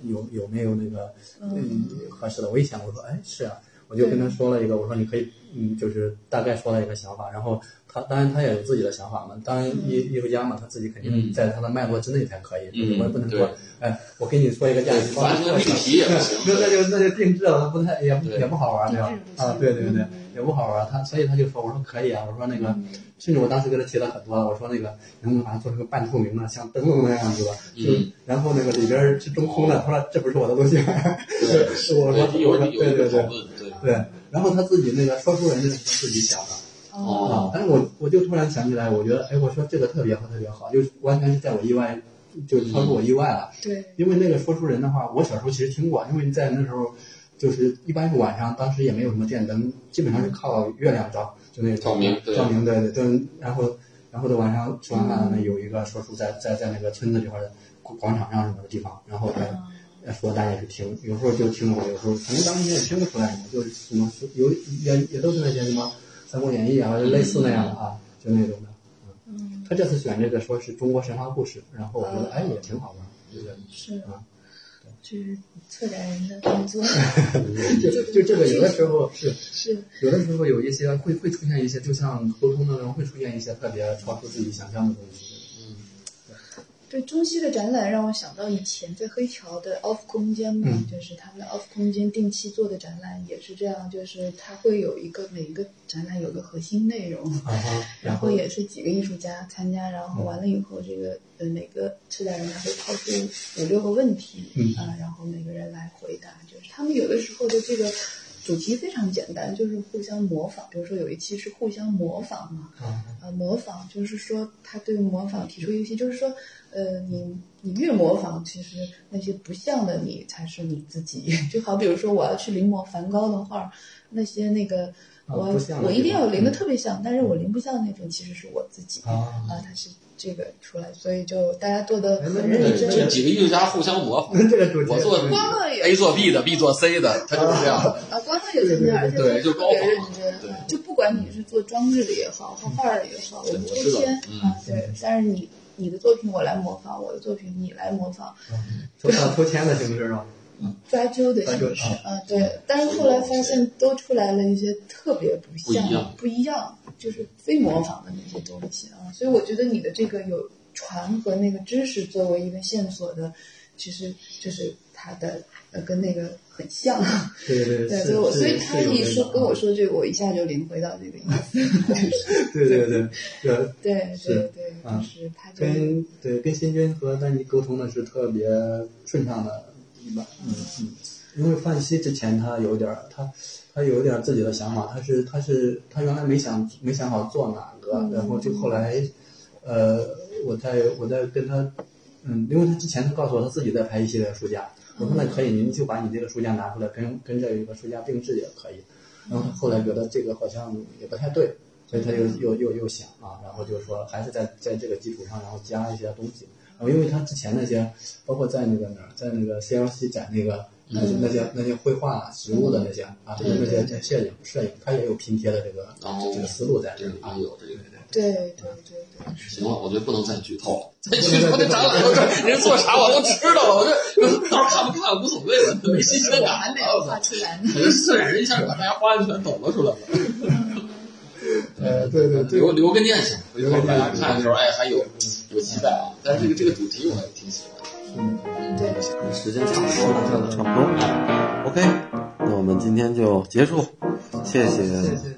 Speaker 4: 有有没有那个嗯合适的。我一想，我说，哎，是啊，我就跟他说了一个，我说你可以，嗯，就是大概说了一个想法，然后他当然他也有自己的想法嘛，当然
Speaker 3: 嗯
Speaker 4: 艺艺术家嘛，他自己肯定在他的脉络之内才可以，
Speaker 2: 嗯
Speaker 4: 我也不能
Speaker 2: 对
Speaker 4: 说，哎，我给你说一个价值观
Speaker 2: 完，全立体也不行。
Speaker 4: 那 <laughs> 那就那就定制了，不太也不
Speaker 2: 对
Speaker 4: 也不好玩，对吧
Speaker 3: 定制？嗯不行
Speaker 4: 啊，对对对，也不好玩。他所以他就说，我说可以啊，我说那个，
Speaker 3: 嗯
Speaker 4: 甚至我当时跟他提了很多，我说那个能不能把它做成个半透明的，像灯笼那样子的，
Speaker 2: 嗯
Speaker 4: 就然后那个里边儿是中空的，他说这不是我的东西，
Speaker 2: 对，
Speaker 4: <laughs> 是我说
Speaker 2: 有
Speaker 4: 我说
Speaker 2: 有
Speaker 4: 对
Speaker 2: 一个
Speaker 4: 对
Speaker 2: 讨
Speaker 4: 对
Speaker 2: 论，对，
Speaker 4: 对，然后他自己那个说书人就是他自己想的。
Speaker 3: 哦，
Speaker 4: 啊，但是我我就突然想起来，我觉得，哎，我说这个特别好，特别好，就是完全是在我意外，就是超出我意外了。
Speaker 3: 对，
Speaker 4: 因为那个说书人的话，我小时候其实听过，因为在那时候，就是一般是晚上，当时也没有什么电灯，基本上是靠月亮照，就那种
Speaker 2: 照明对
Speaker 4: 照明对对对，然后然后在晚上吃完饭呢，有一个说书在在在那个村子这块儿的广广场上什么的地方，然后
Speaker 2: 嗯
Speaker 4: 他说大家也去听，有时候就听我，有时候可能当时也听不出来什么，就是什么有也也都是那些什么《三国演义》啊，类似那样的啊，就那种的。
Speaker 3: 嗯
Speaker 4: 他这次选这个说是中国神话故事，然后我觉得哎也挺好玩，就是。
Speaker 3: 是
Speaker 4: 啊，
Speaker 3: 就是策展人的工作
Speaker 4: 就就这个，有的时候是
Speaker 3: 是，
Speaker 4: 有的时候有一些会会出现一些，就像沟通当中会出现一些特别超出自己想象的东西。
Speaker 3: 对中西的展览让我想到以前在黑桥的 OFF 空间嘛，
Speaker 4: 嗯
Speaker 3: 就是他们的 OFF 空间定期做的展览也是这样，就是它会有一个每一个展览有个核心内容，
Speaker 4: 啊哈，
Speaker 3: 然
Speaker 4: 然
Speaker 3: 后
Speaker 4: 后
Speaker 3: 也是几个艺术家参加，然后完了以后，这个呃每个策展人他会抛出五六个问题，
Speaker 4: 嗯
Speaker 3: 啊，然后每个人来回答，就是他们有的时候的这个主题非常简单，就是互相模仿，比如说有一期是互相模仿嘛，
Speaker 4: 啊
Speaker 3: 呃，模仿就是说他对模仿提出一些，就是说，呃，你你越模仿，其实那些不像的你才是你自己。 <laughs> 就好比如说，我要去临摹梵高的画，那些那个
Speaker 4: 啊
Speaker 3: 我、
Speaker 4: 不像的
Speaker 3: 我一
Speaker 4: 地
Speaker 3: 定要
Speaker 4: 方
Speaker 3: 临的
Speaker 4: 嗯
Speaker 3: 特别像，但是我临不像那种其实是我自己啊，
Speaker 4: 啊，
Speaker 3: 他是这个出来，所以就大家做的
Speaker 4: 哎那
Speaker 3: 很
Speaker 4: 那
Speaker 3: 认
Speaker 4: 个
Speaker 2: 这
Speaker 3: 真。
Speaker 2: 几个艺术家互相模仿，
Speaker 4: <laughs> 那这个主题
Speaker 2: 我做
Speaker 4: 是
Speaker 3: 光乐也
Speaker 2: A 做 B 的，B 做 C 的，他就是这样的。
Speaker 3: 啊，光他也在那儿，而且
Speaker 2: 对就
Speaker 3: 他特别
Speaker 2: 高仿
Speaker 3: 认
Speaker 2: 对
Speaker 3: 真。就不管你是做装置的也好，画画儿的也好，我们
Speaker 2: 我
Speaker 3: 抽
Speaker 2: 知道
Speaker 3: 签
Speaker 2: 嗯
Speaker 3: 啊，对。但是你你的作品我来模仿，我的作品你来模仿，
Speaker 4: 抽到抽签的形式啊，
Speaker 3: 抓阄的
Speaker 4: 抓阄
Speaker 3: 形式啊，
Speaker 2: 嗯
Speaker 3: 对。但是后来发现都出来了一些特别不像、
Speaker 2: 不一样
Speaker 3: 不一样，就是非模仿的那些东西啊。所以我觉得你的这个有传和那个知识作为一个线索的，其实就是它的呃跟那个很像。
Speaker 4: 对对
Speaker 3: 对，
Speaker 4: 对，
Speaker 3: 所以我
Speaker 4: 是
Speaker 3: 所以
Speaker 4: 是
Speaker 3: 他
Speaker 4: 有
Speaker 3: 一
Speaker 4: 这
Speaker 3: 说
Speaker 4: 种啊
Speaker 3: 跟我说这个，我一下就领会到这个意
Speaker 4: <laughs>
Speaker 3: 思。
Speaker 4: 对对对，
Speaker 3: <laughs>
Speaker 4: 对
Speaker 3: 对对
Speaker 4: 是
Speaker 3: 对，
Speaker 4: 嗯
Speaker 3: 就是他就
Speaker 4: 跟对跟新军和丹尼沟通的是特别顺畅的一把，嗯嗯，因为范西之前他有点儿他他有点儿自己的想法，他是他是他原来没想没想好做哪个，
Speaker 3: 嗯
Speaker 4: 然后就后来，呃，我在我在跟他，嗯，因为他之前他告诉我他自己在排一系列书架，我说那可以，您就把你这个书架拿出来跟跟这个书架并置也可以，然后他后来觉得这个好像也不太对，所以他又又又又想啊，然后就说还是在在这个基础上，然后加一些东西。然后因为他之前那些，包括在那个哪儿，在那个 CLC 展那个那些那些那些绘画、实物的那些啊，还有那些那些摄影摄影，他也有拼贴的这个
Speaker 2: 哦
Speaker 4: 这个思路在这
Speaker 2: 这
Speaker 4: 里
Speaker 2: 里
Speaker 4: 啊
Speaker 2: 边。有这个。
Speaker 3: 对对对对，
Speaker 2: 行了，我觉得不能再剧透了。再剧透那展览，我这人做啥我都知道了，我这到时候看不看无所谓了，没新鲜
Speaker 3: 我
Speaker 2: 感
Speaker 3: 还没有画
Speaker 2: 了。
Speaker 3: 出来
Speaker 2: 我
Speaker 3: 呢。
Speaker 2: 这策展人一下把大家花全抖了出来了，
Speaker 4: 呃，对对对，
Speaker 2: 留留个念想，回头大家看的时候，哎，还有有期待啊。但是这个这个主题我还挺喜欢。
Speaker 4: 嗯，
Speaker 3: 对。
Speaker 1: 时间差不多了，差不多。OK，那我们今天就结束，谢谢
Speaker 4: 谢谢。